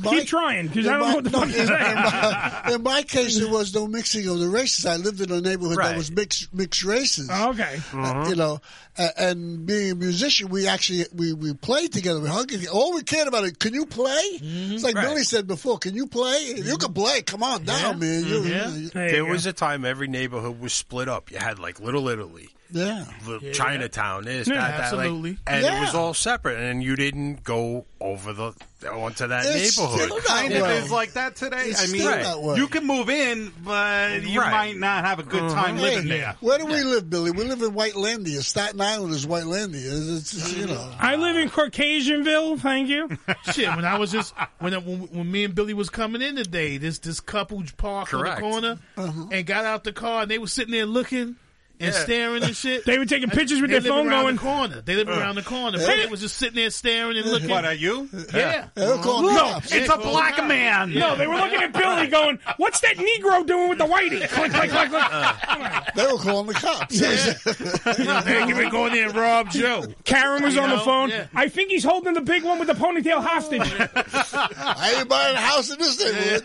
Keep trying, 'cause I in don't know what the no, fuck to in, say. in my, in my case, there was no mixing of the races. I lived in a neighborhood Right. that was mixed mixed races. okay, Uh-huh. Uh, you know, uh, and being a musician, we actually we, we played together. We hugged. each- All we cared about it. Can you play? It's like Right. Billy said before. Can you play? You can play. Come on down, man. You, Mm-hmm. you- Mm-hmm. There was a time every neighborhood was split up. You had like Little Italy, yeah. the Chinatown, this, Yeah, that, that, like- absolutely. and it was Yeah. all separate. And you didn't go over the onto that It's neighborhood. still that Kind of way. is like that today. It's I mean, still that way. you can move in, but you might not have a good time Hey, living there. Where do we live, Billy? We live in Whitelandia. Staten Island is Whitelandia. It's, it's, Mm-hmm. you know. I live in Caucasianville. Thank you. Shit, when I was just when when, when me and Billy was coming in today, this this couple parked on the Correct. corner Uh-huh. and got out the car, and they were sitting there looking and Yeah. staring and shit. They were taking pictures with They their live phone around going- The corner. They live Uh. around the corner. Yeah. But they was just sitting there staring and looking. What, are you? Yeah. Uh-huh. They'll call Look, cops. it's a black man. No, they were looking at Billy going, "What's that Negro doing with the whitey?" Click, click, click, click. They were calling the cops. They even go in there and rob Joe. Karen was You on the know? phone. Yeah. I think he's holding the big one with the ponytail hostage. I ain't buying a house in this neighborhood.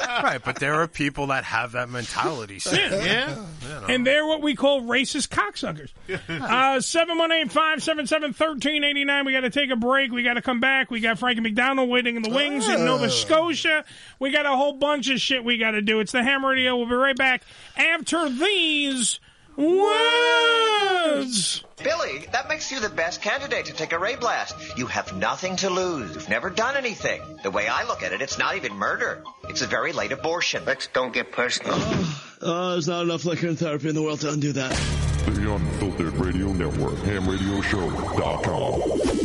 right, but there are people that have that mentality. still. Yeah. You know. And they're what we call racist cocksuckers. Uh, 718-577-1389. We got to take a break. We got to come back. We got Frankie McDonald waiting in the wings in Nova Scotia. We got a whole bunch of shit we got to do. It's the Ham Radio. We'll be right back after these words. Billy, that makes you the best candidate to take a ray blast. You have nothing to lose. You've never done anything. The way I look at it, it's not even murder. It's a very late abortion. Let's don't get personal. Uh, there's not enough liquor and therapy in the world to undo that. The Unfiltered Radio Network, hamradioshow.com.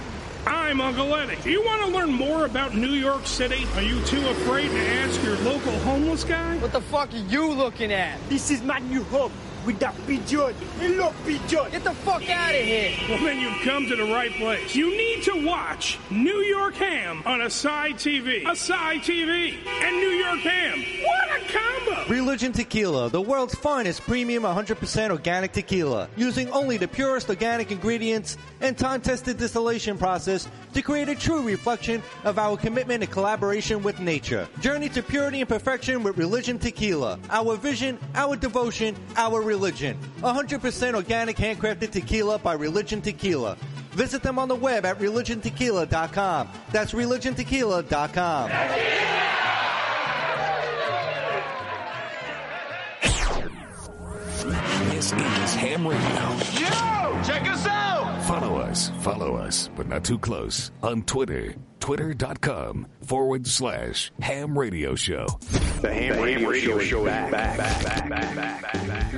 I'm Uncle Eddie. Do you want to learn more about New York City? Are you too afraid to ask your local homeless guy? What the fuck are you looking at? This is my new home with that pigeon. Hello, pigeon. Get the fuck out of here. Well, then you've come to the right place. You need to watch New York Ham on Asai TV. Asai TV and New York Ham. What a combo! Religion Tequila, the world's finest premium 100% organic tequila, using only the purest organic ingredients and time tested distillation process to create a true reflection of our commitment and collaboration with nature. Journey to purity and perfection with Religion Tequila, our vision, our devotion, our religion. 100% organic handcrafted tequila by Religion Tequila. Visit them on the web at religiontequila.com. That's religiontequila.com. This is Ham Radio. Yo! Check us out! Follow us, follow us, but not too close on Twitter. Twitter.com forward slash Ham Radio Show. The Ham, Radio, Show is back, back, back, back, back.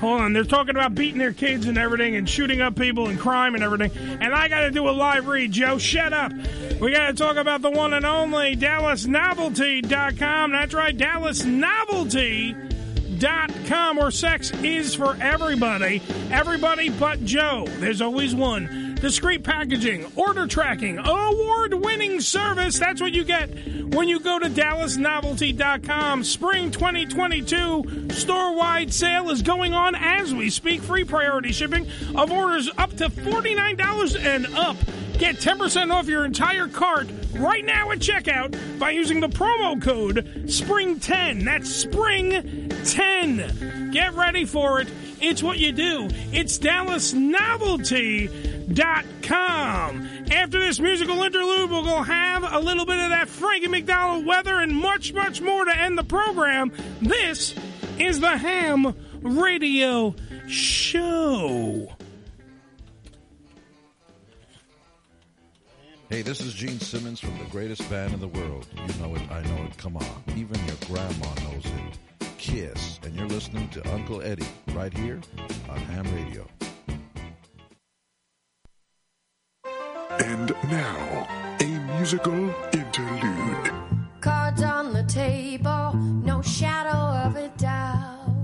Hold on, they're talking about beating their kids and everything and shooting up people and crime and everything. And I got to do a live read, Joe. Shut up. We got to talk about the one and only DallasNovelty.com. That's right, DallasNovelty.com, where sex is for everybody. Everybody but Joe. There's always one. Discreet packaging, order tracking, award winning service. That's what you get when you go to DallasNovelty.com. Spring 2022 store wide sale is going on as we speak. Free priority shipping of orders up to $49 and up. Get 10% off your entire cart right now at checkout by using the promo code SPRING10. That's SPRING10. Get ready for it. It's what you do. It's DallasNovelty.com. After this musical interlude, we'll go have a little bit of that Frankie McDonald weather and much, much more to end the program. This is the Ham Radio Show. Hey, this is Gene Simmons from the greatest band in the world. You know it, I know it, come on. Even your grandma knows it. Kiss, and you're listening to Uncle Eddie right here on Ham Radio. And now, a musical interlude. Cards on the table, no shadow of a doubt.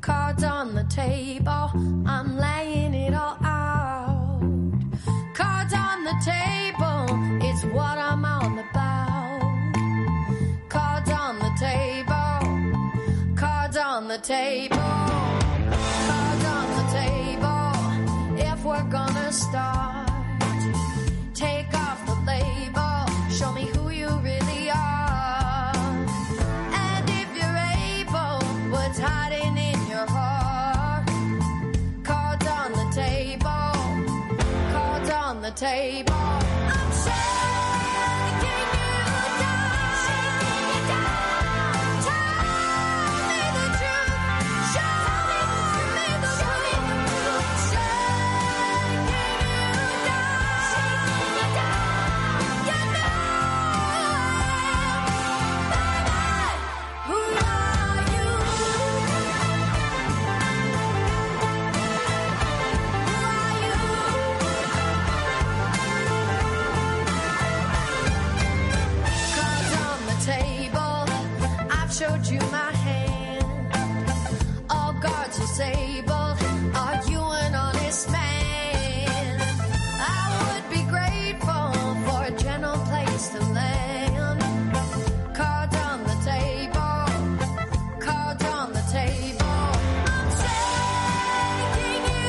Cards on the table, I'm laying it all out. Cards on the table, it's what I'm all about. Cards on the table, cards on the table. Cards on the table, if we're gonna start. Take off the label, show me who you really are. And if you're able, what's hiding in your heart? Cards on the table, cards on the table. I'm shaking you down, shaking you down. Tell me the truth, show me, show me the truth. Shaking you down, shaking you down. You know, baby, who are you? Cards on the table. I've showed you my hand. All guards disabled. Are you an honest man? I would be grateful for a gentle place to land. Cards on the table. Cards on the table. I'm taking you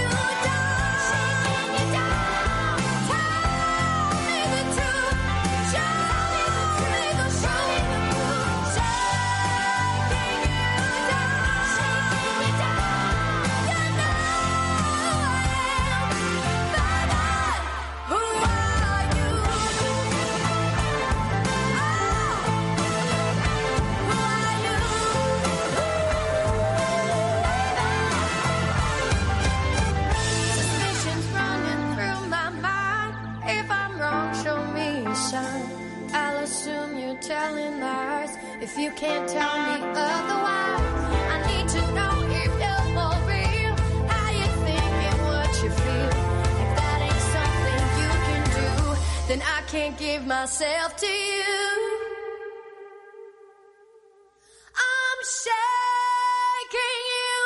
down. Shaking you down. Tell me the truth. Show me the truth. Show me the truth. Shaking you down. Shaking you down. You know I am the man. Who are you? Suspicions running through my mind. If I'm wrong, show me a sign. I'll assume you're telling lies. If you can't tell me otherwise, I need to know if you're for real. How you think and what you feel. If that ain't when I can't give myself to you. I'm shaking you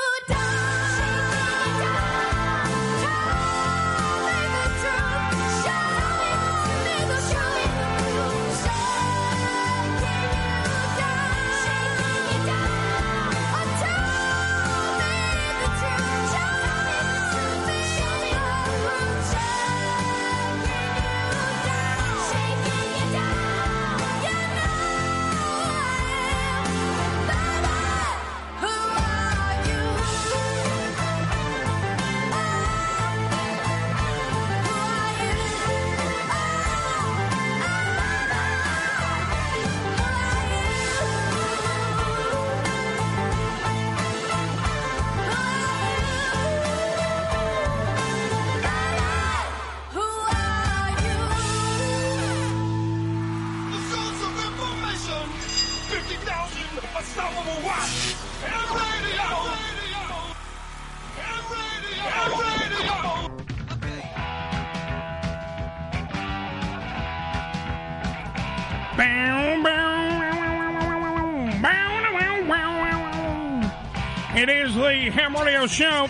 It is the Ham Radio Show.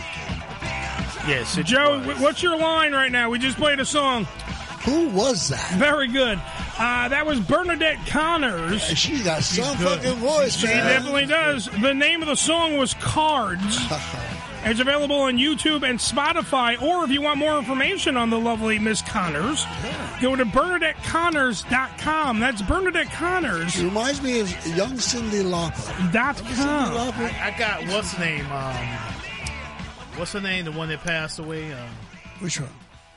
Yes, it Joe, wh- what's your line right now? We just played a song. Who was that? Very good. Uh, that was Bernadette Connors. She got some fucking voice, She man. definitely does. The name of the song was Cards. Uh-huh. it's available on YouTube and Spotify. Or if you want more information on the lovely Miss Connors, go to BernadetteConnors.com. That's Bernadette Connors. She reminds me of young Cindy Lauper. Dot com. I, I got what's her name? Um, what's her name? The one that passed away. Um, Which one?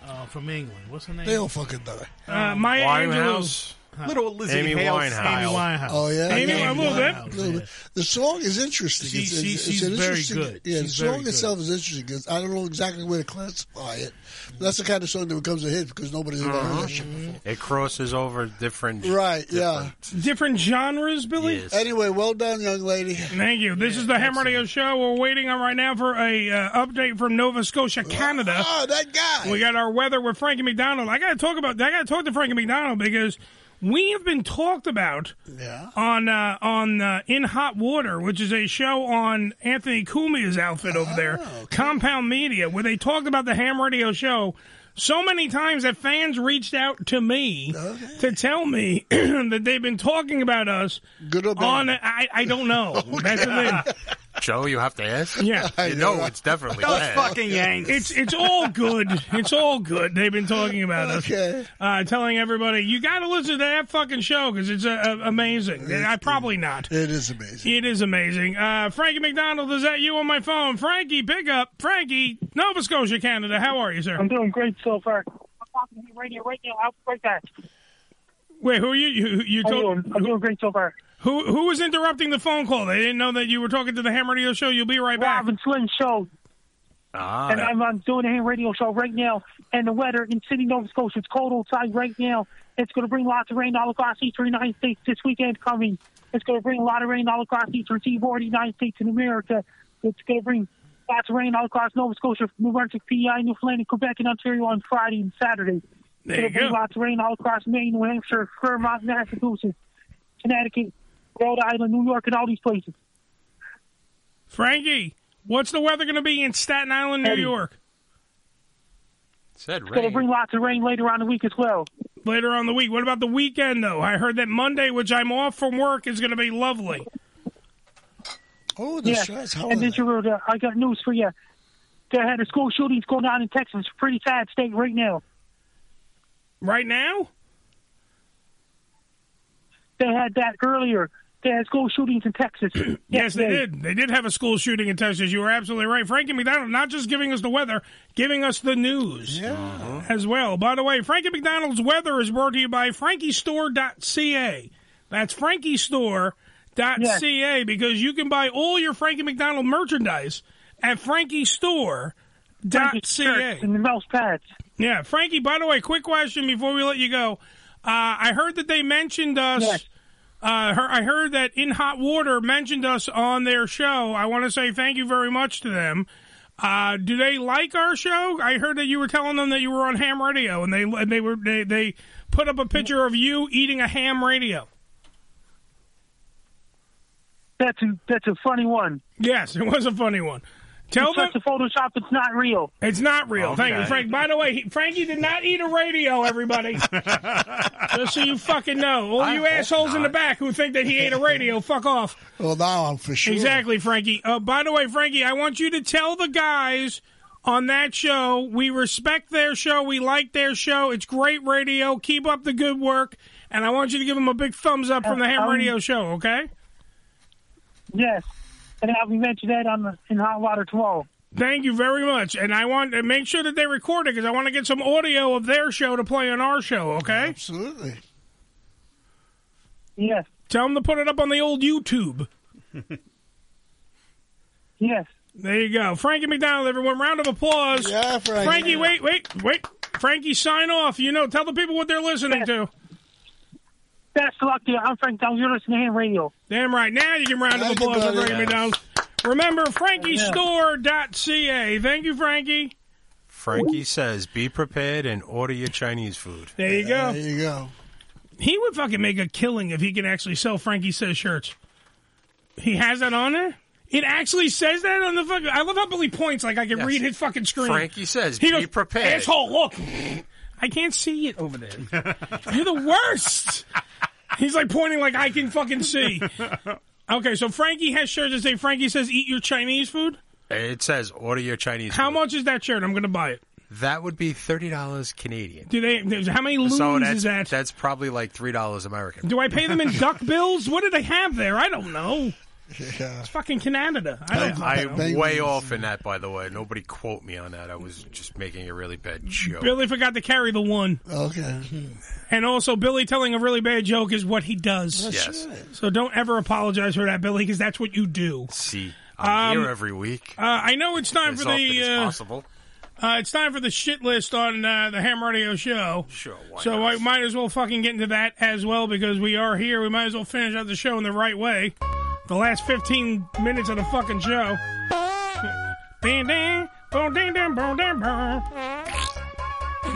Uh, from England. What's her name? They all fucking die. Um, Uh, Maya Winehouse. Angelou. Little Lizzie Amy Hale Winehouse. style. Amy Winehouse. Oh yeah, Amy- yeah, a little Winehouse, bit. little The song is interesting. She- it's, it's, she- it's she's an very interesting, good. Yeah, She's the song very good. itself is interesting because I don't know exactly where to classify it. That's the kind of song that becomes a hit because nobody's ever heard Uh-huh. that shit. It crosses over different. Right? Yeah. Different genres, Billy. Anyway, well done, young lady. Thank you. This is the Ham Radio Show. We're waiting on right now for a uh, update from Nova Scotia, Canada. Oh, that guy. We got our weather with Frankie McDonald. I got to talk about. I got to talk to Frankie McDonald because we have been talked about Yeah. on uh, on uh, in hot water, which is a show on Anthony Cumia's outfit over there, Compound Media, where they talked about the Ham Radio Show so many times that fans reached out to me to tell me that they've been talking about us. Good or bad? on I I don't know. That's the thing. Joe, you have to ask. Yeah, you know it's definitely bad. It's it's all good. It's all good. They've been talking about us, Okay. uh, telling everybody you got to listen to that fucking show because it's uh, uh, amazing. I probably not. It is amazing. It is amazing. Uh, Frankie McDonald, is that you on my phone? Frankie, pick up. Frankie, Nova Scotia, Canada. How are you, sir? I'm doing great so far. I'm talking to you right now, right now. I'll break that. Wait, who are you? You, you I'm told, doing- I'm doing great so far. Who who was interrupting the phone call? They didn't know that you were talking to the Ham Radio Show. You'll be right back. Robin Slim Show. Ah, and I'm, I'm doing a ham radio show right now. And the weather in Sydney, Nova Scotia, it's cold outside right now. It's going to bring lots of rain all across eastern United States this weekend coming. It's going to bring a lot of rain all across eastern seaboard, United States and America. It's going to bring lots of rain all across Nova Scotia, New Brunswick, PEI, Newfoundland, Quebec, and Ontario on Friday and Saturday. There it's going to bring you go. lots of rain all across Maine, New Hampshire, Vermont, Massachusetts, Connecticut, Rhode Island, New York, and all these places. Frankie, what's the weather going to be in Staten Island, New York? Said It's going to bring lots of rain later on in the week as well. later on the week. What about the weekend though? I heard that Monday, which I'm off from work, is going to be lovely. Oh, the shots, how and are this year, uh, I got news for you. They had a school shootings going on in Texas. It's a pretty sad state right now. Right now? They had that earlier. They had school shootings in Texas. Yes, they yesterday. did. They did have a school shooting in Texas. You were absolutely right, Frankie McDonald. Not just giving us the weather, giving us the news Mm-hmm. as well. By the way, Frankie McDonald's weather is brought to you by FrankieStore.ca. That's FrankieStore.ca because you can buy all your Frankie McDonald merchandise at Frankie's shirts FrankieStore.ca. And the mouse pads. Yeah, Frankie. By the way, quick question before we let you go. Uh, I heard that they mentioned us. Uh, her, I heard that in hot water mentioned us on their show. I want to say thank you very much to them. Uh, do they like our show? I heard that you were telling them that you were on ham radio, and they and they were they, they put up a picture of you eating a ham radio. That's a that's a funny one. Yes, it was a funny one. Tell it's such a Photoshop. It's not real. It's not real. Oh, Thank you, Okay. Frank. By the way, he, Frankie did not eat a radio. Everybody, just so you fucking know, all you assholes in the back who think that he ate a radio, fuck off. Well, now I'm for sure. Exactly, Frankie. Uh, by the way, Frankie, I want you to tell the guys on that show we respect their show, we like their show. It's great radio. Keep up the good work, and I want you to give them a big thumbs up from the Ham Um, Radio Show. Oh, Okay. Yes, and I'll be mentioning that on the in hot water tomorrow. Thank you very much, and I want to make sure that they record it because I want to get some audio of their show to play on our show. Okay. Absolutely. Yes. Tell them to put it up on the old YouTube. yes. There you go, Frankie McDonald. Everyone, round of applause. Yeah, Frankie. Frankie, wait, wait, wait. Frankie, sign off. You know, tell the people what they're listening to. Best of luck to you. I'm Frank Downs. You're listening to Ham Radio. Damn right. Now you can round of Thank you, applause for brother. Frankie Yes. McDonald. Remember, frankiestore.ca. Thank you, Frankie. Frankie says, "Be prepared and order your Chinese food." There you go. There you go. He would fucking make a killing if he could actually sell Frankie Says shirts. He has that on there? It actually says that on the fucking. I love how Billy points like I can Yes. read his fucking screen. Frankie says, he "Be goes, prepared." Asshole, look. I can't see it over there. You're the worst. He's like pointing like I can fucking see. Okay, so Frankie has shirts that say Frankie says eat your Chinese food. It says, "Order your Chinese." How much is that shirt? I'm gonna buy it. That would be thirty dollars Canadian. Do they? there's- How many loons so that's, is that? That's probably like three dollars American. Do I pay them in duck bills? What do they have there? I don't know. It's fucking Canada. I don't. I am know. way off in that, by the way. Nobody quote me on that. I was just making a really bad joke. Billy forgot to carry the one. Okay. And also, Billy telling a really bad joke is what he does. That's Yes. right. So don't ever apologize for that, Billy, because that's what you do. See, I'm Um, here every week. Uh, I know it's time as for often the. as uh, possible. Uh, it's time for the shit list on uh, the Ham Radio Show. Sure. so I might as well fucking get into that as well because we are here. We might as well finish out the show in the right way. The last 15 minutes of the fucking show. Ding ding, boom ding ding, boom ding boom.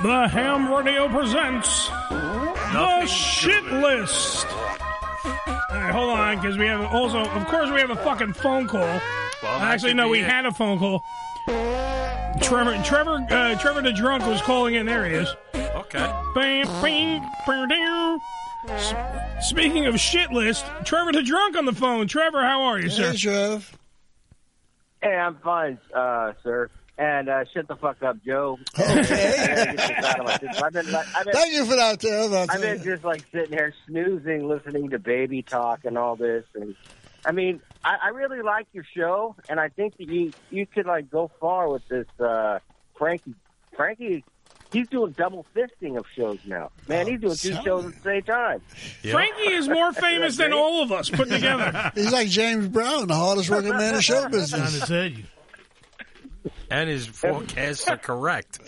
The Ham Radio presents the shit list. All right, hold on, because we have also, of course, we have a fucking phone call. that Actually, could no, be we it. had a phone call. Trevor, Trevor, uh, Trevor the drunk was calling in. There he is. Okay. Bam, bam, bam, down. S- Speaking of shit list, Trevor the drunk on the phone. Trevor, how are you, sir? Hey, Trev. Hey, I'm fine, uh, sir. And uh, shut the fuck up, Joe. I've been, like- I've been, Thank you for that, Trev. That's I've been just like sitting here snoozing, listening to baby talk and all this. And I mean, I, I really like your show, and I think that you you could like go far with this uh, Frankie. Frankie, he's doing double fisting of shows now. Man, he's doing two shows at the same time. Frankie is more famous than all of us put together. He's like James Brown, the hardest working man in show business. And his forecasts are correct.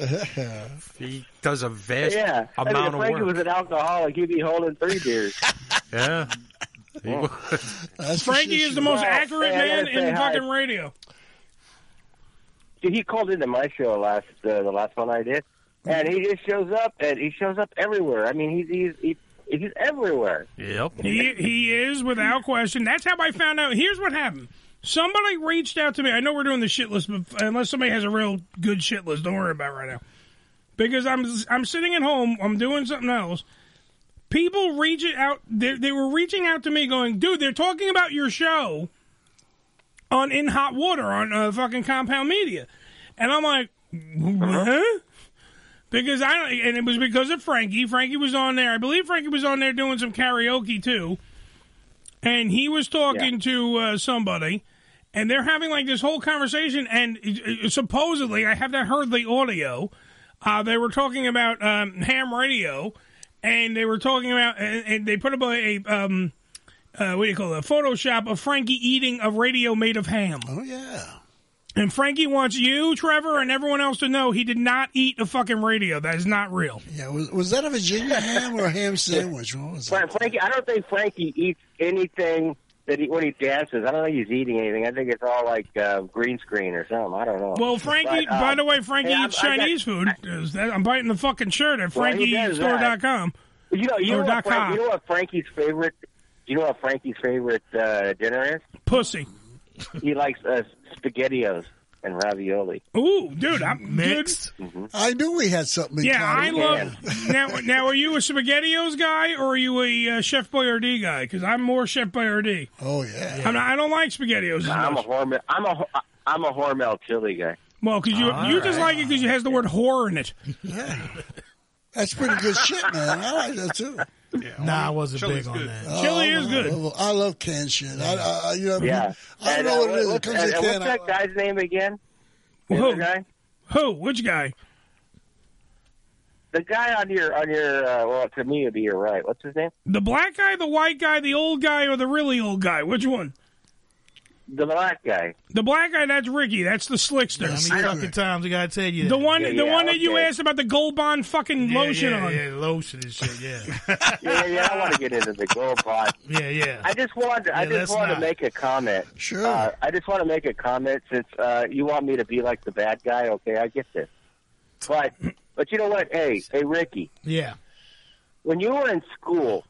He does a vast Yeah, I amount mean, if of Frankie work. was an alcoholic, he'd be holding three beers. Yeah. He would. Frankie is the most Well, accurate hey, I man gotta say in hi. fucking radio. Dude, he called into my show last uh, the last one I did, and he just shows up and he shows up everywhere. I mean, he's he's he's, he's just everywhere. Yep. He, he is without question. That's how I found out. Here's what happened. Somebody reached out to me. I know we're doing the shit list, but unless somebody has a real good shit list, don't worry about it right now. Because I'm I'm sitting at home, I'm doing something else. People reach it out. They, they were reaching out to me, going, "Dude, they're talking about your show on In Hot Water on uh, fucking Compound Media," and I'm like, "Huh?" Because I don't, and it was because of Frankie. Frankie was on there. I believe Frankie was on there doing some karaoke too, and he was talking to uh, somebody, and they're having like this whole conversation. And uh, supposedly, I haven't heard the audio. Uh, they were talking about um, ham radio, and they were talking about, and, and they put up a, a um, uh, what do you call it, a Photoshop of Frankie eating a radio made of ham. Oh yeah. And Frankie wants you, Trevor, and everyone else to know he did not eat a fucking radio. That is not real. Yeah, was, was that a Virginia ham or a ham sandwich? What was Frank, Frankie, I don't think Frankie eats anything that he, when he dances, I don't think he's eating anything. I think it's all like uh, green screen or something. I don't know. Well, Frankie. But, uh, um, by the way, Frankie hey, I'm- eats I got- Chinese food. Is that- I'm biting the fucking shirt at Well, he does that. FrankieStore.com. You know, you or know, what dot Frank, com. you know what Frankie's favorite? You know what Frankie's favorite uh, dinner is? Pussy. He likes uh, spaghettios and ravioli. Ooh, dude, I'm mixed. I knew we had something. Yeah, I in common. love. now, now, are you a SpaghettiOs guy or are you a uh, Chef Boyardee guy? Because I'm more Chef Boyardee. Oh yeah. I'm not, I don't like SpaghettiOs as I'm a much. Hormel. I'm a Ho- I'm a Hormel chili guy. Well, because you All you just right. like it because it has the word whore in it. That's pretty good shit, man. I like that too. nah, I wasn't big on that. Chili is good. I love, I love canned shit. I, I, I- you know, Yeah. I don't And, know uh, what it is. It what's- comes and- in a and can. what's I- That guy's name again? Who? guy? Who? Which guy? The guy on your on your uh, well, to me it'd be your right. What's his name? The black guy, the white guy, the old guy, or the really old guy? Which one? The black guy. The black guy. That's Ricky. That's the slickster. How many fucking times I gotta tell you that? The one, the one that you asked about the Gold Bond fucking Yeah, lotion yeah, on. yeah, lotion and shit. Yeah, yeah, yeah. I want to get into the gold pot. yeah, yeah. I just wanted. I Yeah, let's just wanted not. to make a comment. Sure. Uh, I just want to make a comment since uh, you want me to be like the bad guy. Okay, I get this. But but you know what? Hey hey Ricky, Yeah. when you were in school,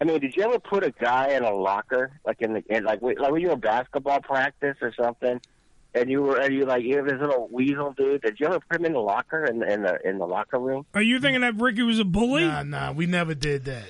I mean, did you ever put a guy in a locker like in the in, like wait, like when you were in basketball practice or something? And you were, and you like, you have this little weasel dude. Did you ever put him in the locker in the in the, in the locker room? Are you thinking that Ricky was a bully? Nah, nah, we never did that.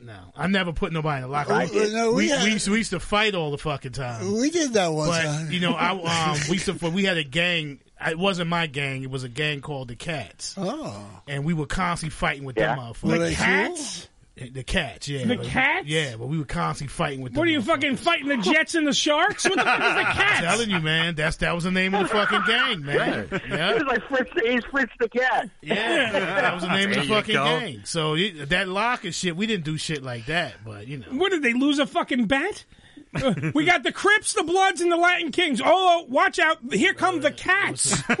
No, I never put nobody in the locker. I did. No, we we, had- we, used to, we used to fight all the fucking time. we did that one but time. you know, I um, we used to, we had a gang. It wasn't my gang. It was a gang called the Cats. Oh, and we were constantly fighting with them motherfuckers. The cats? The Cats, yeah. The Like, Cats? yeah. But we were constantly fighting with them. What are you fucking fighting the Jets and the Sharks? What the fuck is the I'm Cats? telling you, man. That's that was the name of the fucking gang, man. Yeah. It was like Fritz, he's Fritz the cat. Yeah, that was the name There of you the fucking go. gang. So it, that locker shit, we didn't do shit like that, but you know. What did they lose a fucking bet? Uh, we got the Crips, the Bloods, and the Latin Kings. Oh, watch out! Here come the Cats. I, I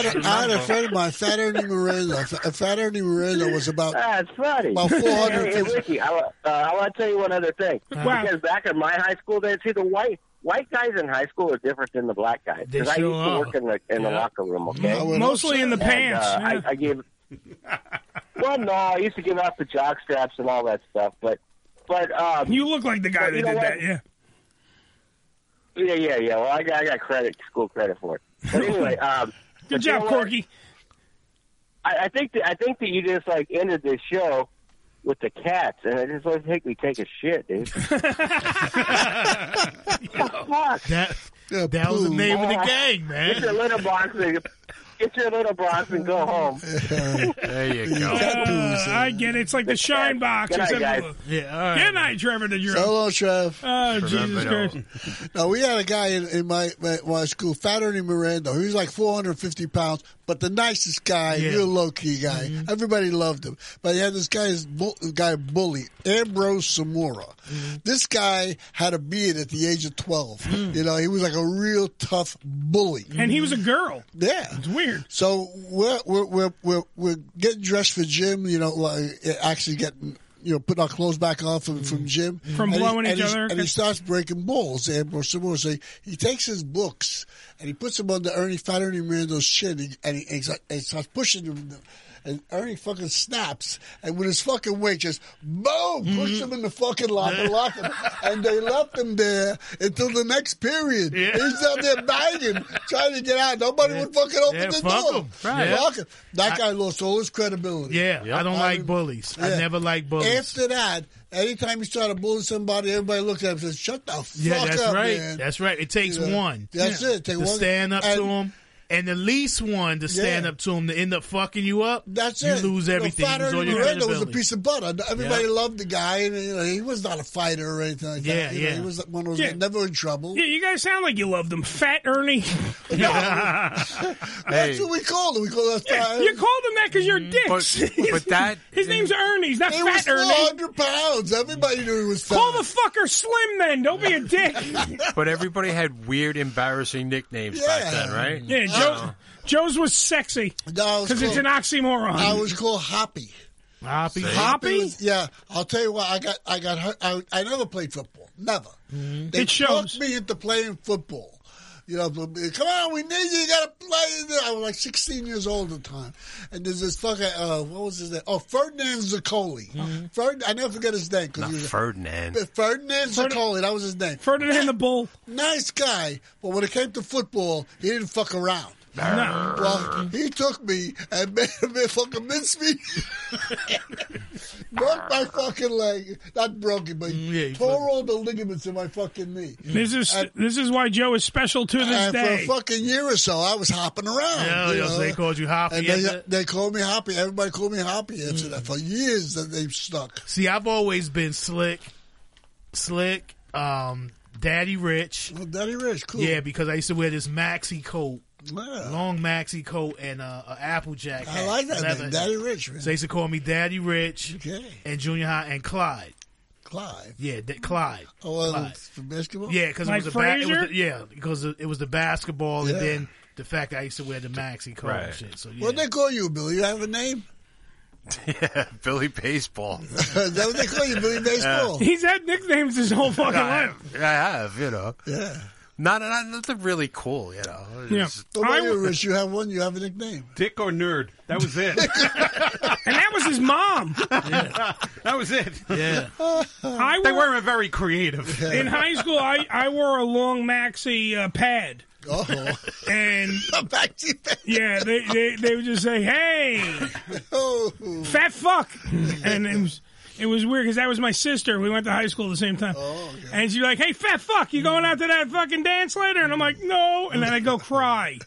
had, a- I had a friend of mine, Fat Ernie Moreno. F- Fat Ernie Moreno was about That's funny. about Hey, hey, 450. Ricky, I, wa- uh, I want to tell you one other thing. Wow. Because back in my high school, days, see the white white guys in high school are different than the black guys. They Because I sure used to are. work in the in the Yeah. locker room. Okay, I would Mostly hope so. in the And, pants, uh, yeah. I, I gave. Well, no, I used to give out the jock straps and all that stuff, but but um, you look like the guy that you know did what? that. Yeah. Yeah, yeah, yeah. Well, I got, I got credit, school credit for it. But anyway, um, Good but you know job, what? Corky. I, I think that I think that you just like ended this show with the cats, and it just like make me take a shit, dude. That, that was the name of the gang, Get your man. little box and get your little box and go home. there you Uh, I get it. It's like the shine box. Good night, except guys. for the- Yeah, Good night, Trevor. Did you? Hello, Trev. Oh, Jesus Christ. No, we had a guy in, in my, my my school, Fat Ernie Miranda. He was like 450 pounds, but the nicest guy, real low key guy. Mm-hmm. Everybody loved him. But he had this guy, this bull, guy bully, Ambrose Samora. Mm-hmm. This guy had a beard at the age of 12. You know, he was like a real tough bully. Mm. And he was a girl. Yeah, it's weird. So we're we're we're we're, we're getting dressed for gym. You know, like, actually getting. You know, putting our clothes back on from, Mm. from gym. From And he- blowing each and he's- other, And he starts breaking balls. Ambrose Samora. So he, he takes his books and he puts them under Ernie Fat Ernie Miranda's chin and he, and he, and he's like- and he starts pushing him. And Ernie fucking snaps and with his fucking weight just boom, Mm-hmm. push him in the fucking locker, lock him. And they left him there until the next period. He's down there banging, trying to get out. Nobody would fucking open Yeah, the fuck door. him. Right. Fuck him. That I- guy lost all his credibility. Yeah, I don't like bullies. I Yeah. never like bullies. After that, anytime he started bullying somebody, everybody looked at him and said, "Shut the fuck yeah, that's up, right. man." That's right. It takes Yeah. one. That's Yeah. it. Take to one- stand up to and- him, and the least one to stand Yeah. up to him to end up fucking you up. That's you it. lose You know, everything. Fat you lose all Ernie your Miranda was a credibility. piece of butter. Everybody loved the guy, and you know, he was not a fighter or anything like Yeah, that. You know, yeah. he was one of those Yeah. that never in trouble. Yeah, you guys sound like you love them. Fat Ernie. That's what we called him. We called him Fat You called him that because you're dicks. Mm-hmm. But- but that- his name's Ernie. He's not He Fat was Ernie. 400 pounds. Everybody knew he was fat. Call the fucker Slim then. Don't be a dick. But everybody had weird, embarrassing nicknames back then, right? Uh, Yeah, Joe, Joe's was sexy No, I was because it's an called- oxymoron. I was called Hoppy. Hoppy. Yeah, I'll tell you what. I got. I got. hurt. I, I never played football. Never. Mm-hmm. They It shows. talked me into playing football. You know, but, but, come on, we need you. You got to play. I was like 16 years old at the time, and there's this fucker. Uh, what was his name? Oh, Ferdinand Zaccoli. Ferd- I never forget his name because Not he was a- Ferdinand. But Ferdinand Zaccoli, that was his name. Ferdinand the Bull. Nice guy, but when it came to football, he didn't fuck around. No. Well, he took me and made me fucking mince me. Broke my fucking leg. Not broken, but Mm, tore all the ligaments in my fucking knee. This is And- this is why Joe is special to this and for day. a fucking year or so, I was hopping around. Yeah, you yeah, know? so they called you Hoppy, Mm. And they, isn't it? they called me Hoppy. Everybody called me Hoppy after that. For years, that they've stuck. See, I've always been slick, slick, um, daddy rich. Oh, daddy rich, cool. Yeah, because I used to wear this maxi coat, Yeah. long maxi coat, and uh, a Applejack. I hat, like that leather. name, Daddy Rich, man. So they used to call me Daddy Rich. Okay. And junior high and Clyde. Clive. Yeah, that Clyde. Oh, uh, Clyde. for basketball? Yeah, because Like it was a ba- it was Frazier? the, yeah because it was the basketball Yeah. and then the fact that I used to wear the maxi coat and Right. shit. So yeah. What they call you, Billy? You have a name? yeah, Billy Baseball. Is that what they call you, Billy Baseball? He's had nicknames his whole fucking I life. have, I have, you know. Yeah. Not, not nothing really cool, you know. It's- What about you, Rich? You have one. You have a nickname. Dick or nerd. That was it. and that was his mom. that was it. Yeah. I they wore- weren't very creative. In high school, I, I wore a long maxi uh, pad. Oh. And maxi pad. Yeah, they, they they would just say, "Hey, fat fuck," and it was it was weird because that was my sister. We went to high school at the same time, and she'd be like, "Hey, fat fuck, you going out to that fucking dance later?" And I'm like, "No," and then I go cry.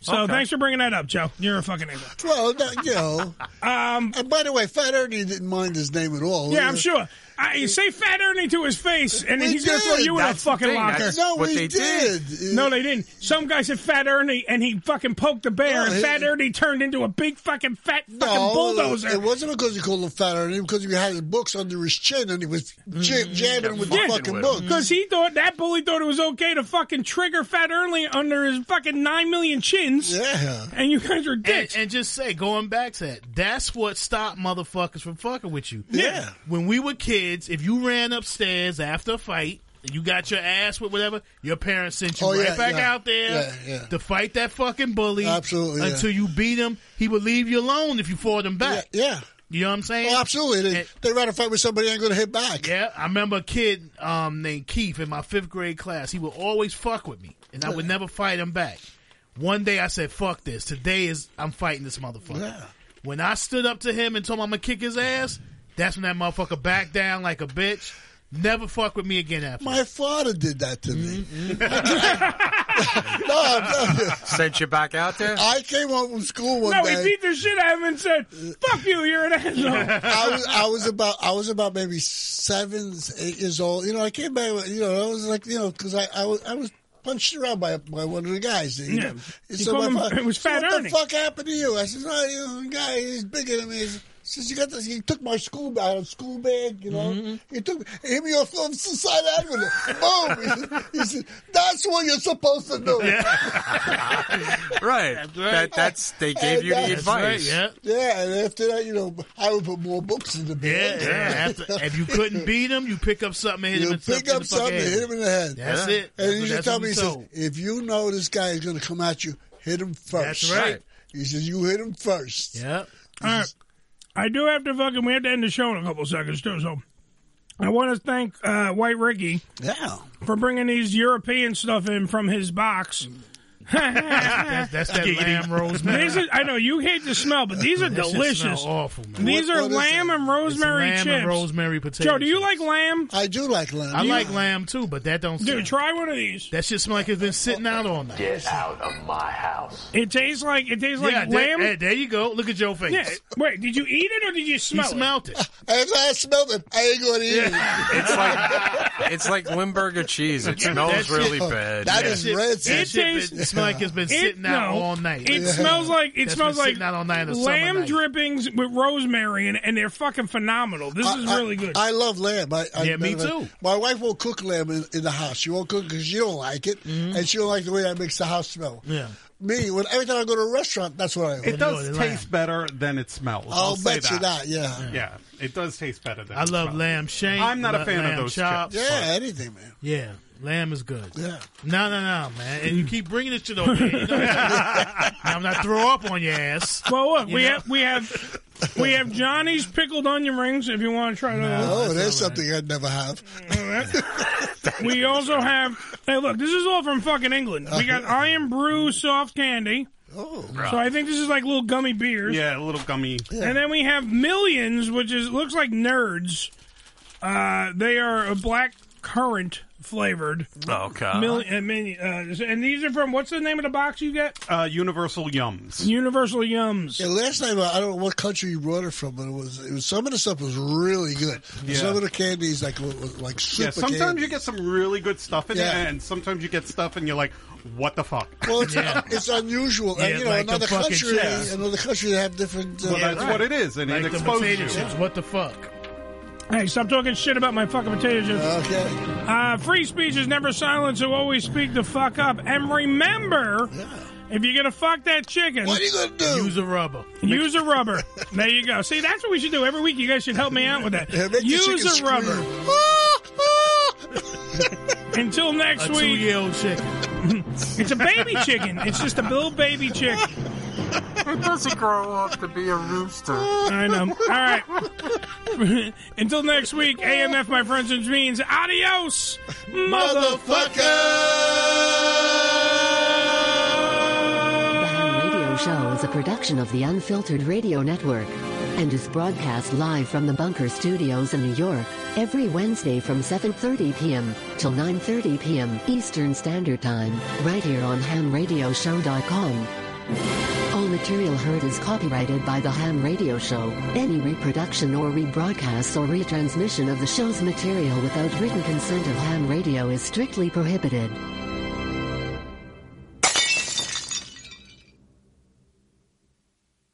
So Okay. thanks for bringing that up, Joe. You're a fucking angel. Well, that, you know. Um, and by the way, Fat Ernie didn't mind his name at all. Yeah, I'm sure. I you say fat Ernie to his face, and then We he's gonna throw did. you in a That's the fucking thing. locker. That's No, what we they did. did. No, they didn't. Some guy said fat Ernie, and he fucking poked the bear, and he- fat Ernie turned into a big fucking fat fucking No, bulldozer. It wasn't because he called him Fat Ernie. Because he had his books under his chin and he was jam- jamming Mm-hmm. with the fucking book. Because he thought that bully thought it was okay to fucking trigger Fat Ernie under his fucking nine million chins. Yeah. And you guys are dicks. And, and just say, going back to that, that's what stopped motherfuckers from fucking with you. Yeah. When we were kids, if you ran upstairs after a fight and you got your ass with whatever, your parents sent you Oh, right yeah, back yeah. out there Yeah, yeah. to fight that fucking bully. Absolutely, yeah. Until you beat him, he would leave you alone if you fought him back. Yeah. You know what I'm saying? Oh, absolutely. They, they rather fight with somebody ain't going to hit back. Yeah, I remember a kid um, named Keith in my fifth grade class. He would always fuck with me, and I would never fight him back. One day I said, "Fuck this! Today is I'm fighting this motherfucker." When I stood up to him and told him I'm gonna kick his ass, that's when that motherfucker backed down like a bitch. Never fuck with me again after. My father did that to me. Mm-hmm. no, I'm not- Sent you back out there? I came home from school one no, day. he beat the shit out of him and said, "Fuck you, you're an asshole." I was I was about I was about maybe seven eight years old. You know, I came back. You know, I was like you know because I I was, I was punched around by by one of the guys. You Yeah. know? You So called my him- father- it was so Fat what Ernie." the fuck happened to you? I said, oh, you know, the guy he's bigger than me. He says, Since you got this, he took my school bag, I had a school bag, you know. He took me, he hit me off of Side Avenue. Boom! He, said, "That's what you're supposed to do." right. That, that's they gave you the That's right, advice. yeah. Yeah, and after that, you know, I would put more books in the Yeah, bed. yeah. After, if you couldn't beat him, you pick up something and hit You him. in- pick in up the fucking something, head. hit him in the head. That's it. And That's you what- just that's tell me, what we he says, told. if you know this guy is going to come at you, hit him first. That's right. He says, you hit him first. Yeah. All right. I do have to fucking. We have to end the show in a couple seconds too. So I want to thank uh, White Ricky. Yeah. For bringing these European stuff in from his box. That's, that's that lamb rosemary. These are- I know you hate the smell, but these are That shit delicious. smell awful, man. These What- are what is lamb it? and rosemary It's lamb chips. and rosemary potato Joe, do you like lamb? I do like lamb. I like lamb too, but that don't. Dude, try one of these. That shit smell like it's been sitting out all night. Get out of my house. It tastes like it tastes like yeah, lamb. There, hey, there you go. Look at your face. Yeah. Wait, did you eat it or did you smell smelt it? As I smelled it, I ain't going to eat it. It's like it's like Limburger cheese. It smells That really shit- bad. that yeah. is red It sauce. tastes- It smell like it's been sitting out all night. It Yeah. smells like it That's smells been like sitting out all night in the summer lamb night. drippings with rosemary, and, and they're fucking phenomenal. This is I- really good. I love lamb. I, I Yeah, me never- too. My wife won't Mm-hmm. cook lamb in, in the house. She won't cook because she don't like it, and she don't like the way that makes the house smell. Yeah. me, when every time I go to a restaurant, that's what I order. It does taste better than it smells. I'll I'll say bet you that, yeah. yeah, it does taste better than. I it love smells. lamb shank. I'm not a la- fan lamb of those chops. chips. but- anything, man. Yeah, lamb is good. Yeah. No, no, no, man. And you keep bringing this shit over here. You know that. I'm not throw up on your ass. Well, look, You we know? have we have we have Johnny's pickled onion rings. If you want to try those, Oh, there's something I'd never have. we also have. Hey, look, this is all from fucking England. We got Iron Brew soft candy. Oh, so I think this is like little gummy beers. Yeah, a little gummy. And then we have Millions, which is looks like nerds. Uh, they are a black currant flavored. Okay. Mil- uh, mini- uh, and these are from what's the name of the box you get? uh, Universal Yums. Universal Yums. Yeah, last time I don't know what country you brought it from, but it was it was some of the stuff was really good. And Yeah. Some of the candies like were- were like super. yeah, sometimes candy. you get some really good stuff in Yeah. there, and sometimes you get stuff and you're like, what the fuck? Well, it's, it's unusual, and you know, another country, another country they have different. uh, Well, that's what it is, and like it the exposes potato you. chips. What the fuck? Hey, stop talking shit about my fucking potato chips. Okay. Uh, free speech is never silent, so always speak the fuck up. And remember, if you're gonna fuck that chicken, what are you gonna do? Use a rubber. Use a rubber. there you go. See, that's what we should do every week. You guys should help me out with that. make the chicken Use a scream. rubber. Until next A week. two-year-old chicken. it's a baby chicken. It's just a little baby chicken. It doesn't grow up to be a rooster. I know. All right. Until next week, AMF, my friends, which means adios, motherfucker. The Ham Radio Show is a production of the Unfiltered Radio Network and is broadcast live from the Bunker Studios in New York every Wednesday from 7:30 p.m. till 9:30 p.m. Eastern Standard Time, right here on hamradioshow.com. All material heard is copyrighted by The Ham Radio Show. Any reproduction or rebroadcast or retransmission of the show's material without written consent of Ham Radio is strictly prohibited.